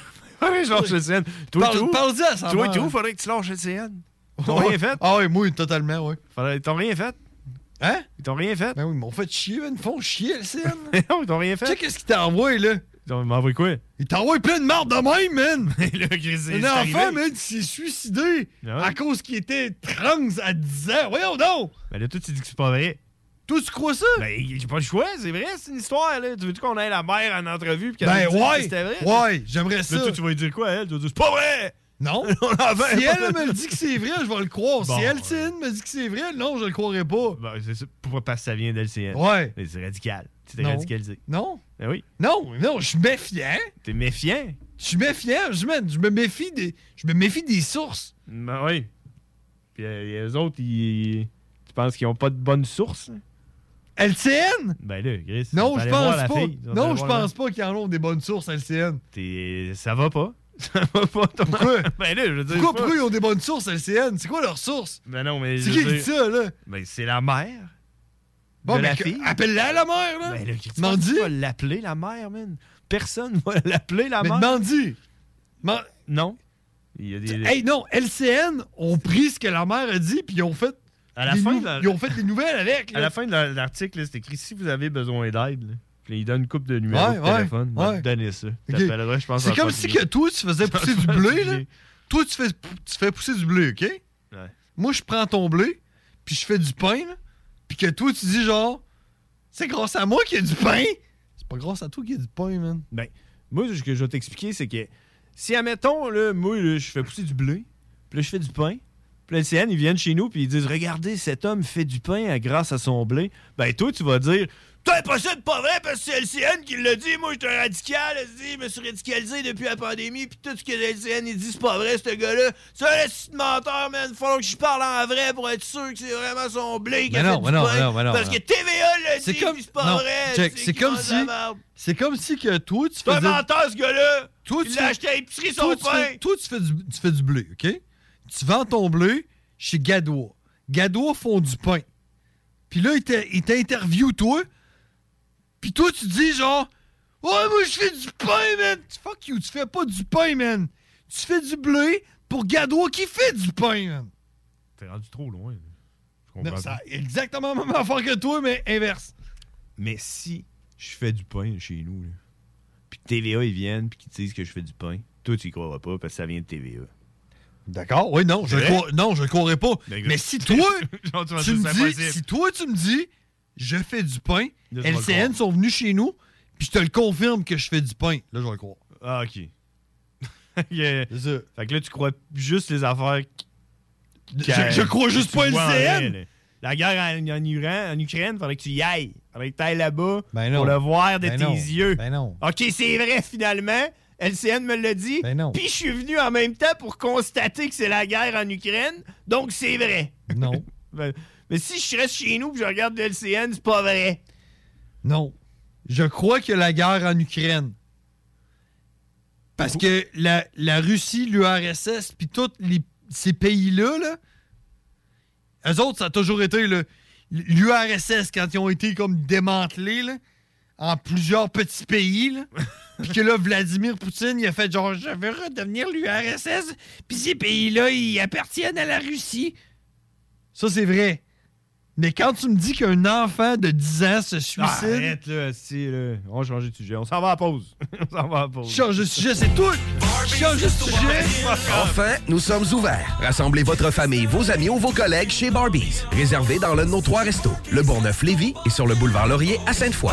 [SPEAKER 10] Ah oui, je lâche le CN. Toi,
[SPEAKER 11] Parle-
[SPEAKER 10] et tout.
[SPEAKER 11] parle-y à sa
[SPEAKER 10] Toi, et
[SPEAKER 11] mère.
[SPEAKER 10] tout, faudrait que tu lâches le CN. Ils t'ont rien fait.
[SPEAKER 11] Ah oui, moi, totalement, oui.
[SPEAKER 10] Faudrait- Ils t'ont rien fait.
[SPEAKER 11] Hein?
[SPEAKER 10] Ils t'ont rien fait.
[SPEAKER 11] Ben oui, ils m'ont fait chier, man. Ils font chier, LCN.
[SPEAKER 10] non, ils t'ont rien fait.
[SPEAKER 11] Tu sais, qu'est-ce qu'ils t'envoient, là?
[SPEAKER 10] Ils t'ont- ils m'envoient quoi?
[SPEAKER 11] Ils t'envoient plein de marde de même, man.
[SPEAKER 10] là, Chris, c'est
[SPEAKER 11] Un
[SPEAKER 10] arrivé.
[SPEAKER 11] enfant, man, il s'est suicidé
[SPEAKER 10] Ah ouais?
[SPEAKER 11] à cause qu'il était trans à 10 ans. Voyons donc!
[SPEAKER 10] Ben là, toi, tu dis que c'est pas vrai.
[SPEAKER 11] Toi, tu crois ça?
[SPEAKER 10] Ben, j'ai pas le choix, c'est vrai, c'est une histoire, là. Tu veux-tu qu'on aille la mère en entrevue? Pis qu'elle
[SPEAKER 11] Ben
[SPEAKER 10] nous dise
[SPEAKER 11] ouais!
[SPEAKER 10] que C'était vrai?
[SPEAKER 11] Ouais, j'aimerais ça.
[SPEAKER 10] Là, toi, tu vas lui dire quoi, elle? Tu vas dire, c'est pas vrai!
[SPEAKER 11] Non.
[SPEAKER 10] On en fait
[SPEAKER 11] si
[SPEAKER 10] pas.
[SPEAKER 11] elle me le dit que c'est vrai, je vais le croire.
[SPEAKER 10] Bon. euh,
[SPEAKER 11] Si elle, Tine, me dit que c'est vrai, non, je le croirais pas.
[SPEAKER 10] Ben, c'est ça. Pourquoi? Parce que ça vient d'LCN.
[SPEAKER 11] Ouais.
[SPEAKER 10] Mais c'est radical. Tu t'es
[SPEAKER 11] Non.
[SPEAKER 10] radicalisé.
[SPEAKER 11] Non.
[SPEAKER 10] Ben oui.
[SPEAKER 11] Non, non, je suis méfiant.
[SPEAKER 10] T'es méfiant.
[SPEAKER 11] Je suis méfiant. Je me, je me méfie des. Je me méfie des sources.
[SPEAKER 10] Ben oui. Puis euh, les autres, ils. Tu penses qu'ils ont pas de bonne source?
[SPEAKER 11] LCN?
[SPEAKER 10] Ben là, Chris.
[SPEAKER 11] Non,
[SPEAKER 10] tu vas
[SPEAKER 11] je
[SPEAKER 10] aller voir
[SPEAKER 11] pense
[SPEAKER 10] la
[SPEAKER 11] pas.
[SPEAKER 10] fille, tu vas
[SPEAKER 11] non,
[SPEAKER 10] aller
[SPEAKER 11] je
[SPEAKER 10] voir la-
[SPEAKER 11] pense pas qu'ils en ont des bonnes sources, LCN.
[SPEAKER 10] T'es- Ça va pas. Ça va pas, ton
[SPEAKER 11] Pourquoi?
[SPEAKER 10] ben là, je veux dire.
[SPEAKER 11] Pourquoi,
[SPEAKER 10] pas-
[SPEAKER 11] pourquoi ils ont des bonnes sources, LCN? C'est quoi leur source?
[SPEAKER 10] Ben non, mais.
[SPEAKER 11] C'est
[SPEAKER 10] je
[SPEAKER 11] qui
[SPEAKER 10] veux
[SPEAKER 11] qui dit
[SPEAKER 10] dire-
[SPEAKER 11] ça, là?
[SPEAKER 10] Ben c'est la mère.
[SPEAKER 11] Bon,
[SPEAKER 10] de
[SPEAKER 11] ben,
[SPEAKER 10] la
[SPEAKER 11] que-
[SPEAKER 10] fille.
[SPEAKER 11] appelle-la, la mère, là.
[SPEAKER 10] Ben là, tu
[SPEAKER 11] M'en
[SPEAKER 10] penses
[SPEAKER 11] dis?
[SPEAKER 10] qu'il va l'appeler, la mère, man. Personne va l'appeler, la
[SPEAKER 11] Mais
[SPEAKER 10] mère.
[SPEAKER 11] Mandy! Man-
[SPEAKER 10] Non. Il y a des.
[SPEAKER 11] Hey, non, LCN ont pris ce que la mère a dit, puis ils ont fait.
[SPEAKER 10] À la
[SPEAKER 11] Des
[SPEAKER 10] fin
[SPEAKER 11] nou-
[SPEAKER 10] de la-
[SPEAKER 11] Ils ont fait des nouvelles avec.
[SPEAKER 10] À
[SPEAKER 11] là.
[SPEAKER 10] la fin de la- l'article, là, c'est écrit si vous avez besoin d'aide. là. Puis là, il donne une coupe de numéro
[SPEAKER 11] Ouais,
[SPEAKER 10] de
[SPEAKER 11] ouais,
[SPEAKER 10] téléphone.
[SPEAKER 11] ouais.
[SPEAKER 10] Ouais. Donnez ça.
[SPEAKER 11] Ok.
[SPEAKER 10] T'appelleras, je pense,
[SPEAKER 11] C'est
[SPEAKER 10] en
[SPEAKER 11] comme
[SPEAKER 10] premier.
[SPEAKER 11] si que toi, tu faisais pousser du blé, là. Toi, tu fais, tu fais pousser du blé, OK?
[SPEAKER 10] Ouais.
[SPEAKER 11] Moi, je prends ton blé, puis je fais du pain, là. Puis que toi, tu dis genre, c'est grâce à moi qu'il y a du pain. C'est pas grâce à toi qu'il y a du pain, man.
[SPEAKER 10] Ben, moi, ce que je vais t'expliquer, c'est que si, admettons, là, moi, là, je fais pousser du blé, puis là, je fais du pain, puis là, le CN, ils viennent chez nous, puis ils disent Regardez, cet homme fait du pain à- grâce à son blé. Ben, toi, tu vas dire C'est impossible, pas vrai, parce que c'est le CN qui l'a dit. Moi, j'étais un radical, elle se dit, je me suis radicalisé depuis la pandémie, puis tout ce que le CN, il dit, c'est pas vrai, ce gars-là. C'est un petit menteur, man. Faut que je parle en vrai pour être sûr que c'est vraiment son blé qui a
[SPEAKER 11] Mais
[SPEAKER 10] fait
[SPEAKER 11] non,
[SPEAKER 10] du
[SPEAKER 11] mais non,
[SPEAKER 10] pain,
[SPEAKER 11] mais non, mais non,
[SPEAKER 10] Parce
[SPEAKER 11] mais
[SPEAKER 10] que TVA l'a
[SPEAKER 11] C'est
[SPEAKER 10] dit,
[SPEAKER 11] comme.
[SPEAKER 10] puis c'est pas
[SPEAKER 11] non,
[SPEAKER 10] vrai.
[SPEAKER 11] check,
[SPEAKER 10] tu sais
[SPEAKER 11] c'est
[SPEAKER 10] qui
[SPEAKER 11] comme
[SPEAKER 10] mange
[SPEAKER 11] si.
[SPEAKER 10] la merde.
[SPEAKER 11] C'est comme si que toi, tu
[SPEAKER 10] C'est
[SPEAKER 11] faisais.
[SPEAKER 10] un menteur, ce gars-là!
[SPEAKER 11] Toi,
[SPEAKER 10] Il
[SPEAKER 11] tu
[SPEAKER 10] l'a
[SPEAKER 11] fais-
[SPEAKER 10] acheté à épicerie, son
[SPEAKER 11] toi, tu
[SPEAKER 10] pain!
[SPEAKER 11] fais- toi, tu fais, du, tu fais du blé, OK? Tu vends ton blé chez Gadois. Gadois font du pain. Puis là, ils te- ils t'interviewent, toi. Puis toi, tu dis genre, « Ouais, moi, je fais du pain, man! » Fuck you, tu fais pas du pain, man! Tu fais du blé pour Gadois qui fait du pain, man!
[SPEAKER 10] T'es rendu trop loin. là. Je comprends
[SPEAKER 11] Non, ça a
[SPEAKER 10] plus.
[SPEAKER 11] exactement la même affaire que toi, mais inverse.
[SPEAKER 10] Mais si je fais du pain chez nous, là, puis que TVA, ils viennent, puis qu'ils disent que je fais du pain, toi, tu y croiras pas parce que ça vient de TVA.
[SPEAKER 11] D'accord, Ah oui, non, je
[SPEAKER 10] C'est vrai?
[SPEAKER 11] crois, non, je croirais pas. Mais si toi,
[SPEAKER 10] Genre, tu vas
[SPEAKER 11] tu
[SPEAKER 10] dire,
[SPEAKER 11] me
[SPEAKER 10] c'est
[SPEAKER 11] dis,
[SPEAKER 10] impossible.
[SPEAKER 11] si toi, tu me dis, je fais du pain,
[SPEAKER 10] Là, je vais le
[SPEAKER 11] LCN sont venus chez nous, puis je te le confirme que je fais du pain, là, je vais le croire.
[SPEAKER 10] Ah, ok. yeah. Fait que là, tu crois juste les affaires. qui- qu'à-
[SPEAKER 11] je crois juste
[SPEAKER 10] que
[SPEAKER 11] pas
[SPEAKER 10] tu vois en
[SPEAKER 11] LCN.
[SPEAKER 10] vrai, là. La guerre en, en Iran- en Ukraine, fallait que tu y ailles. Fallait que tu ailles là-bas
[SPEAKER 11] Ben non.
[SPEAKER 10] pour le voir de
[SPEAKER 11] Ben
[SPEAKER 10] tes
[SPEAKER 11] non.
[SPEAKER 10] yeux.
[SPEAKER 11] Ben non.
[SPEAKER 10] OK, c'est vrai finalement. LCN me l'a dit.
[SPEAKER 11] Ben non.
[SPEAKER 10] Puis je suis venu en même temps pour constater que c'est la guerre en Ukraine. Donc c'est vrai.
[SPEAKER 11] Non.
[SPEAKER 10] Ben, mais si je reste chez nous et je regarde le LCN, c'est pas vrai.
[SPEAKER 11] Non. Je crois que la guerre en Ukraine. Parce que la, la Russie, l'URSS, puis tous les- ces pays-là, là, eux autres, ça a toujours été le- l'URSS quand ils ont été comme démantelés là, en plusieurs petits pays. là. Puis que là, Vladimir Poutine, il a fait genre, je veux redevenir l'URSS, puis ces pays-là, ils appartiennent à la Russie. Ça, c'est vrai. Mais quand tu me dis qu'un enfant de 10 ans se suicide.
[SPEAKER 10] Ah, arrête là, si là. On va changer de sujet. On s'en va à la pause. On s'en va à la pause.
[SPEAKER 11] Change de sujet, c'est tout! Change de sujet!
[SPEAKER 2] Enfin, nous sommes ouverts. Rassemblez votre famille, vos amis ou vos collègues chez Barbies. Réservé dans l'un de nos trois restos, le Bourgneuf Lévis et sur le boulevard Laurier à Sainte-Foy.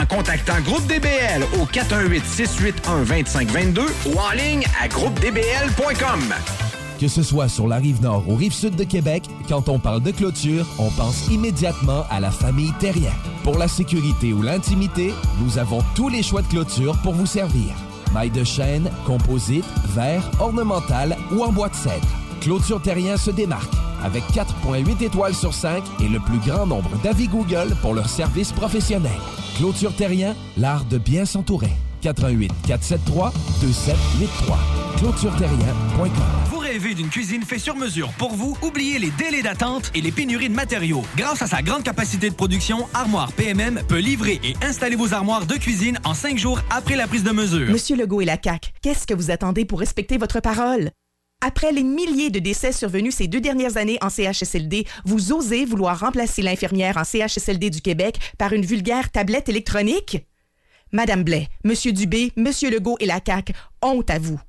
[SPEAKER 15] en contactant Groupe DBL au 418-681-2522 ou en ligne à groupedbl.com.
[SPEAKER 26] Que ce soit sur la rive nord ou rive sud de Québec, quand on parle de clôture, on pense immédiatement à la famille Terrien. Pour la sécurité ou l'intimité, nous avons tous les choix de clôture pour vous servir. Maille de chêne, composite, verre, ornemental ou en bois de cèdre. Clôture Terrien se démarque avec 4.8 étoiles sur 5 et le plus grand nombre d'avis Google pour leur service professionnel. Clôture Terrien, l'art de bien s'entourer. 88 473 2783. clôtureterrien.com
[SPEAKER 1] Vous rêvez d'une cuisine faite sur mesure pour vous? Oubliez les délais d'attente et les pénuries de matériaux. Grâce à sa grande capacité de production, Armoire PMM peut livrer et installer vos armoires de cuisine en cinq jours après la prise de mesure.
[SPEAKER 27] Monsieur Legault et la CAQ, qu'est-ce que vous attendez pour respecter votre parole? Après les milliers de décès survenus ces deux dernières années en CHSLD, vous osez vouloir remplacer l'infirmière en CHSLD du Québec par une vulgaire tablette électronique? Madame Blais, Monsieur Dubé, Monsieur Legault et la CAQ, honte à vous.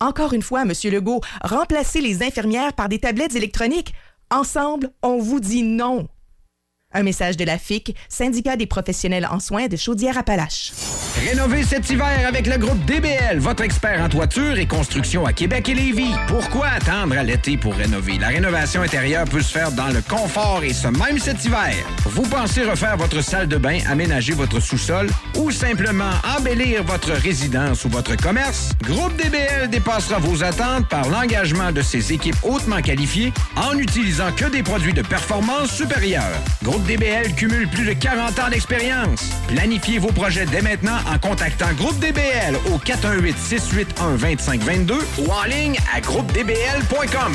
[SPEAKER 27] Encore une fois, Monsieur Legault, remplacez les infirmières par des tablettes électroniques. Ensemble, on vous dit non. Un message de la FIC, syndicat des professionnels en soins de Chaudière-Appalaches.
[SPEAKER 15] Rénover cet hiver avec le groupe DBL, votre expert en toiture et construction à Québec et Lévis. Pourquoi attendre à l'été pour rénover? La rénovation intérieure peut se faire dans le confort et ce même cet hiver. Vous pensez refaire votre salle de bain, aménager votre sous-sol ou simplement embellir votre résidence ou votre commerce? Groupe DBL dépassera vos attentes par l'engagement de ses équipes hautement qualifiées en n'utilisant que des produits de performance supérieure. Groupe DBL cumule plus de 40 ans d'expérience. Planifiez vos projets dès maintenant en contactant Groupe DBL au 418-681-2522 ou en ligne à groupedbl.com.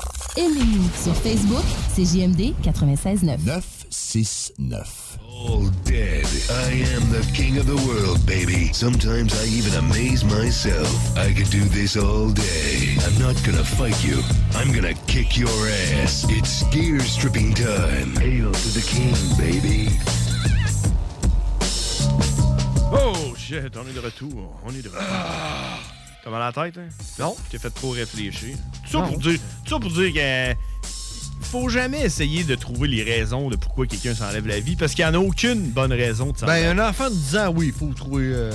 [SPEAKER 22] Aimez-nous sur Facebook, c'est JMD 96.9.
[SPEAKER 24] 969. All dead. I am the king of the world, baby. Sometimes I even amaze myself. I could do this all day. I'm not gonna fight you. I'm gonna kick your ass. It's gear stripping time. Hail to the king, baby.
[SPEAKER 10] Oh shit, on est de retour. On est de retour. Ah. T'as mal à la tête, hein? Non. Je t'ai fait trop réfléchir. Tout ça
[SPEAKER 11] Non.
[SPEAKER 10] pour dire, tout ça pour dire que faut jamais essayer de trouver les raisons de pourquoi quelqu'un s'enlève la vie parce qu'il n'y en a aucune bonne raison de s'enlever.
[SPEAKER 11] Ben, un enfant de 10 ans, oui, il faut trouver. euh,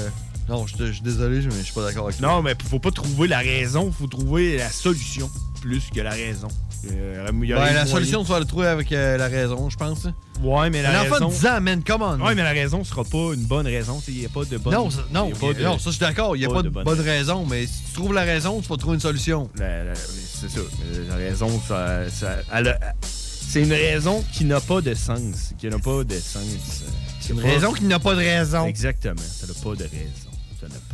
[SPEAKER 11] Non, je te- je suis désolé, je- mais je suis pas d'accord avec toi.
[SPEAKER 10] Non, mais faut pas trouver la raison, faut trouver la solution plus que la raison. Euh, il y aurait
[SPEAKER 11] Ben, la
[SPEAKER 10] moyen-
[SPEAKER 11] solution, tu vas la trouver avec euh, la raison, je pense.
[SPEAKER 10] Ouais, mais la
[SPEAKER 11] un enfant
[SPEAKER 10] raison-
[SPEAKER 11] de 10 ans, man, come on.
[SPEAKER 10] Ouais, mais la raison sera pas une bonne raison. Il n'y a pas de bonne
[SPEAKER 11] non, ça, non,
[SPEAKER 10] y a pas de-
[SPEAKER 11] non, ça, je suis d'accord. Il n'y a pas, de bonne,
[SPEAKER 10] raison.
[SPEAKER 11] raison, mais si tu trouves la raison, tu vas trouver une solution.
[SPEAKER 10] La- la- C'est ça. Euh, La raison, ça. ça- elle a- c'est une raison qui n'a pas de sens. Qui n'a pas de sens.
[SPEAKER 11] C'est une raison qui n'a pas de raison.
[SPEAKER 10] Exactement. Ça n'a pas de raison. Ça n'a pas.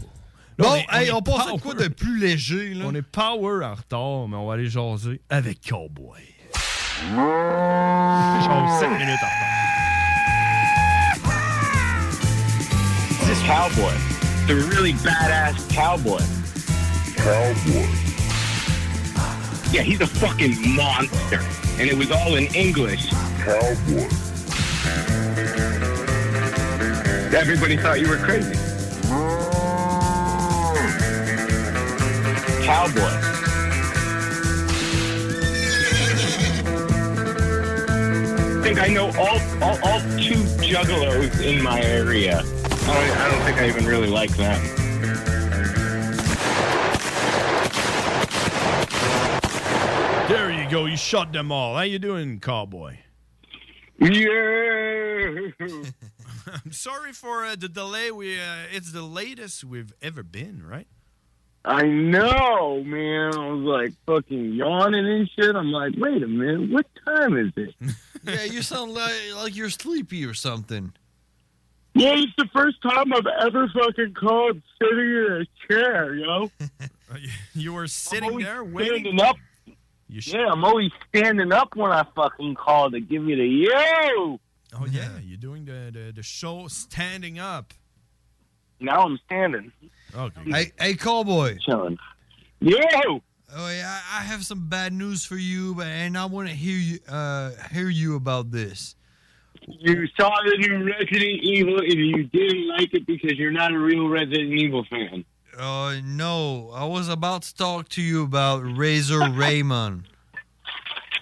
[SPEAKER 10] Là,
[SPEAKER 11] Bon,
[SPEAKER 10] est-
[SPEAKER 11] hey,
[SPEAKER 10] est
[SPEAKER 11] on passe à
[SPEAKER 10] power.
[SPEAKER 11] quoi de plus léger, là?
[SPEAKER 10] On est power en retard, mais on va aller jaser avec Cowboy. Genre 5 minutes en retard.
[SPEAKER 17] This cowboy. The really badass cowboy. Cowboy. Yeah, he's a fucking monster. And it was all in English. Cowboy. Everybody thought you were crazy. Cowboy. I think I know all, all, all two juggalos in my area. I don't, I don't think I even really like them.
[SPEAKER 10] There you go. You shot them all. How you doing, Cowboy? I'm sorry for uh, the delay. We uh, it's the latest we've ever been, right?
[SPEAKER 17] I know, man. I was like fucking yawning and shit. I'm like, wait a minute, what time is it?
[SPEAKER 11] yeah, you sound like, like you're sleepy or something.
[SPEAKER 17] yeah, it's the first time I've ever fucking called sitting in a chair, yo.
[SPEAKER 10] You were sitting there
[SPEAKER 17] standing up. yeah, I'm always standing up when I fucking call to give you the yo.
[SPEAKER 10] Oh yeah, you're doing the, the the show standing up.
[SPEAKER 17] Now I'm standing.
[SPEAKER 10] Okay.
[SPEAKER 11] Hey, hey cowboy.
[SPEAKER 17] Chilling. Yo.
[SPEAKER 11] Oh, yeah, I I have some bad news for you, but and I want to hear you uh, hear you about this.
[SPEAKER 17] You saw the new Resident Evil and you didn't like it because you're not a real Resident Evil fan.
[SPEAKER 11] Uh, no, I was about to talk to you about Razor Raymond.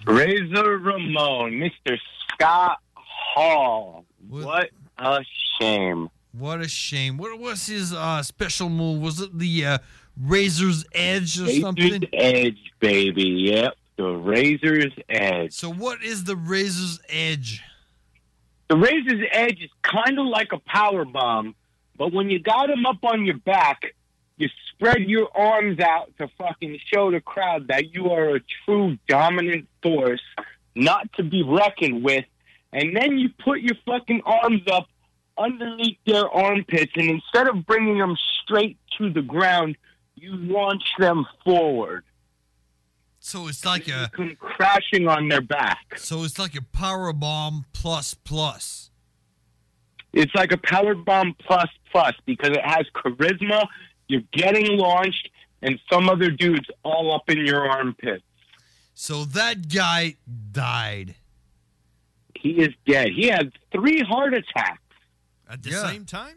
[SPEAKER 17] Razor Ramon, Mr. Scott Hall. What a shame.
[SPEAKER 11] What a shame. What was his uh, special move? Was it the uh, Razor's Edge or something?
[SPEAKER 17] Razor's Edge, baby. Yep, the Razor's Edge.
[SPEAKER 11] So what is the Razor's Edge?
[SPEAKER 17] The Razor's Edge is kind of like a power bomb, but when you got him up on your back, you spread your arms out to fucking show the crowd that you are a true dominant force, not to be reckoned with. And then you put your fucking arms up underneath their armpits, and instead of bringing them straight to the ground, you launch them forward.
[SPEAKER 11] So it's like a
[SPEAKER 17] crashing on their back.
[SPEAKER 11] So it's like a power bomb plus plus.
[SPEAKER 17] It's like a power bomb plus plus because it has charisma. You're getting launched, and some other dude's all up in your armpit.
[SPEAKER 11] So that guy died.
[SPEAKER 17] He is dead. He had three heart attacks.
[SPEAKER 11] At the same time?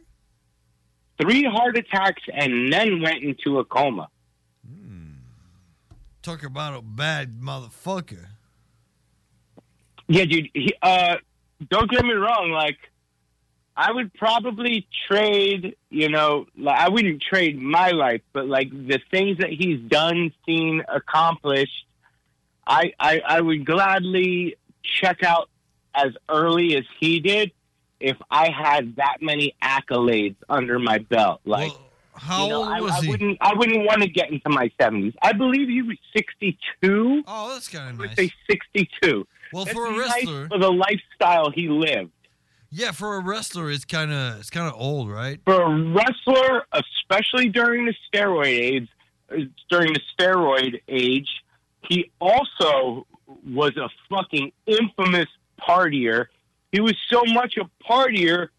[SPEAKER 17] Three heart attacks, and then went into a coma.
[SPEAKER 11] Talk about a bad motherfucker.
[SPEAKER 17] Yeah, dude. He, uh, don't get me wrong. Like, I would probably trade. You know, like, I wouldn't trade my life, but like the things that he's done, seen, accomplished, I I, I would gladly check out as early as he did if I had that many accolades under my belt. Like.
[SPEAKER 11] How
[SPEAKER 17] you know,
[SPEAKER 11] old
[SPEAKER 17] I,
[SPEAKER 11] was
[SPEAKER 17] I
[SPEAKER 11] he?
[SPEAKER 17] wouldn't. I wouldn't want to get into my seventies. I believe he was sixty-two.
[SPEAKER 11] Oh, that's kind of
[SPEAKER 17] nice. Say sixty-two.
[SPEAKER 11] Well,
[SPEAKER 17] That's
[SPEAKER 11] for a
[SPEAKER 17] nice
[SPEAKER 11] wrestler-
[SPEAKER 17] for the lifestyle he lived.
[SPEAKER 11] Yeah, for a wrestler, it's kind of it's kind of old, right?
[SPEAKER 17] For a wrestler, especially during the steroid age, during the steroid age, he also was a fucking infamous partier. He was so much a partier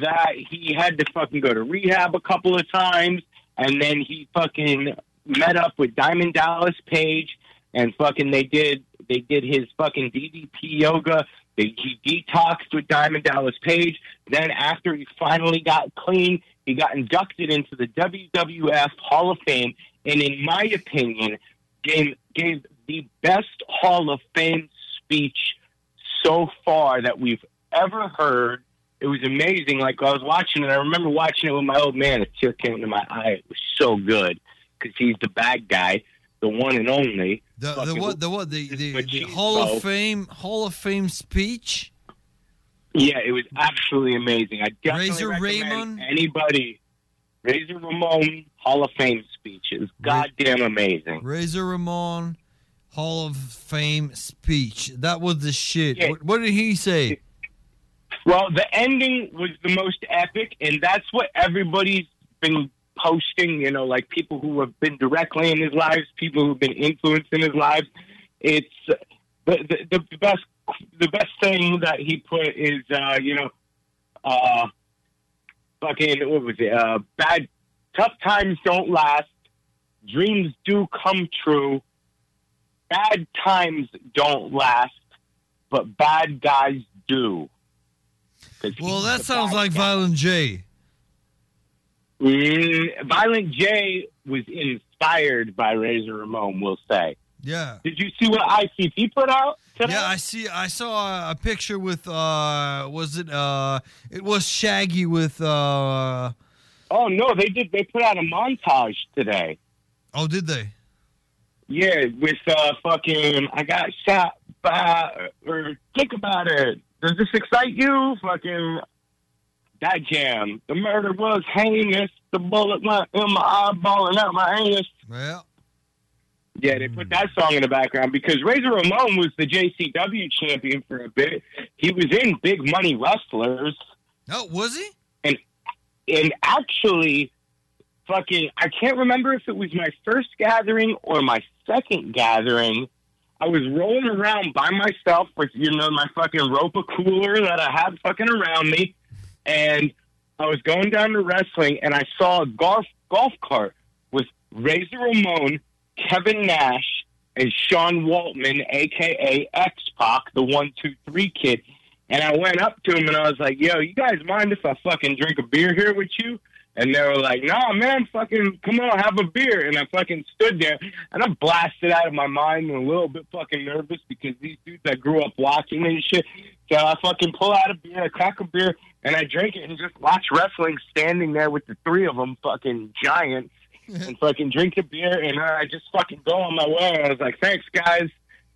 [SPEAKER 17] that he had to fucking go to rehab a couple of times, and then he fucking met up with Diamond Dallas Page, and fucking they did they did his fucking DDP yoga. They, he detoxed with Diamond Dallas Page. Then after he finally got clean, he got inducted into the WWF Hall of Fame, and in my opinion, gave gave the best Hall of Fame speech so far that we've ever heard. It was amazing. Like I was watching it, I remember watching it with my old man. A tear came to my eye. It was so good because he's the bad guy, the one and only.
[SPEAKER 11] The the
[SPEAKER 17] Fucking-
[SPEAKER 11] what the what the the, the Hall
[SPEAKER 17] so-
[SPEAKER 11] of Fame Hall of Fame speech.
[SPEAKER 17] Yeah, it was absolutely amazing. I definitely
[SPEAKER 11] Razor
[SPEAKER 17] recommend
[SPEAKER 11] Ramon?
[SPEAKER 17] anybody. Razor Ramon Hall of Fame speech is goddamn amazing.
[SPEAKER 11] Razor Ramon Hall of Fame speech. That was the shit. What, what did he say?
[SPEAKER 17] Well, the ending was the most epic, and that's what everybody's been posting. You know, like people who have been directly in his lives, people who've been influencing his lives. It's uh, the, the, the best. The best thing that he put is, uh, you know, uh, fucking what was it? Uh, bad, tough times don't last. Dreams do come true. Bad times don't last, but bad guys do. 'Cause
[SPEAKER 11] Well,
[SPEAKER 17] he's
[SPEAKER 11] that
[SPEAKER 17] the
[SPEAKER 11] sounds
[SPEAKER 17] bad
[SPEAKER 11] like
[SPEAKER 17] guy.
[SPEAKER 11] Violent J.
[SPEAKER 17] Mm, Violent J was inspired by Razor Ramon, we'll say.
[SPEAKER 11] Yeah.
[SPEAKER 17] Did you see what ICP put out?
[SPEAKER 11] Yeah, I see. I saw a, a picture with uh, was it uh, it was Shaggy with uh.
[SPEAKER 17] Oh no, they did. They put out a montage today.
[SPEAKER 11] Oh, did they?
[SPEAKER 17] Yeah, with uh, fucking, I got shot by, or think about it. Does this excite you? Fucking, that jam. The murder was heinous. The bullet went in my eyeball and out my anus.
[SPEAKER 11] Well,
[SPEAKER 17] Yeah, they put that song in the background because Razor Ramon was the JCW champion for a bit. He was in Big Money Wrestlers.
[SPEAKER 11] Oh, was he?
[SPEAKER 17] And and actually, fucking, I can't remember if it was my first gathering or my second gathering. I was rolling around by myself with you know my fucking Ropa cooler that I had fucking around me, and I was going down to wrestling and I saw a golf golf cart with Razor Ramon, Kevin Nash, and Sean Waltman, aka X Pac, the one two three kid. And I went up to him and I was like, "Yo, you guys mind if I fucking drink a beer here with you?" And they were like, "Nah, man, fucking come on, have a beer." And I fucking stood there and I'm blasted out of my mind and a little bit fucking nervous because these dudes I grew up watching and shit. So I fucking pull out a beer, I crack a beer, and I drink it and just watch wrestling standing there with the three of them fucking giants and fucking drink a beer and I just fucking go on my way. I was like, thanks guys.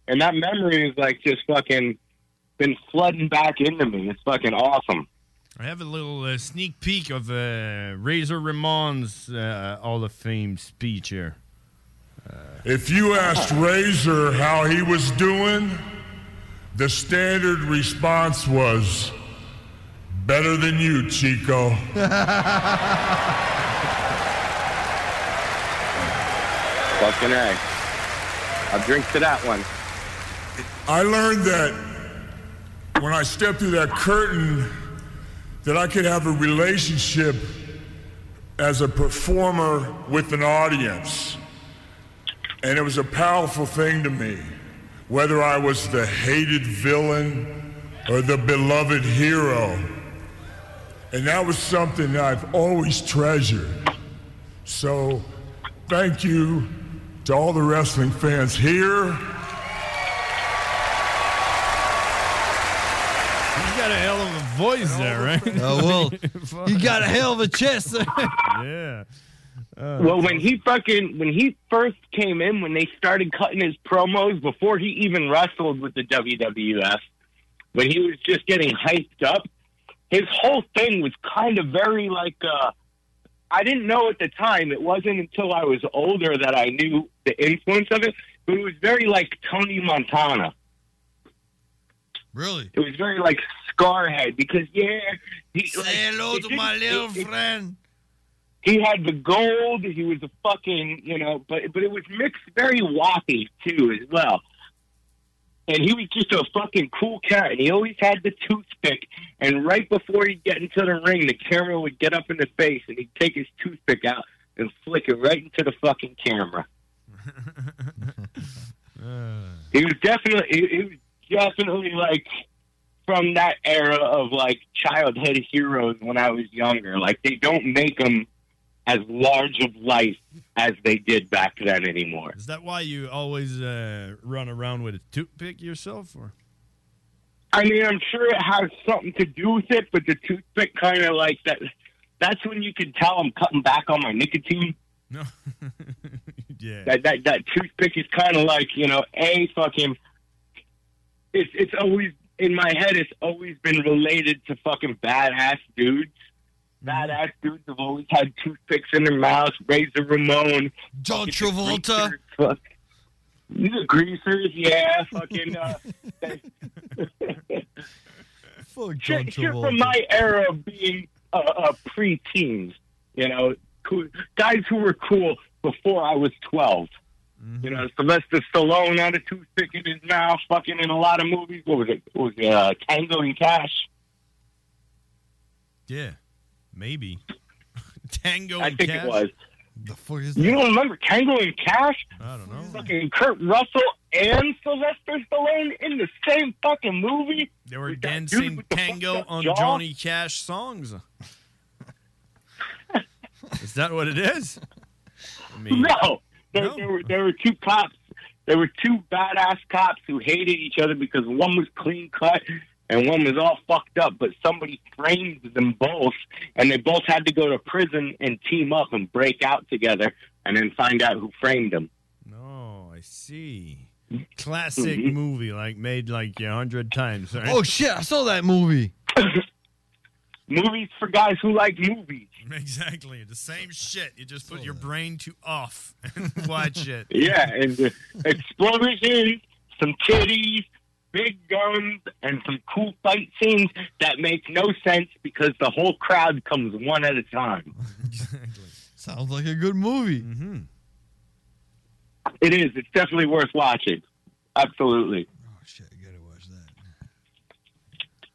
[SPEAKER 17] And that memory is like just fucking been flooding back into me. It's fucking awesome.
[SPEAKER 10] I have a little uh, sneak peek of uh, Razor Ramon's uh, Hall of Fame speech here. Uh,
[SPEAKER 28] If you asked Razor how he was doing, the standard response was better than you, Chico.
[SPEAKER 17] Fucking A. I'll drink to that one.
[SPEAKER 28] I learned that when I stepped through that curtain, that I could have a relationship as a performer with an audience. And it was a powerful thing to me, whether I was the hated villain or the beloved hero. And that was something that I've always treasured. So thank you to all the wrestling fans here.
[SPEAKER 10] You got a hell of a voice there, right?
[SPEAKER 11] Oh, well, you got a hell of a chest.
[SPEAKER 10] yeah. Uh,
[SPEAKER 17] well, when he fucking when he first came in, when they started cutting his promos before he even wrestled with the WWF, when he was just getting hyped up, his whole thing was kind of very like. Uh, I didn't know at the time. It wasn't until I was older that I knew the influence of it. But it was very like Tony Montana.
[SPEAKER 11] Really?
[SPEAKER 17] It was very like Scarhead because yeah, he, like,
[SPEAKER 11] hello
[SPEAKER 17] it
[SPEAKER 11] to my
[SPEAKER 17] didn't-
[SPEAKER 11] little
[SPEAKER 17] it- it-
[SPEAKER 11] friend.
[SPEAKER 17] he had the gold. He was a fucking you know, but but it was mixed very wappy too as well. And he was just a fucking cool cat. And he always had the toothpick. And right before he'd get into the ring, the camera would get up in his face, and he'd take his toothpick out and flick it right into the fucking camera. He was definitely he, he was definitely like from that era of like childhood heroes when I was younger. Like they don't make them as large of life as they did back then anymore.
[SPEAKER 10] Is that why you always uh, run around with a toothpick yourself? Or
[SPEAKER 17] I mean, I'm sure it has something to do with it, but the toothpick kind of like that. That's when you can tell I'm cutting back on my nicotine.
[SPEAKER 10] yeah,
[SPEAKER 17] That that that toothpick is kind of like you know a fucking. It's it's always in my head. It's always been related to fucking badass dudes. Badass dudes have always had toothpicks in their mouths. Razor Ramon,
[SPEAKER 11] John
[SPEAKER 17] Travolta, fuck, these are greasers. Yeah, fucking. Uh,
[SPEAKER 11] Fuck
[SPEAKER 17] shit, shit from my era of being uh, uh, pre-teens, you know, cool, guys who were cool before I was 12
[SPEAKER 10] Mm-hmm.
[SPEAKER 17] You know, Sylvester Stallone had a toothpick in his mouth, fucking in a lot of movies. What was it? What was it, uh, Tango and Cash?
[SPEAKER 10] yeah, maybe. Tango.
[SPEAKER 17] I
[SPEAKER 10] and
[SPEAKER 17] think
[SPEAKER 10] Cash?
[SPEAKER 17] it was.
[SPEAKER 11] The fuck is
[SPEAKER 17] You don't remember Tango and Cash?
[SPEAKER 10] I don't know.
[SPEAKER 17] Fucking Kurt Russell and Sylvester Stallone in the same fucking movie.
[SPEAKER 10] They were
[SPEAKER 17] that dude
[SPEAKER 10] dancing
[SPEAKER 17] with the
[SPEAKER 10] tango
[SPEAKER 17] fucked up
[SPEAKER 10] on
[SPEAKER 17] jaw.
[SPEAKER 10] Johnny Cash songs. is that what it is? I mean,
[SPEAKER 17] No, there, There, were, there were two cops. There were two badass cops who hated each other because one was clean cut and one was all fucked up. But somebody framed them both, and they both had to go to prison and team up and break out together, and then find out who framed them.
[SPEAKER 10] Oh, I see. Classic
[SPEAKER 17] Mm-hmm.
[SPEAKER 10] movie, like made like a hundred times. Right?
[SPEAKER 11] Oh, shit, I saw that movie.
[SPEAKER 17] movies for guys who like movies.
[SPEAKER 10] Exactly, the same shit. You just put your brain to off and watch it.
[SPEAKER 17] Yeah, and uh, explosions, some titties, big guns, and some cool fight scenes that make no sense because the whole crowd comes one at a time.
[SPEAKER 11] Sounds like a good movie.
[SPEAKER 17] It is. It's definitely worth watching. Absolutely. Oh shit! I gotta watch that.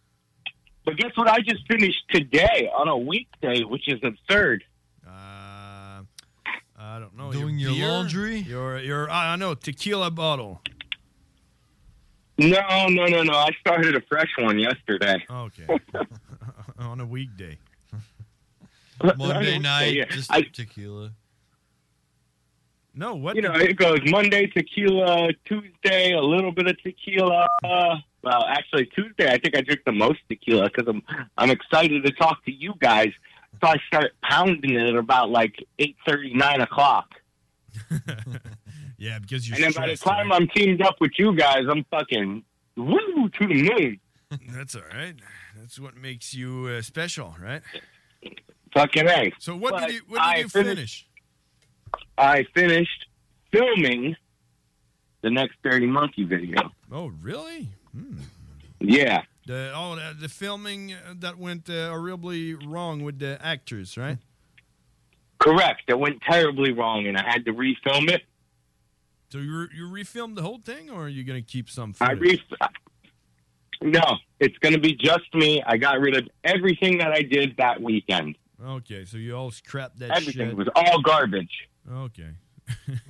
[SPEAKER 17] But guess what? I just finished today on a weekday, which is absurd.
[SPEAKER 10] I don't know.
[SPEAKER 11] Doing your
[SPEAKER 10] beer?
[SPEAKER 11] laundry?
[SPEAKER 10] Your your I I know tequila bottle.
[SPEAKER 17] No, no, no, no. I started a fresh one yesterday.
[SPEAKER 10] Okay. On a weekday.
[SPEAKER 17] Monday night, Yeah, just I-
[SPEAKER 11] tequila.
[SPEAKER 10] No, what?
[SPEAKER 17] You know, it goes Monday tequila, Tuesday a little bit of tequila. Well, actually Tuesday I think I drink the most tequila because I'm I'm excited to talk to you guys. So I start pounding it at about like eight thirty, nine o'clock.
[SPEAKER 10] Yeah, because you.
[SPEAKER 17] and then by the time I'm teamed up with you guys, I'm fucking woo to the moon.
[SPEAKER 10] That's all right. That's what makes you uh, special, right?
[SPEAKER 17] Fucking A.
[SPEAKER 10] So what
[SPEAKER 17] But
[SPEAKER 10] did you what did
[SPEAKER 17] I
[SPEAKER 10] you
[SPEAKER 17] finished-
[SPEAKER 10] finish?
[SPEAKER 17] I finished filming the next Dirty Monkey video.
[SPEAKER 10] Oh, really?
[SPEAKER 17] Yeah.
[SPEAKER 10] The oh the, the filming uh, that went uh, horribly wrong with the actors, right?
[SPEAKER 17] Correct. It went terribly wrong and I had to refilm it.
[SPEAKER 10] Hmm. So you re- you refilmed the whole thing, or are you gonna keep some?
[SPEAKER 17] I
[SPEAKER 10] Footage?
[SPEAKER 17] re- No, it's going to be just me. I got rid of everything that I did that weekend.
[SPEAKER 10] Okay, so you all scrapped that
[SPEAKER 17] Everything
[SPEAKER 10] shit.
[SPEAKER 17] was all garbage.
[SPEAKER 10] Okay.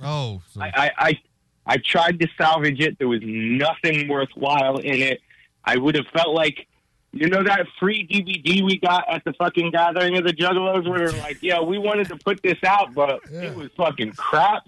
[SPEAKER 17] Oh, I, I, I, I tried to salvage it. There was nothing worthwhile in it. I would have felt like, you know, that free DVD we got at the fucking gathering of the Juggalos, where they're like, yeah, we wanted to put this out, but it was fucking crap.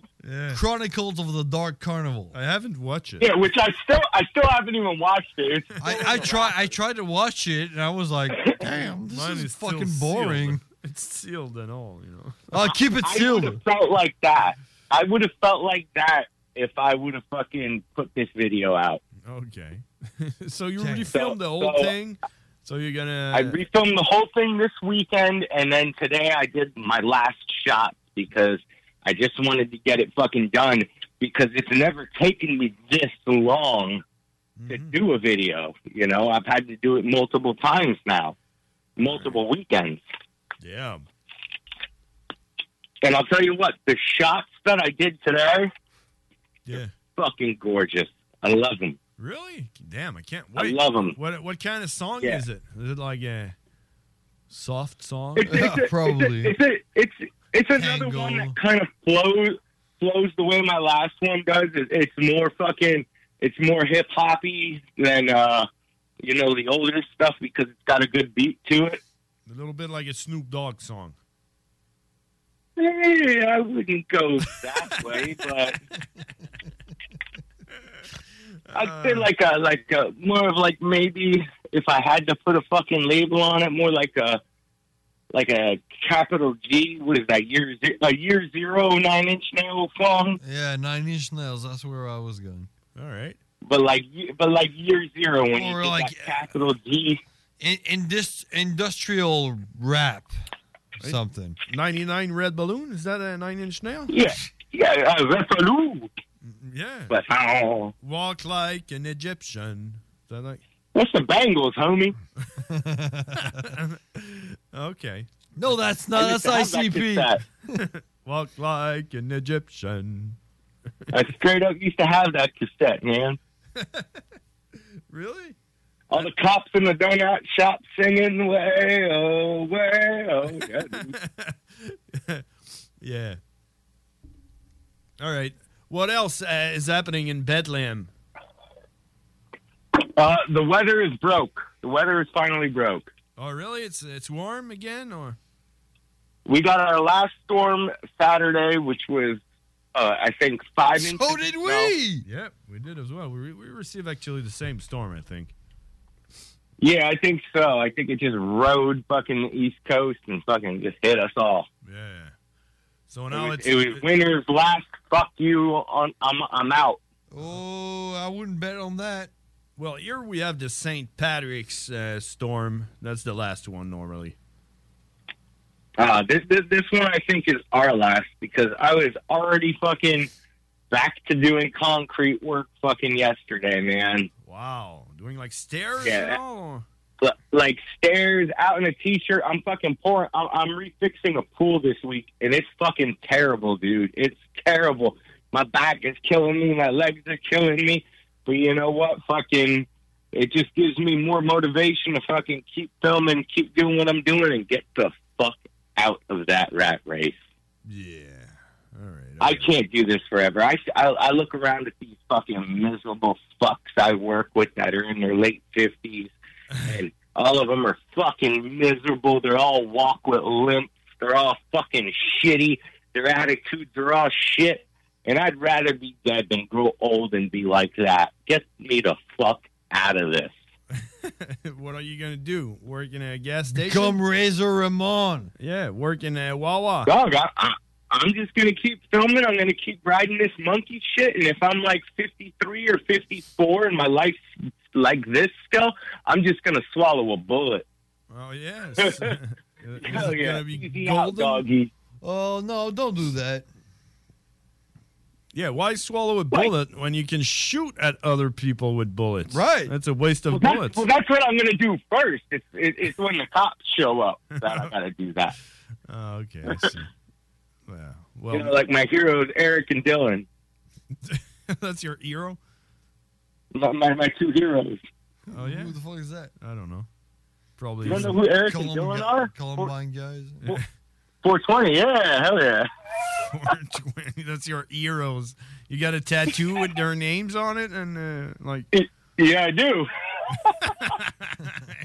[SPEAKER 11] Chronicles of the Dark Carnival.
[SPEAKER 10] I haven't watched
[SPEAKER 17] Yeah, which I still, I still haven't even watched it. It's
[SPEAKER 11] I, I try. I tried to watch it, and I was like, "Damn, this
[SPEAKER 10] Mine
[SPEAKER 11] is,
[SPEAKER 10] is still
[SPEAKER 11] fucking
[SPEAKER 10] sealed.
[SPEAKER 11] boring."
[SPEAKER 10] It's sealed and all, you know.
[SPEAKER 11] I'll Oh, keep it
[SPEAKER 17] I
[SPEAKER 11] sealed.
[SPEAKER 17] would have felt like that. I would have felt like that if I would have fucking put this video out.
[SPEAKER 10] Okay. so you
[SPEAKER 17] Okay.
[SPEAKER 10] refilmed the whole
[SPEAKER 17] So- so-
[SPEAKER 10] thing. So you're gonna.
[SPEAKER 17] I refilmed the whole thing this weekend, and then today I did my last shot because I just wanted to get it fucking done because it's never taken me this long to
[SPEAKER 11] Mm-hmm.
[SPEAKER 17] do a video. You know, I've had to do it multiple times now, multiple weekends.
[SPEAKER 10] Yeah.
[SPEAKER 17] And I'll tell you what, the shots that I did today,
[SPEAKER 10] Yeah.
[SPEAKER 17] fucking gorgeous. I love them.
[SPEAKER 10] Really? Damn, I can't
[SPEAKER 17] I
[SPEAKER 10] wait.
[SPEAKER 17] love 'em.
[SPEAKER 10] What What kind of song
[SPEAKER 17] Yeah.
[SPEAKER 10] is it? Is it like a soft song?
[SPEAKER 17] It's, it's, a- It's a, it's a- it's, it's another one that kind of flows flows the way my last one does. It, it's more fucking. It's more hip hoppy than uh, you know the older stuff because it's got a good beat to it.
[SPEAKER 10] a little bit like a Snoop Dogg song.
[SPEAKER 17] Eh, I wouldn't go that way, but I'd
[SPEAKER 11] Uh.
[SPEAKER 17] say like a like a more of like maybe if I had to put a fucking label on it, more like a like a capital G. What is that? Year ze- a year zero nine inch nail song,
[SPEAKER 11] Yeah, Nine Inch Nails. That's where I was going.
[SPEAKER 10] All right.
[SPEAKER 17] but like ye- but like year zero when you
[SPEAKER 11] Or
[SPEAKER 17] did
[SPEAKER 11] like- uh,
[SPEAKER 17] that capital G.
[SPEAKER 11] In, in this industrial rap, something.
[SPEAKER 10] 99 Red Balloon? Is that a 9 inch nail?
[SPEAKER 17] Yeah, yeah, uh, Resolute.
[SPEAKER 10] Yeah.
[SPEAKER 17] But oh,
[SPEAKER 10] Walk like an Egyptian. Is that like.
[SPEAKER 17] that's the Bangles, homie.
[SPEAKER 10] okay.
[SPEAKER 11] No, that's not.
[SPEAKER 10] I used
[SPEAKER 11] That's
[SPEAKER 10] to have that
[SPEAKER 11] ICP.
[SPEAKER 10] Walk like an Egyptian.
[SPEAKER 17] I straight up used to have that cassette, man.
[SPEAKER 10] Really?
[SPEAKER 17] All the cops in the donut shop singing way oh way oh. Yeah, dude.
[SPEAKER 10] Yeah. All right. What else uh, is happening in Bedlam?
[SPEAKER 17] uh, the weather is broke. The weather is finally broke.
[SPEAKER 10] Oh, really? It's it's warm again, or
[SPEAKER 17] We got our last storm Saturday, which was uh, I think five inches. of snow.
[SPEAKER 10] Yep, we did as well. We, we received actually the same storm, I think.
[SPEAKER 17] Yeah, I think so. I think it just rode fucking the East Coast and fucking just hit us all.
[SPEAKER 10] Yeah. So
[SPEAKER 17] it
[SPEAKER 10] now
[SPEAKER 17] was,
[SPEAKER 10] it's
[SPEAKER 17] it was winter's last. Fuck you. On I'm I'm out.
[SPEAKER 11] Oh, I wouldn't bet on that.
[SPEAKER 10] Well, here we have the St. Patrick's uh, storm. That's the last one normally.
[SPEAKER 17] Uh, this, this this one I think is our last because I was already fucking back to doing concrete work fucking yesterday, man.
[SPEAKER 10] Wow, doing like stairs
[SPEAKER 17] Yeah.
[SPEAKER 10] and all. or-
[SPEAKER 17] L- Like stairs out in a t-shirt. I'm fucking pouring. I'm, I'm refixing a pool this week, and it's fucking terrible, dude. It's terrible. My back is killing me. My legs are killing me. But you know what? Fucking, it just gives me more motivation to fucking keep filming, keep doing what I'm doing, and get the fuck out of that rat race. I can't do this forever. I, I, I look around at these fucking miserable fucks I work with that are in their late 50s, and all of them are fucking miserable. They're all walk with limps. They're all fucking shitty. Their attitudes are all shit. And I'd rather be dead than grow old and be like that. Get me the fuck out of this.
[SPEAKER 10] what are you gonna do? Work in a gas station?
[SPEAKER 11] Come Razor Ramon.
[SPEAKER 10] Yeah, work in a Wawa.
[SPEAKER 17] Dog, I, I, I'm just going to keep filming. I'm going to keep riding this monkey shit. And if I'm like 53 or 54 and my life's like this still, I'm just going to swallow a bullet.
[SPEAKER 10] Oh yes. Is it
[SPEAKER 17] Hell yeah.
[SPEAKER 10] gonna be
[SPEAKER 17] Easy out,
[SPEAKER 10] golden?
[SPEAKER 17] doggy.
[SPEAKER 11] Oh no, don't do that.
[SPEAKER 10] Yeah, why swallow a bullet when you can shoot at other people with bullets?
[SPEAKER 17] Right.
[SPEAKER 10] That's a waste of
[SPEAKER 17] Well, that's,
[SPEAKER 10] bullets.
[SPEAKER 17] well, that's what I'm going to do first. It's, it, it's when the cops show up that I got to do that.
[SPEAKER 10] Oh, okay, I see. Wow. Well,
[SPEAKER 17] you know, like my heroes, Eric and Dylan,
[SPEAKER 10] that's your hero.
[SPEAKER 17] my, my, my two heroes.
[SPEAKER 11] Oh, yeah? Who the fuck is that?
[SPEAKER 29] I don't know.
[SPEAKER 11] Probably.
[SPEAKER 29] You don't know who Eric and
[SPEAKER 11] Colum-
[SPEAKER 29] Dylan are?
[SPEAKER 11] Columbine guys.
[SPEAKER 29] 420, yeah, hell yeah.
[SPEAKER 10] 420, That's your heroes. You got a tattoo with their names on it, and uh, like.
[SPEAKER 17] Yeah, I do.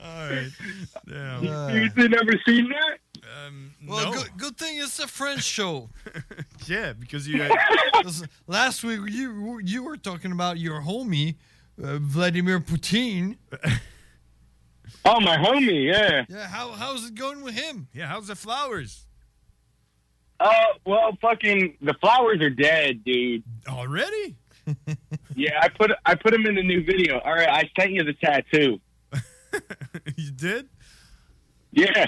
[SPEAKER 10] All right. Damn. Um,
[SPEAKER 17] you you never seen that?
[SPEAKER 11] Well, good, good thing it's a French show.
[SPEAKER 10] yeah, because you.
[SPEAKER 11] Listen, last week you you were talking about your homie uh, Vladimir Putin.
[SPEAKER 17] Oh, my homie, yeah.
[SPEAKER 11] Yeah. How how's it going with him?
[SPEAKER 10] Yeah. How's the flowers?
[SPEAKER 17] Uh, well, fucking the flowers are dead, dude.
[SPEAKER 10] Already?
[SPEAKER 17] yeah, I put I put them in the new video. All right, I sent you the tattoo.
[SPEAKER 10] you did?
[SPEAKER 17] Yeah.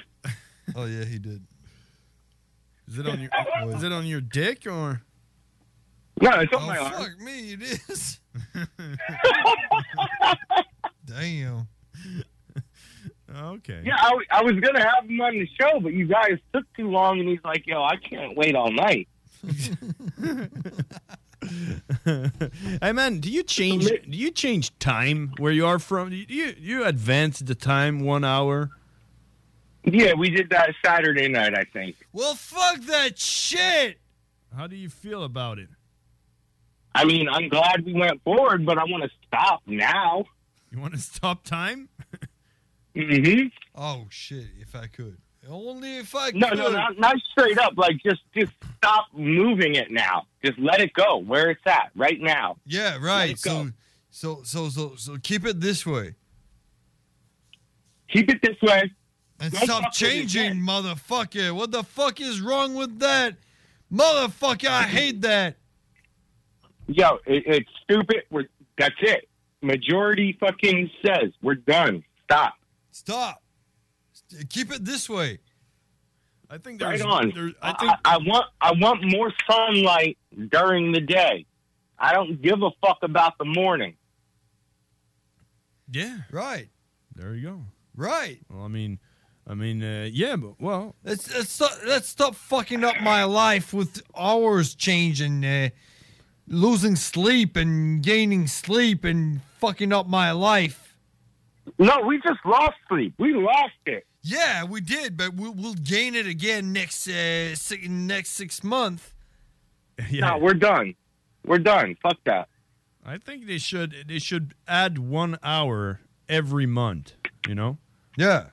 [SPEAKER 11] Oh yeah, he did.
[SPEAKER 10] Is it on your? is it on your dick or?
[SPEAKER 17] No, it's
[SPEAKER 11] oh, fuck me, it is. Damn.
[SPEAKER 10] Okay.
[SPEAKER 17] Yeah, I, w- I was gonna have him on the show, but you guys took too long, and he's like, "Yo, I can't wait all night."
[SPEAKER 10] hey man, do you change? Do you change time where you are from? Do you you advance the time one hour?
[SPEAKER 17] Yeah, we did that Saturday night, I think.
[SPEAKER 11] Well, fuck that shit.
[SPEAKER 10] How do you feel about it?
[SPEAKER 17] I mean, I'm glad we went forward, but I want to stop now.
[SPEAKER 10] You want to stop time?
[SPEAKER 17] mm-hmm.
[SPEAKER 11] Oh shit! If I could, only if I could.
[SPEAKER 17] No, no, not, not straight up. Like, just just stop moving it now. Just let it go where it's at right now.
[SPEAKER 11] Yeah, right. So, so, so, so, so, keep it this way.
[SPEAKER 17] Keep it this way.
[SPEAKER 11] And
[SPEAKER 17] Don't
[SPEAKER 11] stop
[SPEAKER 17] fuck with it
[SPEAKER 11] changing, motherfucker. What the fuck is wrong with that, motherfucker? I hate that.
[SPEAKER 17] Yo, it, it's stupid. We're that's it. Majority fucking says we're done. Stop.
[SPEAKER 11] Stop. St- Keep it this way.
[SPEAKER 10] I think
[SPEAKER 17] Right on. I, I, I want I want more sunlight during the day. I don't give a fuck about the morning.
[SPEAKER 10] Yeah.
[SPEAKER 11] Right.
[SPEAKER 10] There you go.
[SPEAKER 11] Right.
[SPEAKER 10] Well, I mean, I mean, uh, yeah, but well,
[SPEAKER 11] Let's let's stop, let's stop fucking up my life with hours changing, uh, losing sleep and gaining sleep and fucking up my life.
[SPEAKER 17] No, we just lost sleep. We lost it.
[SPEAKER 11] Yeah, we did, but we'll, we'll gain it again next uh, six, next six months.
[SPEAKER 17] No, we're done. We're done. Fuck that.
[SPEAKER 10] I think they should they should add one hour every month. You know.
[SPEAKER 11] Yeah.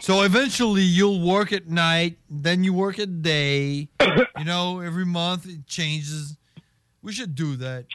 [SPEAKER 11] So eventually you'll work at night, then you work at day. you know, every month it changes. We should do that.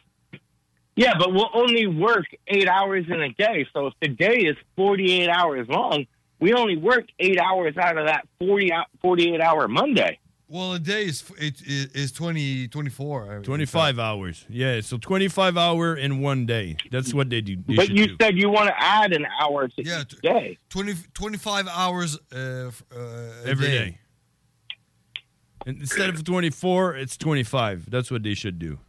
[SPEAKER 17] Yeah, but we'll only work eight hours in a day. So if the day is 48 hours long, we only work eight hours out of that 40 hou- 48 hour Monday.
[SPEAKER 11] Well, a day is it is is 20 24. I mean,
[SPEAKER 10] 25 hours. Yeah, so 25 hour in one day. That's what they do. they
[SPEAKER 17] but
[SPEAKER 10] should
[SPEAKER 17] you
[SPEAKER 10] do.
[SPEAKER 17] said you want to add an hour to
[SPEAKER 11] Yeah,
[SPEAKER 17] each day.
[SPEAKER 11] 20 25 hours uh, f- uh, a
[SPEAKER 10] every
[SPEAKER 11] day.
[SPEAKER 10] day. And Instead of 24, it's 25. That's what they should do.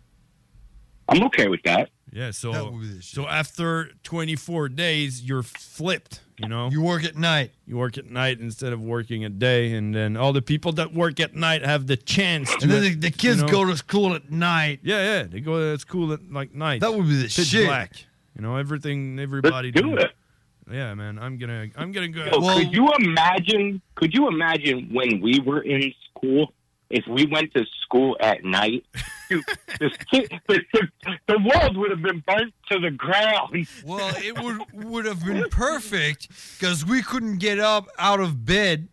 [SPEAKER 17] I'm okay with that.
[SPEAKER 10] Yeah, so so after 24 days, you're flipped, you know?
[SPEAKER 11] You work at night.
[SPEAKER 10] You work at night instead of working at day and then all the people that work at night have the chance to
[SPEAKER 11] And then the, the kids
[SPEAKER 10] you know?
[SPEAKER 11] go to school at night.
[SPEAKER 10] Yeah, yeah, they go to school at like night.
[SPEAKER 11] That would be the
[SPEAKER 10] Pitch
[SPEAKER 11] shit.
[SPEAKER 10] black. You know, everything everybody
[SPEAKER 17] do it.
[SPEAKER 10] Yeah, man. I'm going to I'm going to go
[SPEAKER 17] Yo, could you imagine? Could you imagine when we were in school? If we went to school at night, dude, the, the, the- the world would have been burnt to the ground.
[SPEAKER 11] Well, it would would have been perfect because we couldn't get up out of bed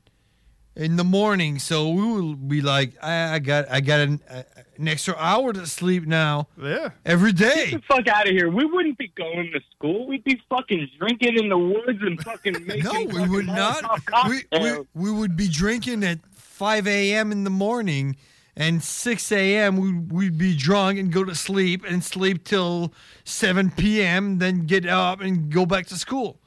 [SPEAKER 11] in the morning, so we would be like, I, I got I got an, uh, an extra hour to sleep now.
[SPEAKER 10] Yeah,
[SPEAKER 11] every
[SPEAKER 17] Get
[SPEAKER 11] day.
[SPEAKER 17] the fuck out of here. We wouldn't be going to school. We'd be fucking drinking in the woods and fucking making.
[SPEAKER 11] No, we would not. We, we we would be drinking at 5 a.m. in the morning. And 6 a.m. we- we'd be drunk and go to sleep and sleep till 7 p.m. Then get up and go back to school.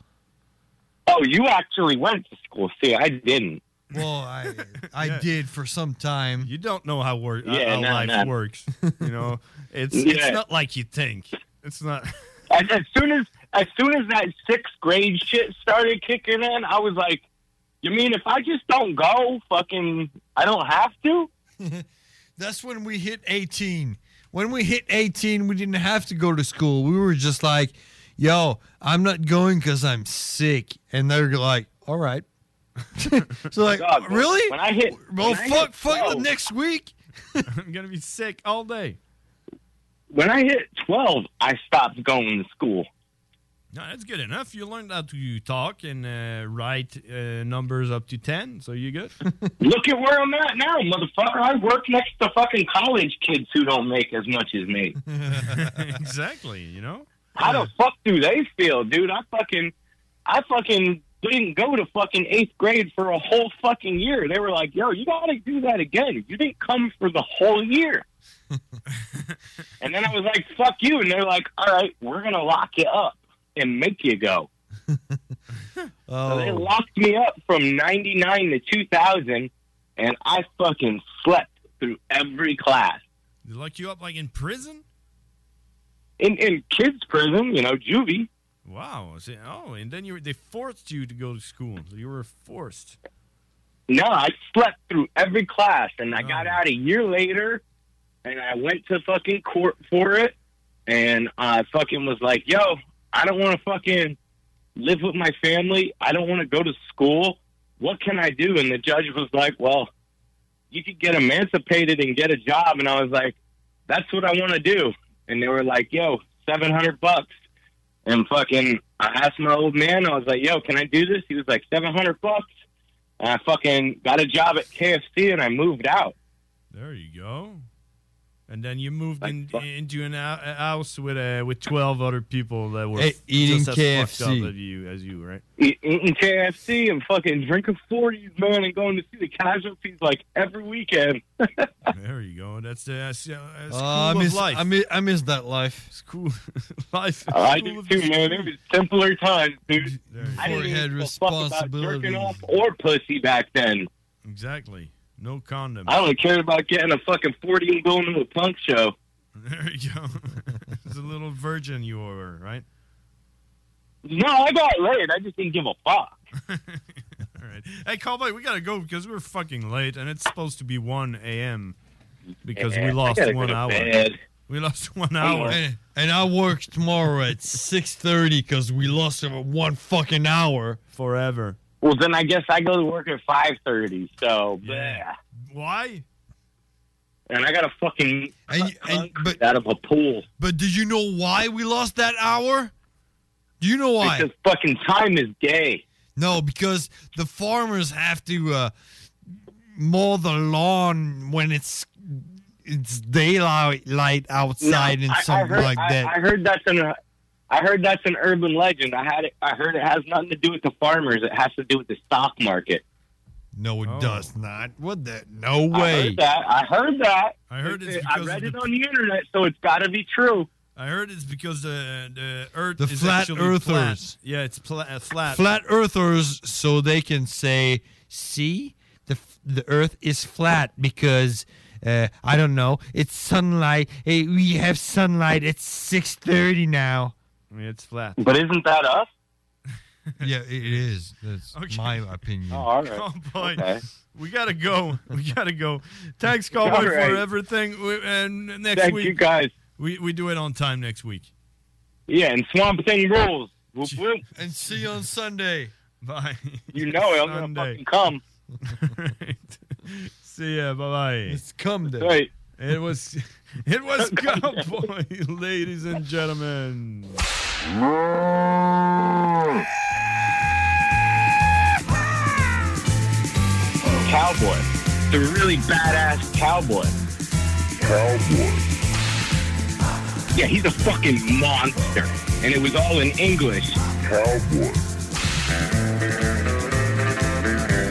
[SPEAKER 17] Oh, you actually went to school. See, I didn't.
[SPEAKER 11] Well, I I did for some time.
[SPEAKER 10] You don't know how work
[SPEAKER 17] Yeah,
[SPEAKER 10] how
[SPEAKER 17] no,
[SPEAKER 10] life
[SPEAKER 17] no.
[SPEAKER 10] works. You know, it's
[SPEAKER 17] Yeah.
[SPEAKER 10] it's not like you think. It's not.
[SPEAKER 17] As, as soon as as soon as that sixth grade shit started kicking in, I was like, "You mean if I just don't go, fucking, I don't have to?"
[SPEAKER 11] That's when we hit 18. When we hit 18, we didn't have to go to school. We were just like, yo, I'm not going because I'm sick. And they're like, all right. so like,
[SPEAKER 10] Dog, when-
[SPEAKER 11] really?
[SPEAKER 10] when I hit-
[SPEAKER 11] well,
[SPEAKER 10] when I
[SPEAKER 11] fuck,
[SPEAKER 10] hit
[SPEAKER 11] fuck the
[SPEAKER 10] 12.
[SPEAKER 11] next week.
[SPEAKER 10] I'm gonna be sick all day.
[SPEAKER 17] When I hit 12, I stopped going to school.
[SPEAKER 10] No, that's good enough. You learned how to talk and uh, write uh, numbers up to ten, so you good.
[SPEAKER 17] Look at where I'm at now, motherfucker. I work next to fucking college kids who don't make as much as me.
[SPEAKER 10] exactly. You know.
[SPEAKER 17] How the fuck do they feel, dude? I fucking, I fucking didn't go to fucking eighth grade for a whole fucking year. They were like, yo, you gotta do that again. You didn't come for the whole year. and then I was like, fuck you. And they're like, all right, we're gonna lock you up and make you go. So
[SPEAKER 10] Oh.
[SPEAKER 17] they locked me up from 99 to 2000, and I fucking slept through every class.
[SPEAKER 10] They lock you up like in prison.
[SPEAKER 17] In, in kids' prison, you know, juvie.
[SPEAKER 10] Wow. So- oh, and then you they forced you to go to school. So you were forced.
[SPEAKER 17] No, I slept through every class, and I got out a year later, and I went to fucking court for it, and I fucking was like, "Yo, I don't want to fucking live with my family. I don't want to go to school. What can I do?" And the judge was like, "Well, you could get emancipated and get a job." And I was like, "That's what I want to do." And they were like, "Yo, seven hundred bucks." And fucking, I asked my old man. I was like, "Yo, can I do this?" He was like, 700 bucks." And I fucking got a job at KFC and I moved out.
[SPEAKER 10] There you go. And then you moved in, into an hou- a house with uh, with twelve other people that were
[SPEAKER 11] Hey,
[SPEAKER 10] f-
[SPEAKER 11] eating
[SPEAKER 10] just as fucked
[SPEAKER 11] KFC.
[SPEAKER 10] up as you, as you, right?
[SPEAKER 17] E- Eating KFC and fucking drinking 40s, man, and going to see the casualties like every weekend.
[SPEAKER 10] There you go. That's the uh, s- uh, school
[SPEAKER 11] Uh, I
[SPEAKER 10] of
[SPEAKER 11] miss,
[SPEAKER 10] life.
[SPEAKER 11] I miss, I miss that life.
[SPEAKER 10] School life.
[SPEAKER 17] I do too, man. It was simpler times, dude. I didn't
[SPEAKER 11] Forehead
[SPEAKER 17] give a fuck about jerking
[SPEAKER 11] responsibility.
[SPEAKER 17] off or pussy back then.
[SPEAKER 10] Exactly. No condom.
[SPEAKER 17] I only cared about getting a fucking 40 and going to a punk show.
[SPEAKER 10] There you go. it's a little virgin you were, right?
[SPEAKER 17] No, I got laid. I just didn't give a fuck.
[SPEAKER 10] All right. Hey, Callboy, we gotta go because we're fucking late, and it's supposed to be one a.m. because
[SPEAKER 11] Yeah,
[SPEAKER 10] we
[SPEAKER 11] I
[SPEAKER 10] lost
[SPEAKER 11] gotta go
[SPEAKER 10] one
[SPEAKER 11] to
[SPEAKER 10] hour.
[SPEAKER 11] bed.
[SPEAKER 10] We lost one hour.
[SPEAKER 11] And, and I work tomorrow at 6.30 because we lost it for one fucking hour.
[SPEAKER 10] Forever.
[SPEAKER 17] Well, then I guess I go to work at 5.30, so... bleh.
[SPEAKER 10] Why?
[SPEAKER 17] And I got a fucking
[SPEAKER 11] and, and, but,
[SPEAKER 17] out of a pool.
[SPEAKER 11] But did you know why we lost that hour? Do you know why?
[SPEAKER 17] Because fucking time is gay.
[SPEAKER 11] No, because the farmers have to uh, mow the lawn when it's it's daylight light outside
[SPEAKER 17] No,
[SPEAKER 11] and
[SPEAKER 17] I- I
[SPEAKER 11] something
[SPEAKER 17] heard-
[SPEAKER 11] like
[SPEAKER 17] I-
[SPEAKER 11] that.
[SPEAKER 17] I heard that's an I heard that's an urban legend. I had it, I heard it has nothing to do with the farmers. It has to do with the stock market.
[SPEAKER 11] no,
[SPEAKER 10] Oh.
[SPEAKER 11] it does not. What the? No
[SPEAKER 17] I
[SPEAKER 11] way.
[SPEAKER 17] heard that. I heard that.
[SPEAKER 10] I heard it's
[SPEAKER 17] I
[SPEAKER 10] because
[SPEAKER 17] read
[SPEAKER 10] of
[SPEAKER 17] it
[SPEAKER 10] the-
[SPEAKER 17] on the internet, so it's got to be true.
[SPEAKER 10] I heard it's because the the earth
[SPEAKER 11] The
[SPEAKER 10] is
[SPEAKER 11] flat
[SPEAKER 10] actually
[SPEAKER 11] earthers.
[SPEAKER 10] Flat. Yeah, it's pla- uh, flat.
[SPEAKER 11] Flat earthers, so they can say, "See, the f- the Earth is flat because." Uh, I don't know. It's sunlight. Hey, we have sunlight. It's six thirty now.
[SPEAKER 10] Yeah, it's flat.
[SPEAKER 17] But isn't that us?
[SPEAKER 11] yeah, it is. That's my
[SPEAKER 17] Oh,
[SPEAKER 11] opinion.
[SPEAKER 10] Cowboy, we gotta go. We gotta go. Thanks, Cowboy,
[SPEAKER 11] All
[SPEAKER 10] for
[SPEAKER 11] right.
[SPEAKER 10] everything. We, and next
[SPEAKER 17] Thank
[SPEAKER 10] week,
[SPEAKER 17] you, guys.
[SPEAKER 10] We we do it on time next week.
[SPEAKER 17] Yeah, and Swamp Thing rules. Whoop, whoop.
[SPEAKER 11] And see you on Sunday.
[SPEAKER 10] Bye.
[SPEAKER 17] You know it. I'm gonna fucking come.
[SPEAKER 10] See ya. Bye bye. It's
[SPEAKER 11] come day.
[SPEAKER 17] Right.
[SPEAKER 10] It was. It was Cowboy, ladies and gentlemen.
[SPEAKER 17] Cowboy. The really badass cowboy. Cowboy. Yeah, he's a fucking monster. And it was all in English. Cowboy.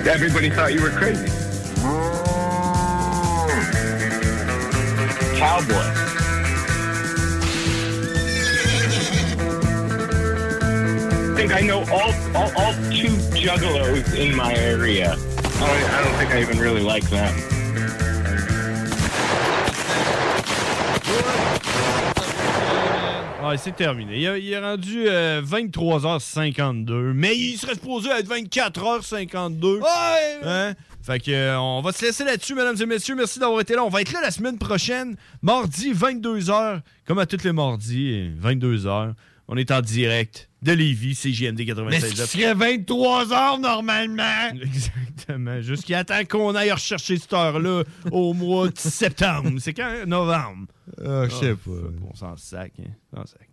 [SPEAKER 17] Everybody thought you were crazy. Cowboy. I think I know all, all, all two juggalos in my area. I don't, I don't think I even really like them.
[SPEAKER 10] Ouais, Ah, c'est terminé. Il, a- il est rendu euh, 23h52, mais il serait supposé être 24h52. Hein? Fait que, euh, on va se laisser là-dessus, mesdames et messieurs. Merci d'avoir été là. On va être là la semaine prochaine, mardi 22h, comme à tous les mardis, 22h. On est en direct de Lévis, CJMD
[SPEAKER 11] Mais ce
[SPEAKER 10] 96.
[SPEAKER 11] qui serait 23 heures normalement.
[SPEAKER 10] Exactement. Jusqu'à temps qu'on aille rechercher cette heure-là au mois de septembre. C'est quand? hein? Novembre.
[SPEAKER 11] Euh, je sais
[SPEAKER 10] pas. On s'en sac, hein. On s'en sac.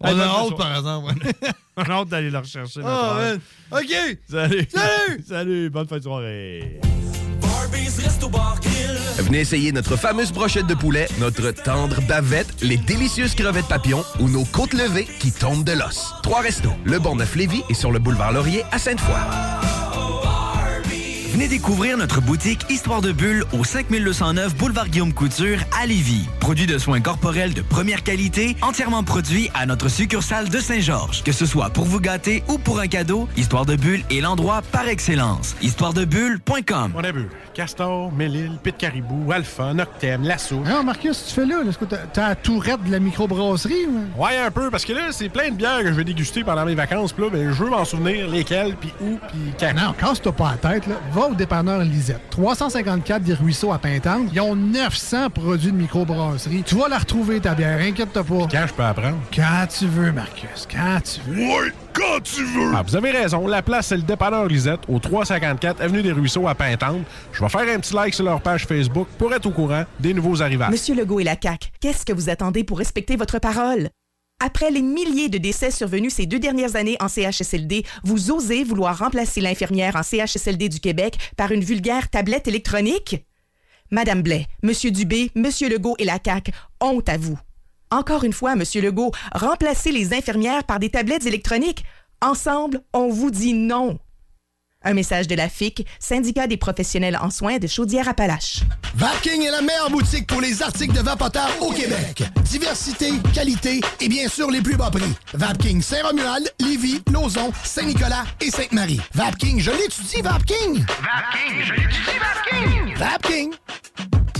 [SPEAKER 11] On
[SPEAKER 10] Hey,
[SPEAKER 11] a
[SPEAKER 10] bonne
[SPEAKER 11] hâte,
[SPEAKER 10] soirée.
[SPEAKER 11] par exemple.
[SPEAKER 10] On a hâte d'aller le rechercher. notre
[SPEAKER 11] Ah,
[SPEAKER 10] heure.
[SPEAKER 11] OK!
[SPEAKER 10] Salut! Salut! Bonne fin de soirée!
[SPEAKER 2] Venez essayer notre fameuse brochette de poulet, notre tendre bavette, les délicieuses crevettes papillons ou nos côtes levées qui tombent de l'os. Trois restos, le Bon Neuf Lévis et sur le boulevard Laurier à Sainte-Foy.
[SPEAKER 1] Venez découvrir notre boutique Histoire de Bulle au 5209 Boulevard Guillaume Couture à Lévis. Produit de soins corporels de première qualité, entièrement produit à notre succursale de Saint-Georges. Que ce soit pour vous gâter ou pour un cadeau, Histoire de Bulle est l'endroit par excellence. Histoiredebulle.com
[SPEAKER 21] On a bu Castor, Mélile, Pit Caribou, Alpha, Noctem, Lasso.
[SPEAKER 13] Non, Marcus, tu fais là. là. Est-ce que t'as t'as la tourette de la microbrasserie? ou-
[SPEAKER 21] Ouais, un peu, parce que là, c'est plein de bières que je vais déguster pendant mes vacances. Puis là, ben, je veux m'en souvenir lesquelles, puis où, puis quand.
[SPEAKER 13] Non, casse-toi pas la tête, là. va au dépanneur Lisette. 354 des Ruisseaux à Pintante. Ils ont 900 produits de microbrasserie. Tu vas la retrouver, ta bière, inquiète-toi pas.
[SPEAKER 21] Quand je peux apprendre?
[SPEAKER 13] Quand tu veux, Marcus, quand tu veux.
[SPEAKER 21] Oui, quand tu veux! Ah, vous avez raison, la place, c'est le dépanneur Lisette, au 354 Avenue des Ruisseaux à Pintante. Je vais faire un petit like sur leur page Facebook pour être au courant des nouveaux arrivages.
[SPEAKER 27] Monsieur Legault et la CAQ, qu'est-ce que vous attendez pour respecter votre parole? Après les milliers de décès survenus ces deux dernières années en CHSLD, vous osez vouloir remplacer l'infirmière en CHSLD du Québec par une vulgaire tablette électronique? Madame Blais, Monsieur Dubé, Monsieur Legault et la CAQ, honte à vous. Encore une fois, Monsieur Legault, remplacez les infirmières par des tablettes électroniques. Ensemble, on vous dit non. Un message de la FIC, syndicat des professionnels en soins de Chaudière-Appalaches.
[SPEAKER 30] Vapking est la meilleure boutique pour les articles de vapoteurs au Québec. Diversité, qualité et bien sûr les plus bas prix. Vapking Saint-Romuald, Lévis, Lauson, Saint-Nicolas et Sainte-Marie. Vapking, je l'étudie, Vapking!
[SPEAKER 19] Vapking, je l'utilise Vapking!
[SPEAKER 30] Vapking!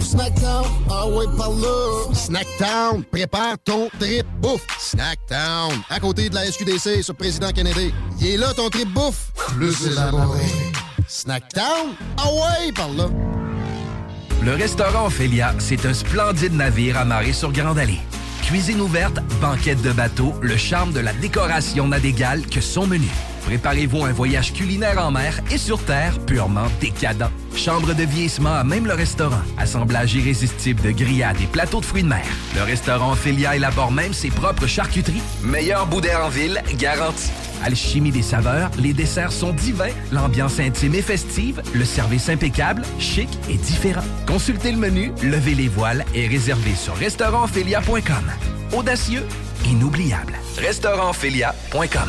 [SPEAKER 16] Snackdown, ah ouais, par là. Snackdown, prépare ton trip bouffe. Snackdown, à côté de la SQDC, sur Président Kennedy. Il est là ton trip bouffe, plus élaboré. Snackdown, ah ouais, par là.
[SPEAKER 2] Le restaurant Ophélia, c'est un splendide navire amarré sur Grande Allée. Cuisine ouverte, banquette de bateau, le charme de la décoration n'a d'égal que son menu. Préparez-vous un voyage culinaire en mer et sur terre purement décadent. Chambre de vieillissement à même le restaurant. Assemblage irrésistible de grillades et plateaux de fruits de mer. Le restaurant Ophélia élabore même ses propres charcuteries. Meilleur boudin en ville, garanti. Alchimie des saveurs, les desserts sont divins, l'ambiance intime et festive, le service impeccable, chic et différent. Consultez le menu, levez les voiles et réservez sur restaurantphilia.com. Audacieux, inoubliable. Restaurantphilia.com.